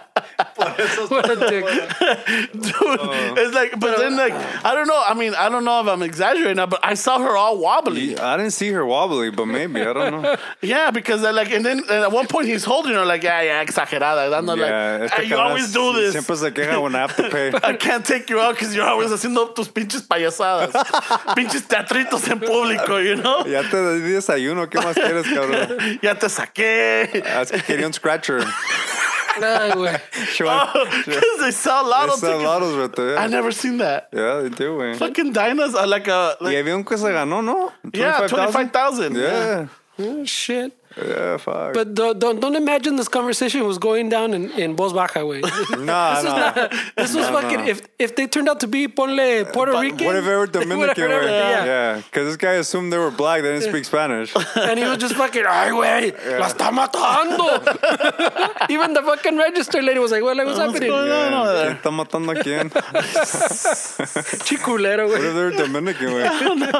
[SPEAKER 3] What a dick.
[SPEAKER 2] Dude,
[SPEAKER 1] Oh.
[SPEAKER 2] it's like, but then like, I don't know. I mean, I don't know if I'm exaggerating, now, but I saw her all wobbly.
[SPEAKER 1] I didn't see her wobbly, but maybe, I don't know.
[SPEAKER 2] Yeah, because they're like, and then and at one point he's holding her like, "Ah, yeah, yeah, exagerada. dando like,
[SPEAKER 1] esta
[SPEAKER 2] "Ay, you
[SPEAKER 1] cabrona
[SPEAKER 2] always do this.
[SPEAKER 1] Siempre se queja when I have to pay.
[SPEAKER 2] I can't take you out because you're always haciendo tus pinches payasadas, pinches teatritos en público, you know.
[SPEAKER 1] ya te di desayuno, ¿qué más quieres, cabrón? Ah,
[SPEAKER 2] Ya te saqué.
[SPEAKER 1] Es que quería un scratcher.
[SPEAKER 3] Ay, güey.
[SPEAKER 2] Oh, Because Uh, they sell lotto
[SPEAKER 1] Esos
[SPEAKER 2] tickets.
[SPEAKER 1] lados, Beto.
[SPEAKER 2] I
[SPEAKER 1] Yeah,
[SPEAKER 2] never seen that.
[SPEAKER 1] yeah they do, güey.
[SPEAKER 2] Fucking dinos are like a
[SPEAKER 1] Y
[SPEAKER 2] like,
[SPEAKER 1] había un que se ganó, ¿no?
[SPEAKER 2] yeah, twenty
[SPEAKER 1] $25,000?
[SPEAKER 2] five thousand.
[SPEAKER 1] Yeah,
[SPEAKER 3] Oh, shit.
[SPEAKER 1] yeah, fuck.
[SPEAKER 3] But don't, don't don't imagine this conversation was going down in, in Bos Baja, güey.
[SPEAKER 1] nah, nah.
[SPEAKER 3] This was fucking if if they turned out to be ponle Puerto Rican,
[SPEAKER 1] What if they were Dominican,
[SPEAKER 3] whatever,
[SPEAKER 1] güey?
[SPEAKER 3] yeah.
[SPEAKER 1] Yeah, because this guy assumed they were black. They didn't speak Spanish.
[SPEAKER 3] and he was just fucking, ay, güey, la está matando. Even the fucking register lady was like, well, like, what's happening?
[SPEAKER 2] going on?
[SPEAKER 1] Yeah.
[SPEAKER 2] no, no.
[SPEAKER 1] ¿Quién está matando a quién? What
[SPEAKER 3] Chiculero,
[SPEAKER 1] if they
[SPEAKER 3] güey.
[SPEAKER 1] were Dominican, güey?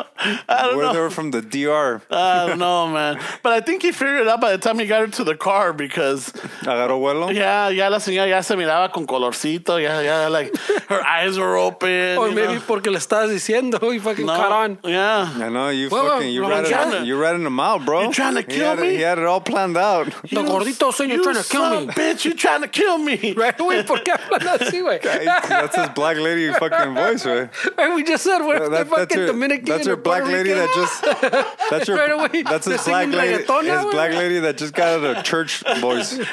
[SPEAKER 1] What if they were from the DR?
[SPEAKER 2] I don't know, man. But I think he figured it out by the time he got her to the car because
[SPEAKER 1] Agarró vuelo.
[SPEAKER 2] Yeah, yeah, la señora ya se miraba con colorcito. Yeah, yeah, like her eyes were open.
[SPEAKER 3] Or
[SPEAKER 2] you
[SPEAKER 3] maybe
[SPEAKER 2] know.
[SPEAKER 3] porque le estabas diciendo, he fucking
[SPEAKER 2] No,
[SPEAKER 3] caught on.
[SPEAKER 2] Yeah.
[SPEAKER 1] I know you
[SPEAKER 3] Well, well,
[SPEAKER 1] fucking you
[SPEAKER 3] I'm
[SPEAKER 1] read
[SPEAKER 2] tryna-
[SPEAKER 1] it. You ratted him out, bro.
[SPEAKER 2] You tryna
[SPEAKER 1] he
[SPEAKER 2] kill
[SPEAKER 1] had, it-
[SPEAKER 2] me?
[SPEAKER 1] He had it all planned out.
[SPEAKER 3] The gordito, señor,
[SPEAKER 2] you
[SPEAKER 3] trying to kill
[SPEAKER 2] son of
[SPEAKER 3] me.
[SPEAKER 2] a Bitch, you trying to kill me.
[SPEAKER 3] Right, güey, ¿por qué hablan así, güey?
[SPEAKER 1] That's his black lady fucking voice, right?
[SPEAKER 3] And we just said, what if the
[SPEAKER 1] That, that's
[SPEAKER 3] fucking
[SPEAKER 1] your,
[SPEAKER 3] Dominican
[SPEAKER 1] that's your
[SPEAKER 3] or
[SPEAKER 1] black
[SPEAKER 3] Puerto
[SPEAKER 1] lady
[SPEAKER 3] Rican?
[SPEAKER 1] that just that's your
[SPEAKER 3] Right away,
[SPEAKER 1] that's
[SPEAKER 3] they're
[SPEAKER 1] his black
[SPEAKER 3] singing
[SPEAKER 1] lady his
[SPEAKER 3] reggaeton now,
[SPEAKER 1] black
[SPEAKER 3] güey.
[SPEAKER 1] lady that just got out of church voice.
[SPEAKER 2] Oye,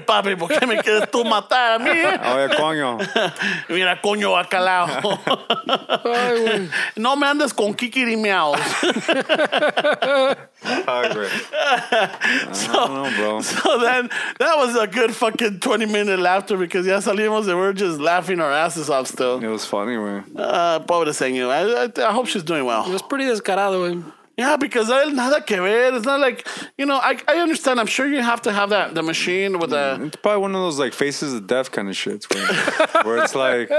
[SPEAKER 2] papi, ¿por qué me quieres tú matar a mí? eh?
[SPEAKER 1] Oh yeah, coño.
[SPEAKER 2] Mira, coño, bacalao.
[SPEAKER 3] Ay, güey.
[SPEAKER 2] no me andes con kikirimiaos.
[SPEAKER 1] Oh, great. I don't know, bro.
[SPEAKER 2] so then that was a good fucking 20 minute laughter because ya salimos and we are just laughing our asses off still.
[SPEAKER 1] It was funny, man.
[SPEAKER 2] Uh, pobre señor. I, I, I hope she's doing well.
[SPEAKER 3] It was pretty descarado, güey.
[SPEAKER 2] Yeah, because there's nada que ver. It's not like you know. I I understand. I'm sure you have to have that the machine with the
[SPEAKER 1] It's probably one of those like faces of death kind of shits where, where it's like,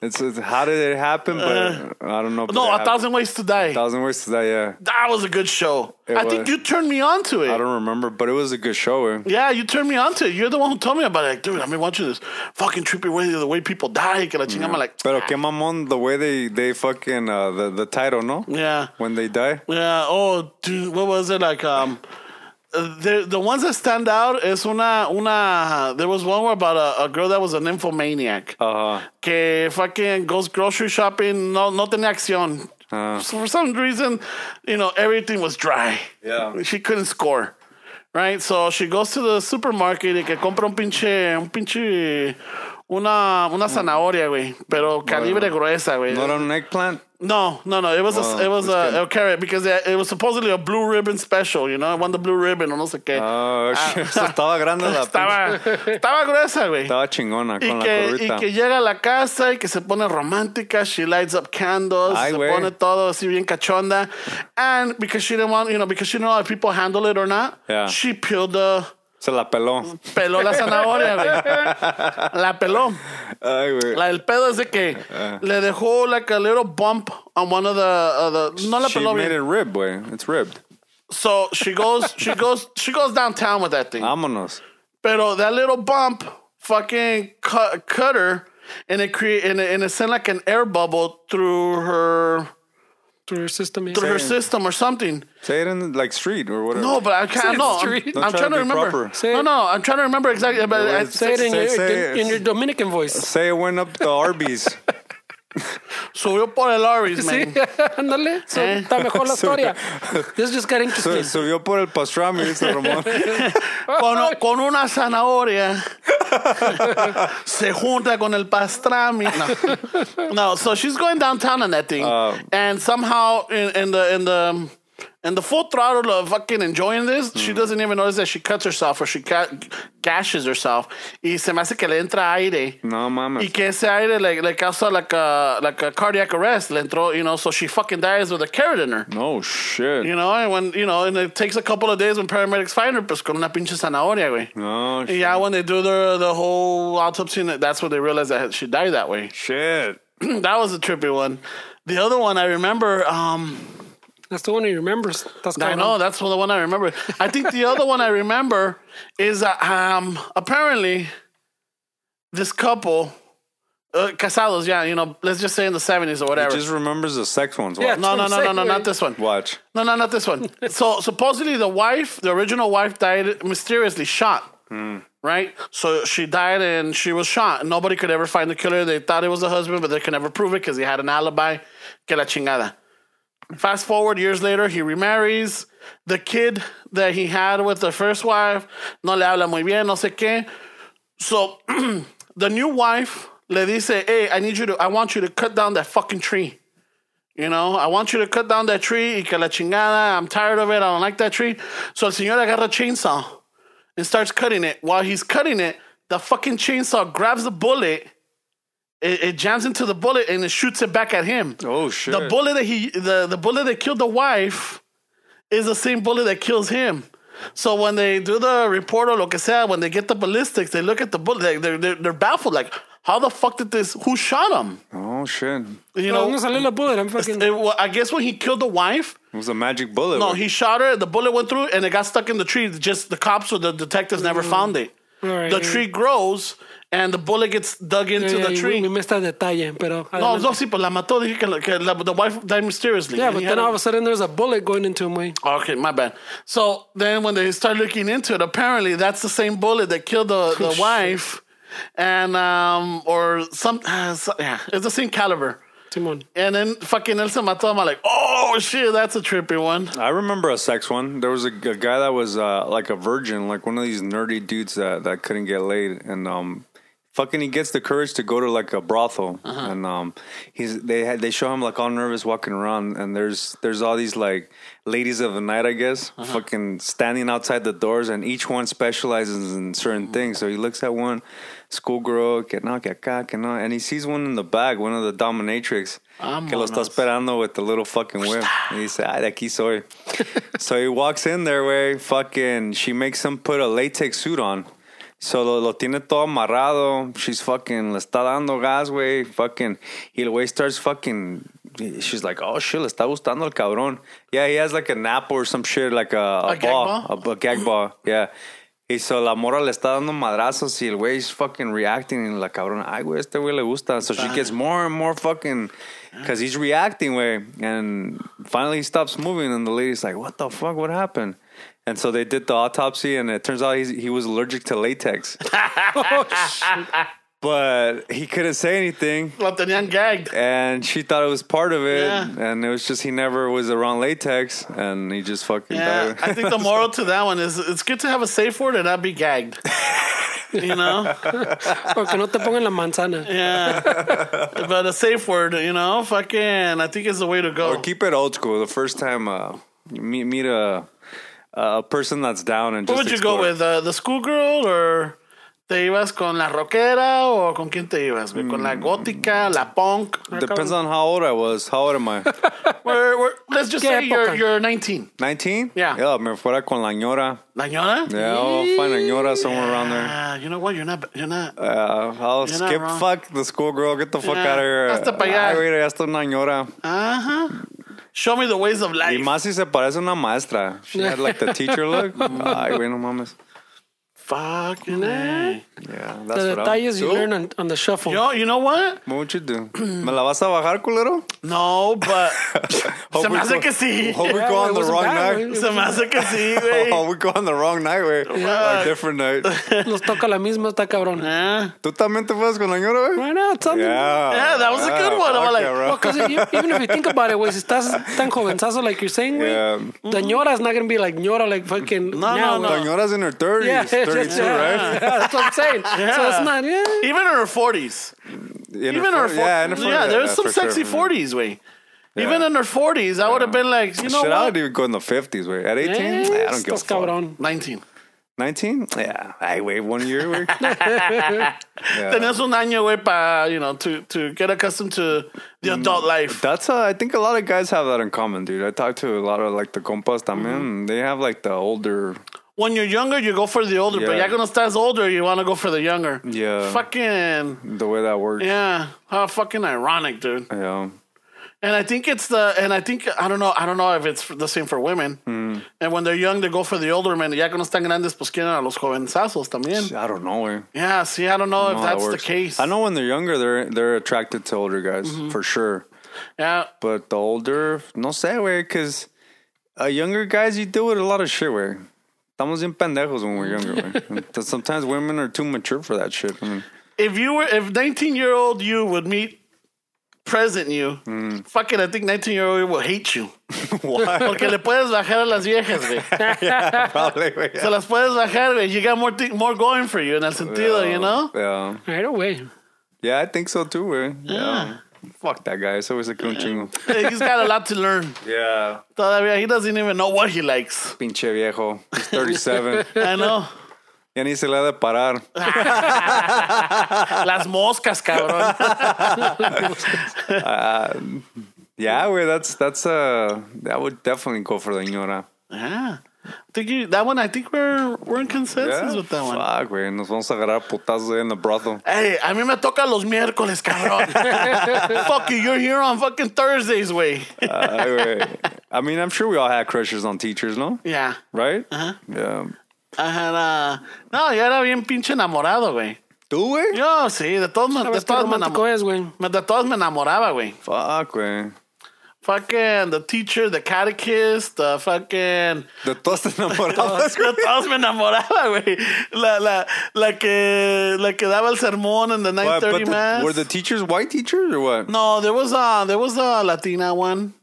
[SPEAKER 1] it's, it's how did it happen? But I don't know. but
[SPEAKER 2] no
[SPEAKER 1] it
[SPEAKER 2] a
[SPEAKER 1] happened.
[SPEAKER 2] thousand ways to die.
[SPEAKER 1] thousand words to that. Yeah,
[SPEAKER 2] That was a good show.
[SPEAKER 1] It
[SPEAKER 2] I think
[SPEAKER 1] was.
[SPEAKER 2] you turned me on to it.
[SPEAKER 1] I don't remember, but it was a good show. eh?
[SPEAKER 2] Yeah, you turned me on to it. You're the one who told me about it. Like, dude, I've been watching this fucking trippy way the way people die. Que la chingada. I'm like,
[SPEAKER 1] Pero que mamón the way they they fucking uh, the the title no
[SPEAKER 2] yeah,
[SPEAKER 1] when they die.
[SPEAKER 2] yeah. Oh, dude, what was it like? Um, uh, the the ones that stand out is una una. There was one where about a, a girl that was an infomaniac.
[SPEAKER 1] Uh,
[SPEAKER 2] que fucking goes grocery shopping, no, no tenía acción.
[SPEAKER 1] Ah.
[SPEAKER 2] So for some reason, you know, everything was dry.
[SPEAKER 1] Yeah.
[SPEAKER 2] She couldn't score. Right? So she goes to the supermarket y que compra un pinche, un pinche, una,
[SPEAKER 1] Mm.
[SPEAKER 2] una zanahoria, güey. Pero calibre gruesa, güey.
[SPEAKER 1] not on an eggplant.
[SPEAKER 2] No, no, no. It was
[SPEAKER 1] Oh,
[SPEAKER 2] a, it was
[SPEAKER 1] that's
[SPEAKER 2] a, a carrot because it, it was supposedly a blue ribbon special, you know? It won the blue ribbon o no sé qué.
[SPEAKER 1] Oh, estaba grande la pinche-
[SPEAKER 2] Ah. estaba, estaba gruesa, güey.
[SPEAKER 1] estaba chingona
[SPEAKER 2] Y
[SPEAKER 1] con la
[SPEAKER 2] que, y
[SPEAKER 1] curvita.
[SPEAKER 2] que llega a la casa y que se pone romántica. She lights up candles.
[SPEAKER 1] Ay,
[SPEAKER 2] se
[SPEAKER 1] güey.
[SPEAKER 2] pone todo así bien cachonda. And because she didn't want, you know, because she didn't know if people handle it or not,
[SPEAKER 1] Yeah.
[SPEAKER 2] she peeled the.
[SPEAKER 1] Se la peló.
[SPEAKER 2] Peló la zanahoria, güey. La peló.
[SPEAKER 1] Ay, güey.
[SPEAKER 2] La del pedo es de que
[SPEAKER 1] Uh.
[SPEAKER 2] le dejó like a little bump on one of the. uh, the- no la
[SPEAKER 1] She
[SPEAKER 2] peló
[SPEAKER 1] made
[SPEAKER 2] bien.
[SPEAKER 1] it rib, güey. It's ribbed.
[SPEAKER 2] So she goes, she goes, she goes downtown with that thing.
[SPEAKER 1] Vámonos.
[SPEAKER 2] Pero that little bump fucking cut, cut her and it create and it, and it sent like an air bubble through her
[SPEAKER 3] through your system. yeah.
[SPEAKER 2] through her system or something.
[SPEAKER 1] Say it in like street or whatever.
[SPEAKER 2] No, but I can't. No, I'm,
[SPEAKER 3] Street.
[SPEAKER 1] Don't
[SPEAKER 2] I'm
[SPEAKER 1] try
[SPEAKER 2] trying
[SPEAKER 1] to
[SPEAKER 2] to
[SPEAKER 1] be
[SPEAKER 2] remember.
[SPEAKER 1] proper.
[SPEAKER 3] Say
[SPEAKER 2] No,
[SPEAKER 3] it.
[SPEAKER 2] no, I'm trying to remember exactly. But I,
[SPEAKER 3] Say it in,
[SPEAKER 1] Say-
[SPEAKER 3] your,
[SPEAKER 1] say-
[SPEAKER 3] in your Dominican voice.
[SPEAKER 1] Say it went up the Arby's.
[SPEAKER 2] subió por el Aries,
[SPEAKER 3] Sí,
[SPEAKER 2] man.
[SPEAKER 3] ándale. So,
[SPEAKER 2] Eh.
[SPEAKER 3] Está mejor la
[SPEAKER 1] So-
[SPEAKER 3] historia. This just got interesting.
[SPEAKER 1] Se- Subió por el pastrami, dice Ramón.
[SPEAKER 2] Con, con una zanahoria se junta con el pastrami. No. no, so she's going downtown on that thing,
[SPEAKER 1] Oh.
[SPEAKER 2] and somehow in, in the in the in the full throttle of fucking enjoying this, she doesn't even notice that she cuts herself or she ca- gashes herself. Y se me hace que le entra aire.
[SPEAKER 1] No
[SPEAKER 2] Y
[SPEAKER 1] mames.
[SPEAKER 2] que ese aire le, le causa like a, like a cardiac arrest. Le entró, you know, so she fucking dies with a carrot in her.
[SPEAKER 1] No shit.
[SPEAKER 2] You know, and when, you know, and it takes a couple of days when paramedics find her, pues con una pinche zanahoria, güey.
[SPEAKER 1] No shit.
[SPEAKER 2] Yeah, when they do the the whole autopsy, and that's when they realize that she died that way.
[SPEAKER 1] Shit.
[SPEAKER 2] that was a trippy one. The other one I remember. Um,
[SPEAKER 3] That's the one he remembers. That's
[SPEAKER 2] I
[SPEAKER 3] cabrón.
[SPEAKER 2] know that's the one I remember. I think the other one I remember is that um, apparently this couple, uh, casados, yeah, you know, let's just say in the seventies or whatever.
[SPEAKER 1] Just remembers the sex ones.
[SPEAKER 3] Yeah.
[SPEAKER 1] Watch.
[SPEAKER 2] no, no, no, no, no,
[SPEAKER 3] Same.
[SPEAKER 2] not this one.
[SPEAKER 1] Watch.
[SPEAKER 2] No, no, not this one. so supposedly the wife, the original wife, died mysteriously shot. Right? So she died and she was shot. Nobody could ever find the killer. They thought it was the husband, but they could never prove it because he had an alibi. Que la chingada. Fast forward years later, he remarries. The kid that he had with the first wife, no le habla muy bien, no sé qué. So the new wife le dice, hey, I need you to, I want you to cut down that fucking tree. You know, I want you to cut down that tree. Y que la chingada, I'm tired of it. I don't like that tree. So el señor agarra a chainsaw and starts cutting it. While he's cutting it, the fucking chainsaw grabs the bullet. It, it jams into the bullet and it shoots it back at him.
[SPEAKER 1] Oh shit.
[SPEAKER 2] The bullet that he the, the bullet that killed the wife is the same bullet that kills him. So when they do the report or lo que sea, when they get the ballistics, they look at the bullet. They, they're, they're, they're baffled. Like, how the fuck did this? Who shot him?
[SPEAKER 1] Oh shit.
[SPEAKER 2] You
[SPEAKER 3] No,
[SPEAKER 2] know,
[SPEAKER 3] no salió la bullet. I'm fucking.
[SPEAKER 2] it, wa- I guess when he killed the wife,
[SPEAKER 1] It was a magic bullet.
[SPEAKER 2] no,
[SPEAKER 1] güey.
[SPEAKER 2] he shot her. The bullet went through and it got stuck in the tree. Just the cops or the detectives
[SPEAKER 3] Mm.
[SPEAKER 2] never found it.
[SPEAKER 3] Alright.
[SPEAKER 2] The tree grows and the bullet gets dug into
[SPEAKER 3] Yeah,
[SPEAKER 2] the
[SPEAKER 3] yeah,
[SPEAKER 2] tree.
[SPEAKER 3] We, we missed that detalle, pero.
[SPEAKER 2] no, no, sí, pues la mató. Dije que, la- que la, the wife died mysteriously.
[SPEAKER 3] Yeah,
[SPEAKER 2] And
[SPEAKER 3] but
[SPEAKER 2] he
[SPEAKER 3] then
[SPEAKER 2] had
[SPEAKER 3] all
[SPEAKER 2] a-
[SPEAKER 3] of a sudden there's a bullet going into him. Way.
[SPEAKER 2] Okay, my bad. So then when they start looking into it, apparently that's the same bullet that killed the, the wife and um or some uh, so- yeah, it's the same caliber.
[SPEAKER 3] Timon.
[SPEAKER 2] And then fucking Elsa mató I'm like, oh shit, that's a trippy one.
[SPEAKER 1] I remember a sex one. There was a, a guy that was uh, like a virgin, like one of these nerdy dudes that, that couldn't get laid, and um, fucking he gets the courage to go to like a brothel and um he's they had they show him like all nervous walking around and there's there's all these like ladies of the night I guess fucking standing outside the doors and each one specializes in certain things so he looks at one schoolgirl que no que acá que no and he sees one in the back one of the dominatrix que lo está
[SPEAKER 2] Vámonos.
[SPEAKER 1] esperando with the little fucking whip and he said de aquí soy so he walks in there way fucking she makes him put a latex suit on so lo, lo tiene todo amarrado. She's fucking, le está dando gas, güey. Fucking, y el güey starts fucking. She's like, oh shit, le está gustando el cabrón. Yeah, he has like a nap or some shit, like a, a,
[SPEAKER 2] A gag
[SPEAKER 1] ball, A, a gag ball. Yeah. Y so la mora le está dando madrazos y el güey is fucking reacting. Y la cabrona, ay, güey, este güey le gusta. So she gets more and more fucking,
[SPEAKER 2] Ah.
[SPEAKER 1] because he's reacting, güey. And finally he stops moving and the lady's like, what the fuck, what happened? And so they did the autopsy, and it turns out he's, he was allergic to latex. but he couldn't say anything,
[SPEAKER 2] Lo tenían gagged.
[SPEAKER 1] Eh, and she thought it was part of it.
[SPEAKER 2] Yeah.
[SPEAKER 1] And it was just he never was around latex, and he just fucking
[SPEAKER 2] Yeah,
[SPEAKER 1] died.
[SPEAKER 2] I think the moral to that one is it's good to have a safe word and not be gagged. You know,
[SPEAKER 3] Porque no te pongan la manzana.
[SPEAKER 2] yeah. But a safe word, you know, fucking, I think is the way to go.
[SPEAKER 1] or keep it old school. The first time uh, you meet, meet a, a person that's down and
[SPEAKER 2] What
[SPEAKER 1] just
[SPEAKER 2] would you go
[SPEAKER 1] explore.
[SPEAKER 2] with? Uh, the schoolgirl or te ibas con la rockera o con quién te ibas? güey? Con la
[SPEAKER 1] Mm.
[SPEAKER 2] gótica, la punk.
[SPEAKER 1] Depends on how old I was. How old am I?
[SPEAKER 2] We're, we're, let's just
[SPEAKER 3] ¿Qué
[SPEAKER 2] say you're,
[SPEAKER 3] época?
[SPEAKER 2] you're 19.
[SPEAKER 1] 19?
[SPEAKER 2] Yeah.
[SPEAKER 1] Yeah, me fuera con la ñora.
[SPEAKER 2] La ñora?
[SPEAKER 1] Yeah, I'll find a ñora somewhere around there.
[SPEAKER 2] Ah, you know what? You're not. You're not.
[SPEAKER 1] Uh, I'll
[SPEAKER 2] You're not
[SPEAKER 1] skip
[SPEAKER 2] wrong.
[SPEAKER 1] fuck the schoolgirl. Get the fuck
[SPEAKER 2] Yeah,
[SPEAKER 1] out of here.
[SPEAKER 2] hasta pa' allá.
[SPEAKER 1] Ay, güey, ya está una ñora.
[SPEAKER 2] Uh huh. Show me the ways of
[SPEAKER 1] Y
[SPEAKER 2] life.
[SPEAKER 1] más si se parece a una maestra. She had like the teacher look.
[SPEAKER 2] Mm.
[SPEAKER 1] Ay, güey, no mames.
[SPEAKER 2] Fucking. A.
[SPEAKER 1] Yeah,
[SPEAKER 3] The
[SPEAKER 1] that's what I
[SPEAKER 3] detalles you
[SPEAKER 1] Tú,
[SPEAKER 3] learn on, on the shuffle.
[SPEAKER 2] Yo, you know what?
[SPEAKER 1] What would you do? ¿Me la vas a bajar, culero?
[SPEAKER 2] No, but
[SPEAKER 1] Hope we
[SPEAKER 2] se me hace
[SPEAKER 1] go-
[SPEAKER 2] que sí.
[SPEAKER 1] Hope we
[SPEAKER 3] Yeah,
[SPEAKER 1] go
[SPEAKER 3] it
[SPEAKER 1] on the
[SPEAKER 3] wasn't
[SPEAKER 1] wrong
[SPEAKER 3] bad,
[SPEAKER 1] night.
[SPEAKER 2] Se me hace que sí, güey.
[SPEAKER 1] Hope we go on Oh, the wrong night, güey. Or different night.
[SPEAKER 3] Los toca la misma, está cabrón.
[SPEAKER 2] Eh.
[SPEAKER 1] ¿Tú también te fueras con la ñora, güey?
[SPEAKER 3] Right now, it's something.
[SPEAKER 1] Yeah.
[SPEAKER 2] Yeah, that was a good one. I'm
[SPEAKER 1] fuck
[SPEAKER 2] like,
[SPEAKER 1] yeah, bro.
[SPEAKER 3] Well, 'cause you- even if you think about it, güey, si estás tan jovenzazo like you're saying, güey,
[SPEAKER 1] Yeah.
[SPEAKER 3] the ñora's not going to be like ñora, like fucking.
[SPEAKER 2] No,
[SPEAKER 3] now,
[SPEAKER 2] no,
[SPEAKER 1] La
[SPEAKER 3] güey.
[SPEAKER 2] no.
[SPEAKER 1] ñora's in her 30s,
[SPEAKER 3] Yeah,
[SPEAKER 1] 32,
[SPEAKER 3] yeah,
[SPEAKER 1] right?
[SPEAKER 3] yeah, that's what I'm saying. So it's not, yeah.
[SPEAKER 2] Even in her 40s.
[SPEAKER 1] In
[SPEAKER 2] Even in her 40s.
[SPEAKER 1] Yeah,
[SPEAKER 2] Yeah,
[SPEAKER 1] in her 40s.
[SPEAKER 2] there's
[SPEAKER 1] yeah,
[SPEAKER 2] some
[SPEAKER 1] for sure.
[SPEAKER 2] sexy 40s, way. Even in her 40s, I would have been like, you know
[SPEAKER 1] Shit, I
[SPEAKER 2] what?
[SPEAKER 1] would even go in the 50s, güey. At 18?
[SPEAKER 3] Eh,
[SPEAKER 1] Nah, I don't give a
[SPEAKER 3] estás
[SPEAKER 1] fuck.
[SPEAKER 3] cabrón.
[SPEAKER 2] 19.
[SPEAKER 1] 19? Yeah. I wait one year. Wait.
[SPEAKER 2] Tenés un año, güey, pa, you know, to, to get accustomed to
[SPEAKER 1] Mm,
[SPEAKER 2] the adult life.
[SPEAKER 1] That's uh, I think a lot of guys have that in common, dude. I talk to a lot of like the compas
[SPEAKER 2] Mm-hmm.
[SPEAKER 1] también. They have like the older.
[SPEAKER 2] When you're younger, you go for the older, but
[SPEAKER 1] Yeah.
[SPEAKER 2] ya cuando estás older, you want to go for the younger.
[SPEAKER 1] Yeah.
[SPEAKER 2] Fucking,
[SPEAKER 1] The way that works.
[SPEAKER 2] yeah. How fucking ironic, dude.
[SPEAKER 1] Yeah.
[SPEAKER 2] And I think it's the and I think I don't know I don't know if it's the same for women.
[SPEAKER 1] Mm.
[SPEAKER 2] And when they're young, they go for the older men. Ya cuando están grandes, pues quieren a los jovenzazos también.
[SPEAKER 1] I don't know. Where.
[SPEAKER 2] Yeah, see, I don't know if that's the case. Mm-hmm.
[SPEAKER 1] I know when they're younger, they're they're attracted to older guys for sure.
[SPEAKER 2] Yeah,
[SPEAKER 1] But the older, no sé, güey, because uh, younger guys, you deal with a lot of shit, güey. Estamos bien pendejos when we're younger, güey. Sometimes women are too mature for that shit. I mean,
[SPEAKER 2] if you were if 19 year old you would meet present you, fucking I think 19 year old you will hate you.
[SPEAKER 1] Mm. why?
[SPEAKER 2] Porque le puedes bajar a las viejas, güey.
[SPEAKER 1] Probably, güey.
[SPEAKER 2] Se las puedes bajar, güey. You got more thi- more going for you in that sentido, you know?
[SPEAKER 1] Yeah.
[SPEAKER 3] Right away.
[SPEAKER 1] Yeah, I think so too, güey. Yeah. Fuck that guy. It's always a coon chingo.
[SPEAKER 2] He's got a lot to learn.
[SPEAKER 1] Yeah.
[SPEAKER 2] Todavía he doesn't even know what he likes.
[SPEAKER 1] Pinche viejo. He's 37.
[SPEAKER 2] I know.
[SPEAKER 1] ya ni se le ha de parar.
[SPEAKER 2] Las moscas, cabrón.
[SPEAKER 1] Yeah, güey, that's, that's, uh, that would definitely go for the ñora.
[SPEAKER 2] Yeah. Ah. Think you that one I think we're we're in consensus
[SPEAKER 1] Yeah.
[SPEAKER 2] with that one.
[SPEAKER 1] Fuck, güey. Nos vamos a agarrar putazos ahí in the brothel.
[SPEAKER 2] Hey, a mí me toca los miércoles, cabrón. Fuck you, you're here on fucking Thursdays, way.
[SPEAKER 1] Ay, güey. I mean, I'm sure we all had crushes on teachers, no?
[SPEAKER 2] yeah.
[SPEAKER 1] Right?
[SPEAKER 2] Uh-huh.
[SPEAKER 1] Yeah.
[SPEAKER 2] Ajá. No, yo era bien pinche enamorado, güey.
[SPEAKER 1] ¿Tú, güey?
[SPEAKER 2] Yo sí, de todos, me- de
[SPEAKER 3] ¿Sabes qué
[SPEAKER 2] todos me
[SPEAKER 3] romántico
[SPEAKER 2] enamoraba.
[SPEAKER 3] es, güey?
[SPEAKER 2] De todos me enamoraba, güey.
[SPEAKER 1] Fuck, güey.
[SPEAKER 2] Fucking the teacher, the catechist, the fucking
[SPEAKER 1] De todos te enamorabas,
[SPEAKER 2] Yo todos me enamoraba, güey. La, la, la que la que daba el sermón en the
[SPEAKER 1] But-
[SPEAKER 2] 930
[SPEAKER 1] but the-
[SPEAKER 2] mass.
[SPEAKER 1] were the teachers white teachers or what?
[SPEAKER 2] No, there was a there was a Latina one.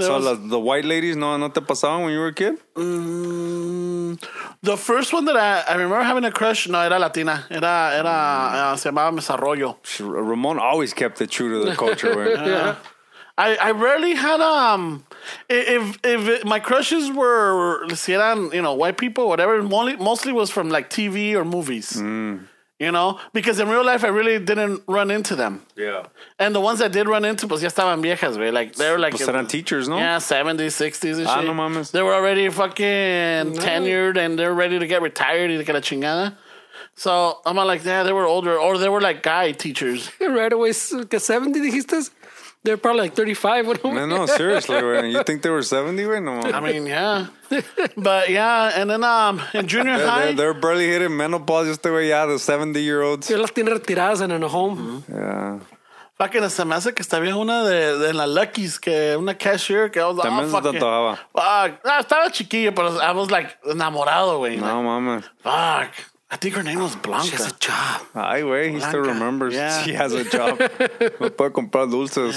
[SPEAKER 1] so
[SPEAKER 2] was-
[SPEAKER 1] las- the white ladies, no, no te pasaban when you were a kid?
[SPEAKER 2] Mm, the first one that I, I remember having a crush, no, era latina. Era, era, uh, se llamaba Miss Arroyo.
[SPEAKER 1] Sh- Ramon always kept it true to the culture. Where,
[SPEAKER 3] Yeah.
[SPEAKER 2] I, I rarely had um i- if if it, my crushes were si eran you know white people whatever mostly, mostly was from like TV or movies
[SPEAKER 1] Mm.
[SPEAKER 2] you know because in real life I really didn't run into them
[SPEAKER 1] yeah.
[SPEAKER 2] and the ones I did run into pues ya estaban viejas güey like they were like
[SPEAKER 1] Pues eran teachers, no?
[SPEAKER 2] yeah 70s 60s and
[SPEAKER 1] Ah,
[SPEAKER 2] shit
[SPEAKER 1] no mames.
[SPEAKER 2] they were already fucking tenured and they're ready to get retired y que la chingada so I'm like yeah they were older or they were like guy teachers
[SPEAKER 3] Right away, s- que 70 dijiste, they're probably like 35.
[SPEAKER 1] No, no, seriously, güey. You think they were 70, güey? No,
[SPEAKER 2] I mean, yeah, but yeah, and then um, in junior
[SPEAKER 1] they're,
[SPEAKER 2] high,
[SPEAKER 1] they're, they're barely hitting menopause just the way, yeah, the 70 year olds.
[SPEAKER 3] Ya las tiene retiradas en a home.
[SPEAKER 1] Yeah.
[SPEAKER 2] fucking se me hace que estaba una de, de la Lucky's que una cashier que I was like,
[SPEAKER 1] También
[SPEAKER 2] oh,
[SPEAKER 1] se
[SPEAKER 2] fucking,
[SPEAKER 1] tatuaba.
[SPEAKER 2] fuck, no, estaba chiquillo, pero I was like enamorado, güey.
[SPEAKER 1] No, mama.
[SPEAKER 2] Like, fuck, I think her name was Blanca.
[SPEAKER 3] She has a job.
[SPEAKER 1] Ay, güey, he still
[SPEAKER 2] Blanca.
[SPEAKER 1] remembers.
[SPEAKER 2] Yeah.
[SPEAKER 1] She has a job. No puede comprar dulces.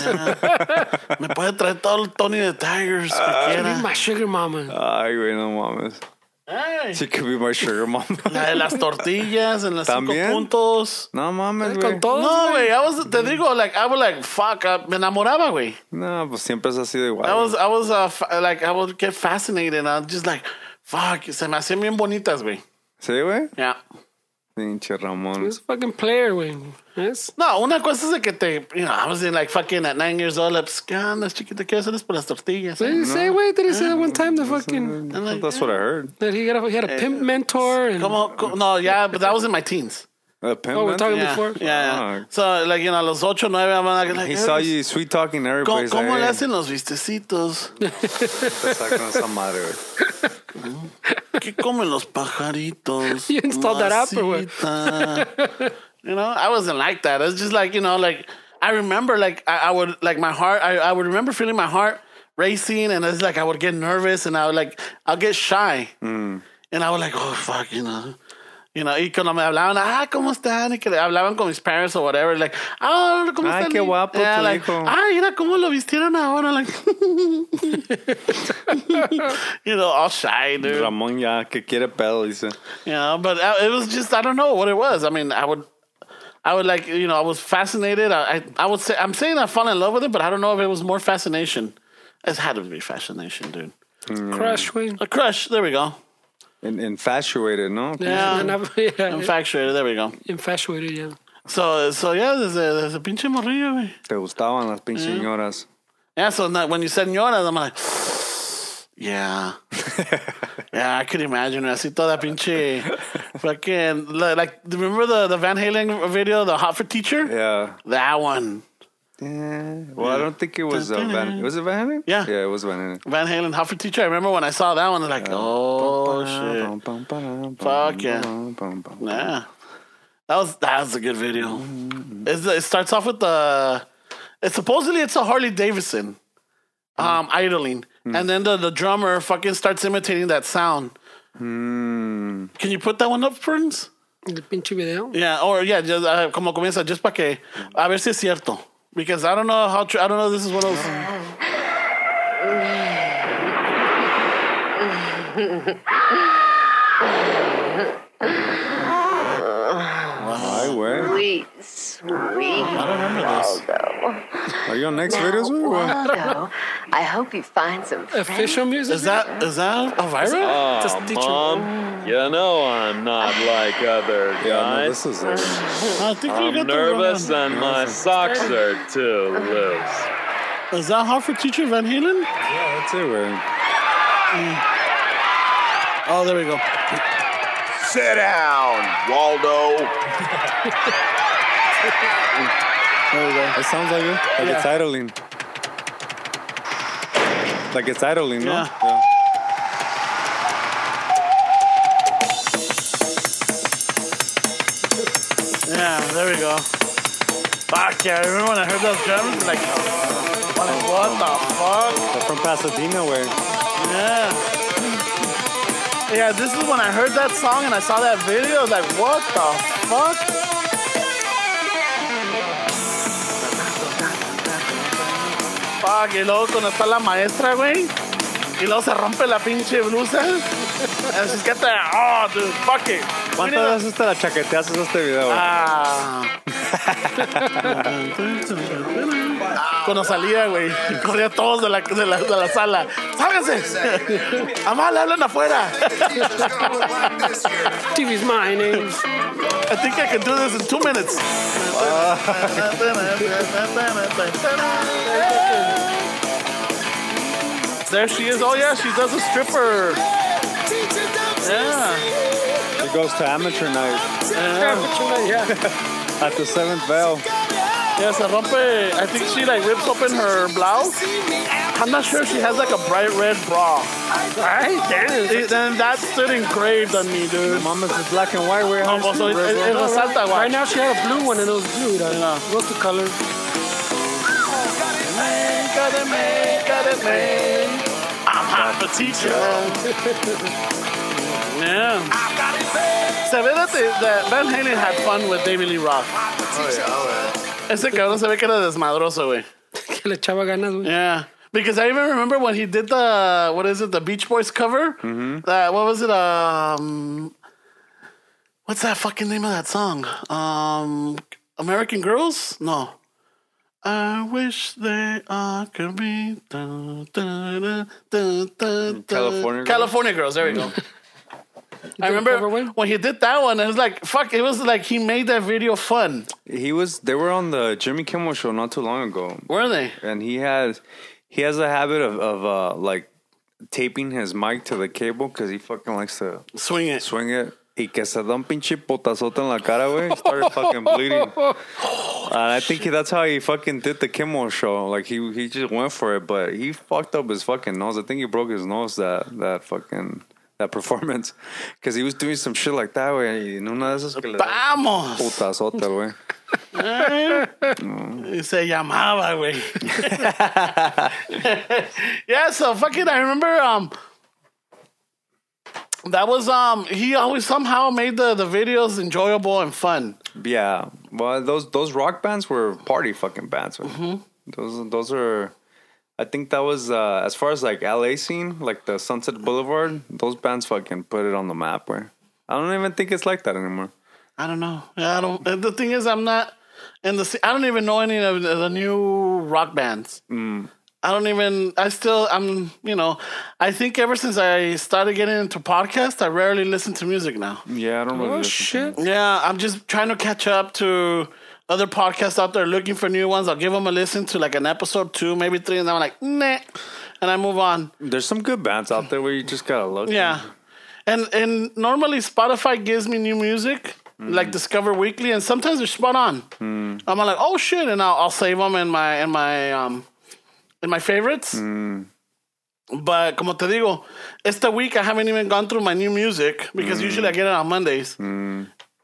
[SPEAKER 2] Me puede traer todo el Tony the Tigers
[SPEAKER 1] Ah,
[SPEAKER 2] que
[SPEAKER 3] I need
[SPEAKER 2] quiera.
[SPEAKER 3] my sugar mama.
[SPEAKER 1] Ay, güey, no mames.
[SPEAKER 2] Ay,
[SPEAKER 1] She could be my sugar mama.
[SPEAKER 2] La de las tortillas en las cinco
[SPEAKER 1] También.
[SPEAKER 2] puntos.
[SPEAKER 1] No mames,
[SPEAKER 3] Con
[SPEAKER 1] Ah, güey.
[SPEAKER 3] todos.
[SPEAKER 2] No, güey, I was, te digo, like, I was like, fuck, I- me enamoraba, güey.
[SPEAKER 1] No, pues siempre es así de igual.
[SPEAKER 2] I
[SPEAKER 1] güey.
[SPEAKER 2] was, I was, uh, fa- like, I would get fascinated. and I was just like, fuck, se me hacían bien bonitas, güey.
[SPEAKER 1] ¿Sí, güey?
[SPEAKER 2] Yeah.
[SPEAKER 1] Pinche Ramón.
[SPEAKER 3] He's a fucking player, güey. Yes.
[SPEAKER 2] No, una cosa es de que te, you know, I was in like fucking at nine years old, like, pues, ¿qué onda, chiquita? ¿Qué haces por las tortillas? eh?"
[SPEAKER 3] Did he say, wait, did he say that one time the fucking,
[SPEAKER 2] I'm like,
[SPEAKER 1] That's what I heard.
[SPEAKER 3] that he, got a, he had a pimp mentor? And,
[SPEAKER 2] "¿Cómo- cómo?" No, yeah, but that was in my teens.
[SPEAKER 1] A pen
[SPEAKER 3] oh, we're
[SPEAKER 1] man?
[SPEAKER 3] talking
[SPEAKER 2] Yeah,
[SPEAKER 3] before?
[SPEAKER 2] yeah, yeah.
[SPEAKER 1] Oh.
[SPEAKER 2] So, like, you know, a los ocho, nueve, I'm like,
[SPEAKER 1] He
[SPEAKER 2] like,
[SPEAKER 1] saw
[SPEAKER 2] "Eh,
[SPEAKER 1] you sweet talking
[SPEAKER 2] ¿Cómo,
[SPEAKER 1] everybody.
[SPEAKER 2] cómo le hacen los vistecitos?
[SPEAKER 1] eh, Te sacan esa madre, güey.
[SPEAKER 2] ¿Qué comen los pajaritos?
[SPEAKER 3] You installed that app or what?
[SPEAKER 2] Mamacita. You know, I wasn't like that. It's just like, you know, like I remember like I, I would like my heart I, I would remember feeling my heart racing and it's like I would get nervous and I would like I'll get shy. And I would like, oh fuck, you know. You know, y cuando me hablaban, ah, ¿cómo están? Y que hablaban con mis parents or whatever, like, ah, ¿cómo
[SPEAKER 1] Ay,
[SPEAKER 2] están?
[SPEAKER 1] qué guapo tu
[SPEAKER 2] like,
[SPEAKER 1] hijo.
[SPEAKER 2] Ay, mira cómo lo vistieron ahora, like, you know, all shy, dude.
[SPEAKER 1] Ramón ya, que quiere pedo, dice.
[SPEAKER 2] You know, but I, it was just I don't know what it was. I mean, I would, I would like you know I was fascinated. I I, I would say I'm saying I fell in love with it, but I don't know if it was more fascination. It had to be fascination, dude.
[SPEAKER 3] Crush, güey.
[SPEAKER 2] A crush. There we go.
[SPEAKER 1] In- infatuated, ¿no?
[SPEAKER 2] Yeah.
[SPEAKER 3] And I've- yeah,
[SPEAKER 2] Infatuated. There we go.
[SPEAKER 3] infatuated, yeah.
[SPEAKER 2] So so yeah, there's a there's a pinche morrillo. güey.
[SPEAKER 1] Te gustaban las pinches señoras.
[SPEAKER 2] Yeah. So now, when you said señoras, I'm like. Yeah, yeah, I could imagine. I see toda pinche fucking like, like remember the, the Van Halen video, the Hot for Teacher?
[SPEAKER 1] Yeah.
[SPEAKER 2] That one.
[SPEAKER 1] Yeah. Well, I don't think it was uh, Van. Was it Van Halen?
[SPEAKER 2] Yeah.
[SPEAKER 1] Yeah, it was Van Halen.
[SPEAKER 2] Van Halen, Hot for Teacher. I remember when I saw that one, I was like, oh shit, Fuck yeah. yeah. That was that was a good video.
[SPEAKER 4] Mm-hmm.
[SPEAKER 2] It's, it starts off with the, it's supposedly it's a Harley Davidson,
[SPEAKER 4] Mm-hmm.
[SPEAKER 2] um, idling,
[SPEAKER 4] Mm.
[SPEAKER 2] and then the, the drummer fucking starts imitating that sound.
[SPEAKER 4] Mm.
[SPEAKER 2] Can you put that one up, friends?
[SPEAKER 3] El pinche video.
[SPEAKER 2] Yeah, or yeah, just uh, como comienza, just para que a ver si es cierto. Because I don't know how true. I don't know. This is one of those.
[SPEAKER 1] Ay, güey.
[SPEAKER 5] Sweet, sweet
[SPEAKER 2] I don't remember this.
[SPEAKER 5] Waldo.
[SPEAKER 1] Are you on next videos, güey? What?
[SPEAKER 5] Waldo, I hope you find some friends.
[SPEAKER 3] Official music. Oh,
[SPEAKER 2] Is that Oh, is that Elvira?
[SPEAKER 3] Just teacher.
[SPEAKER 4] Mom, you know I'm not like other guys.
[SPEAKER 1] Yeah, no, this is it.
[SPEAKER 2] I think we
[SPEAKER 4] I'm
[SPEAKER 2] got the wrong
[SPEAKER 4] nervous
[SPEAKER 2] one.
[SPEAKER 4] and my socks are too loose.
[SPEAKER 2] Is that hard for teacher Van Halen?
[SPEAKER 1] Yeah, that's it, güey.
[SPEAKER 2] Oh, there we go.
[SPEAKER 6] Sit down, Waldo.
[SPEAKER 2] There we go.
[SPEAKER 1] It sounds like it. Like it's idling. Like it's idling, no?
[SPEAKER 2] Yeah. Yeah, there we go. Fuck yeah! I remember when I heard those drums, like, what the fuck?
[SPEAKER 1] They're from Pasadena, where
[SPEAKER 2] Yeah. Yeah, this is when I heard that song and I saw that video. I was like, what the fuck? dog. Y luego cuando está la maestra, güey. Y luego se rompe la pinche blusa. And she's got that, oh, dude, fuck it. We need
[SPEAKER 1] ¿Cuántas
[SPEAKER 2] a-
[SPEAKER 1] veces te la chaqueteas en este video, güey?
[SPEAKER 2] Ah. Cuando salía, güey, corría todos de la, de la, de la sala. ¡Sálganse! ¡Amá, le hablan afuera!
[SPEAKER 3] TV's mine. eh.
[SPEAKER 2] I think I can do this in two minutes. there she is. Oh, yeah, she does a stripper. Yeah.
[SPEAKER 1] It goes to amateur night
[SPEAKER 3] Yeah.
[SPEAKER 1] at the Seventh Veil.
[SPEAKER 2] Yeah, se rompe. I think she like rips open her blouse. I'm not sure she has like a bright red bra.
[SPEAKER 3] Right? Damn.
[SPEAKER 2] It, and that stood engraved on me, dude.
[SPEAKER 1] Mama's is black and white. We're
[SPEAKER 2] No, but so it, it, it resalta,
[SPEAKER 3] Right
[SPEAKER 2] guay.
[SPEAKER 3] now she had a blue one and it was blue. Dog.
[SPEAKER 2] Yeah.
[SPEAKER 3] What's the color?
[SPEAKER 2] Got it made, got it made. I'm hot for teacher. yeah. Se ve that, they, that Van Halen had fun with David Lee Roth. Oh, Ese cabrón se ve que era desmadroso, güey.
[SPEAKER 3] Que le echaba ganas, güey.
[SPEAKER 2] Yeah. Because I even remember when he did the what is it, the Beach Boys cover? That what was it? Um What's that fucking name of that song? Um American Girls? No. I wish they all could be da, da, da, da, da, da.
[SPEAKER 1] California Girls?
[SPEAKER 2] California Girls, there we go. I remember
[SPEAKER 3] cover one?
[SPEAKER 2] when he did that one, it was like fuck. It was like he made that video fun.
[SPEAKER 1] He was. They were on the Jimmy Kimmel show not too long ago,
[SPEAKER 2] Were they?
[SPEAKER 1] and he has he has a habit of of uh, like taping his mic to the cable because he fucking likes to
[SPEAKER 2] Swing it.
[SPEAKER 1] swing it. Y que se da un pinche potazote en la cara, güey. He Started fucking bleeding. And I think that's how he fucking did the Kimmel show. Like, he, he just went for it, but he fucked up his fucking nose. I think he broke his nose that, that fucking, that performance. Because he was doing some shit like that, güey. Y en una de esas que le da
[SPEAKER 2] Vamos.
[SPEAKER 1] un potazote, güey.
[SPEAKER 2] Y Se llamaba, güey. yeah, so fucking, I remember um, that was um, he always somehow made the, the videos enjoyable and fun.
[SPEAKER 1] Yeah. Well, those those rock bands were party fucking bands. Mm-hmm. Those those are. I think that was uh, as far as like LA scene, like the Sunset Boulevard. Those bands fucking put it on the map. Where I don't even think it's like that anymore.
[SPEAKER 2] I don't know. Yeah, I don't. and The thing is, I'm not in the. sce- I don't even know any of the the new rock bands. I don't even. I still. I'm. You know. I think ever since I started getting into podcasts, I rarely listen to music now.
[SPEAKER 1] Yeah, I don't really.
[SPEAKER 3] Oh,
[SPEAKER 1] listen to
[SPEAKER 3] shit.
[SPEAKER 2] Yeah, I'm just trying to catch up to other podcasts out there looking for new ones. I'll give them a listen to like an episode two, maybe three, and then I'm like, nah, and I move on.
[SPEAKER 1] them. There's some good bands out there where you just gotta look.
[SPEAKER 2] Yeah, and and normally Spotify gives me new music.
[SPEAKER 1] Mm.
[SPEAKER 2] Like Discover Weekly, and sometimes they're spot on. I'm like, oh shit, and I'll, I'll save them in my in my um in my favorites.
[SPEAKER 1] Mm.
[SPEAKER 2] But como te digo, esta week I haven't even gone through my new music because usually
[SPEAKER 1] Mm.
[SPEAKER 2] I get it on Mondays.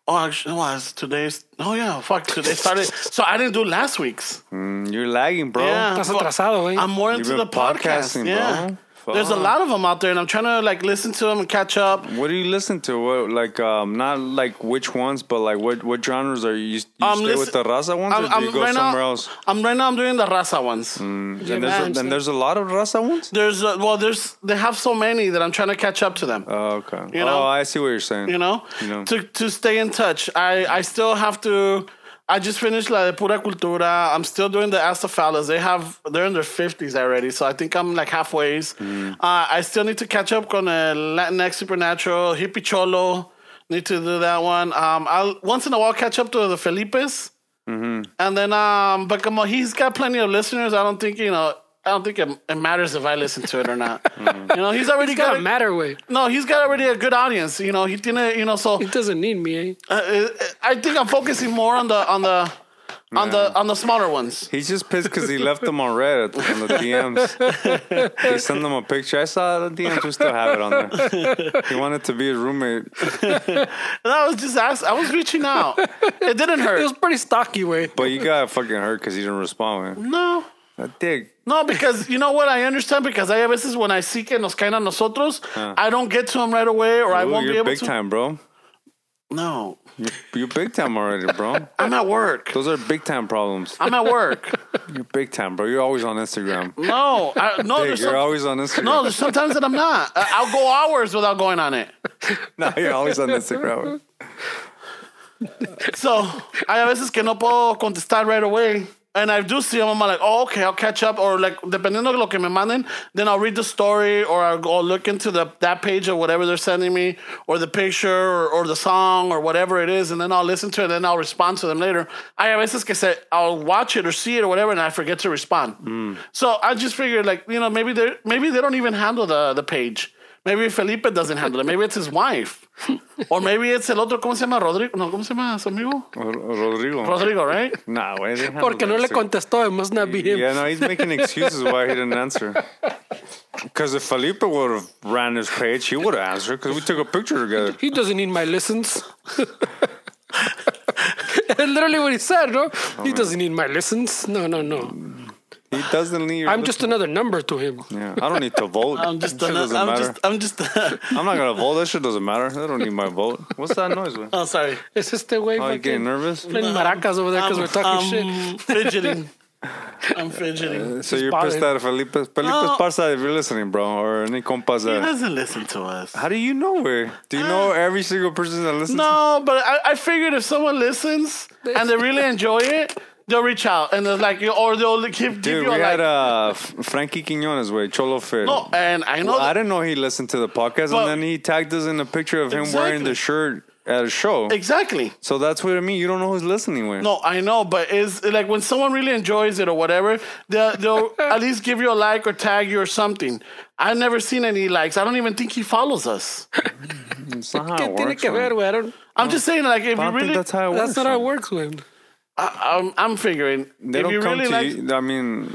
[SPEAKER 2] Oh, actually, no, it's today's. Oh yeah, fuck, today started. so I didn't do last week's.
[SPEAKER 1] Mm, You're lagging, bro.
[SPEAKER 2] Yeah,
[SPEAKER 3] Estás atrasado, güey.
[SPEAKER 2] I'm more into
[SPEAKER 1] been
[SPEAKER 2] the podcast.
[SPEAKER 1] podcasting,
[SPEAKER 2] Yeah,
[SPEAKER 1] bro.
[SPEAKER 2] there's a
[SPEAKER 1] Fuck.
[SPEAKER 2] lot of them out there, and I'm trying to like listen to them and catch up.
[SPEAKER 1] What do you listen to? What like um not like which ones, but like what what genres are you? You
[SPEAKER 2] Um,
[SPEAKER 1] stay with
[SPEAKER 2] listen-
[SPEAKER 1] the raza ones, or do you go
[SPEAKER 2] right
[SPEAKER 1] somewhere
[SPEAKER 2] now,
[SPEAKER 1] else? Mm.
[SPEAKER 2] I'm right now. I'm doing the raza ones.
[SPEAKER 1] And there's, a, and there's a lot of raza ones.
[SPEAKER 2] There's uh, well, there's they have so many that I'm trying to catch up to them.
[SPEAKER 1] Oh, okay.
[SPEAKER 2] You
[SPEAKER 1] oh,
[SPEAKER 2] know?
[SPEAKER 1] I see what you're saying.
[SPEAKER 2] you know,
[SPEAKER 1] know.
[SPEAKER 2] to to stay in touch. I I still have to. I just finished La de Pura Cultura. I'm still doing the Astafellas. They have they're in their fifties already, so I think I'm like halfways. Uh, I still need to catch up on a Latinx Supernatural, Hippie Cholo. Need to do that one. Um, I'll once in a while catch up to the Felipe's, and then um, but come on, he's got plenty of listeners. I don't think you know. I don't think it, it matters if I listen to it or not. You know, he's already
[SPEAKER 3] It
[SPEAKER 2] got
[SPEAKER 3] doesn't
[SPEAKER 2] a-
[SPEAKER 3] matter, güey.
[SPEAKER 2] no, he's got already a good audience. You know, he didn't. You know, so
[SPEAKER 3] It doesn't need me, eh?
[SPEAKER 2] uh, I think I'm focusing more on the on the on the on the smaller ones.
[SPEAKER 1] He's just pissed because he left them on red at- on the DMs. he sent them a picture. I saw the DMs. We still have it on there. He wanted to be his roommate.
[SPEAKER 2] And I was just ask, I was reaching out. It didn't
[SPEAKER 3] It was
[SPEAKER 2] hurt.
[SPEAKER 3] pretty stocky, way.
[SPEAKER 1] But you got fucking hurt because he didn't respond. Man.
[SPEAKER 2] No,
[SPEAKER 1] That dick.
[SPEAKER 2] no, because you know what? I understand because I a veces when I see que nos caen a nosotros, I don't get to him right away, or I
[SPEAKER 1] Ooh,
[SPEAKER 2] won't be
[SPEAKER 1] you're
[SPEAKER 2] able
[SPEAKER 1] big
[SPEAKER 2] to.
[SPEAKER 1] time, bro.
[SPEAKER 2] No,
[SPEAKER 1] You big time already, bro.
[SPEAKER 2] I'm at work.
[SPEAKER 1] Those are big time problems.
[SPEAKER 2] I'm at work.
[SPEAKER 1] You're big time, bro. You're always on Instagram.
[SPEAKER 2] No, I, no,
[SPEAKER 1] Hey,
[SPEAKER 2] there's
[SPEAKER 1] you're
[SPEAKER 2] some-
[SPEAKER 1] always on Instagram.
[SPEAKER 2] no, there's sometimes that I'm not. I, I'll go hours without going on it.
[SPEAKER 1] no, you're always on Instagram.
[SPEAKER 2] So hay a veces que no puedo contestar right away. And I do see them. I'm like, oh, okay, I'll catch up. Or like, dependiendo de lo que me manden, then I'll read the story or I'll go look into the that page or whatever they're sending me or the picture or, or the song or whatever it is. And then I'll listen to it and then I'll respond to them later. Hay a veces que se, I'll watch it or see it or whatever and I forget to respond. So I just figured like, you know, maybe they maybe they don't even handle the, the page. Maybe Felipe doesn't handle it. Maybe it's his wife. or maybe it's el otro, ¿cómo se llama? Rodrigo. No, ¿cómo se llama su amigo?
[SPEAKER 1] Ro- Rodrigo.
[SPEAKER 2] Rodrigo, right?
[SPEAKER 1] Nah, wait. they handle
[SPEAKER 3] Porque no
[SPEAKER 1] their
[SPEAKER 3] le
[SPEAKER 2] eh.
[SPEAKER 1] Instagram.
[SPEAKER 3] contestó. It must not be him.
[SPEAKER 1] Yeah, no, he's making excuses why he didn't answer. Because if Felipe would have ran his page, he would have answered because we took a picture together.
[SPEAKER 3] He doesn't need my listens. That's literally what he said, no?
[SPEAKER 1] Oh,
[SPEAKER 3] he doesn't need my listens. No, no, no.
[SPEAKER 1] He doesn't need. your
[SPEAKER 3] I'm just another number to him.
[SPEAKER 1] Yeah, I don't need to vote.
[SPEAKER 2] I'm just,
[SPEAKER 1] That shit
[SPEAKER 2] I'm
[SPEAKER 1] doesn't matter.
[SPEAKER 2] just, I'm just,
[SPEAKER 1] I'm not gonna vote. That shit doesn't matter. I don't need my vote. What's that noise? Man?
[SPEAKER 2] oh, sorry.
[SPEAKER 3] It's just the way
[SPEAKER 1] Oh, you getting
[SPEAKER 3] fucking
[SPEAKER 1] nervous?
[SPEAKER 3] playing maracas over there because we're talking shit.
[SPEAKER 2] shit. Fidgeting. I'm fidgeting.
[SPEAKER 1] So you're
[SPEAKER 3] bothering.
[SPEAKER 1] pissed at Felipe? Felipe
[SPEAKER 2] No.
[SPEAKER 1] Esparza, if you're listening, bro, or any compas
[SPEAKER 2] He
[SPEAKER 1] that.
[SPEAKER 2] doesn't listen to us.
[SPEAKER 1] How do you know where? Do you know every single person that listens?
[SPEAKER 2] Ah. No, but I, I figured if someone listens and they really enjoy it, they'll reach out and they're like, or they'll give, give
[SPEAKER 1] Dude, we
[SPEAKER 2] you a like.
[SPEAKER 1] had uh, F- Frankie Quinones, way Cholo Fit.
[SPEAKER 2] no, and I know.
[SPEAKER 1] Well, I
[SPEAKER 2] that-
[SPEAKER 1] didn't know he listened to the podcast,
[SPEAKER 2] But-
[SPEAKER 1] and then he tagged us in a picture of him wearing
[SPEAKER 2] Exactly.
[SPEAKER 1] the shirt at a show.
[SPEAKER 2] exactly.
[SPEAKER 1] so that's what I mean. You don't know who's listening. Where?
[SPEAKER 2] No, I know, but is like when someone really enjoys it or whatever, they'll, they'll at least give you a like or tag you or something. I've never seen any likes. I don't even think he follows us.
[SPEAKER 1] it's not how
[SPEAKER 3] ¿Qué
[SPEAKER 1] it
[SPEAKER 3] tiene
[SPEAKER 1] works,
[SPEAKER 3] que
[SPEAKER 1] man.
[SPEAKER 3] ver, güey? I don't.
[SPEAKER 2] I'm just saying, like if
[SPEAKER 1] I don't
[SPEAKER 2] you
[SPEAKER 1] think
[SPEAKER 2] really,
[SPEAKER 1] that's how it
[SPEAKER 3] That's
[SPEAKER 1] works.
[SPEAKER 3] not how it
[SPEAKER 1] man.
[SPEAKER 3] works, güey.
[SPEAKER 2] I, I'm, I'm figuring
[SPEAKER 1] They
[SPEAKER 2] if
[SPEAKER 1] don't
[SPEAKER 2] you
[SPEAKER 1] come
[SPEAKER 2] really
[SPEAKER 1] to
[SPEAKER 2] like,
[SPEAKER 1] you. I mean,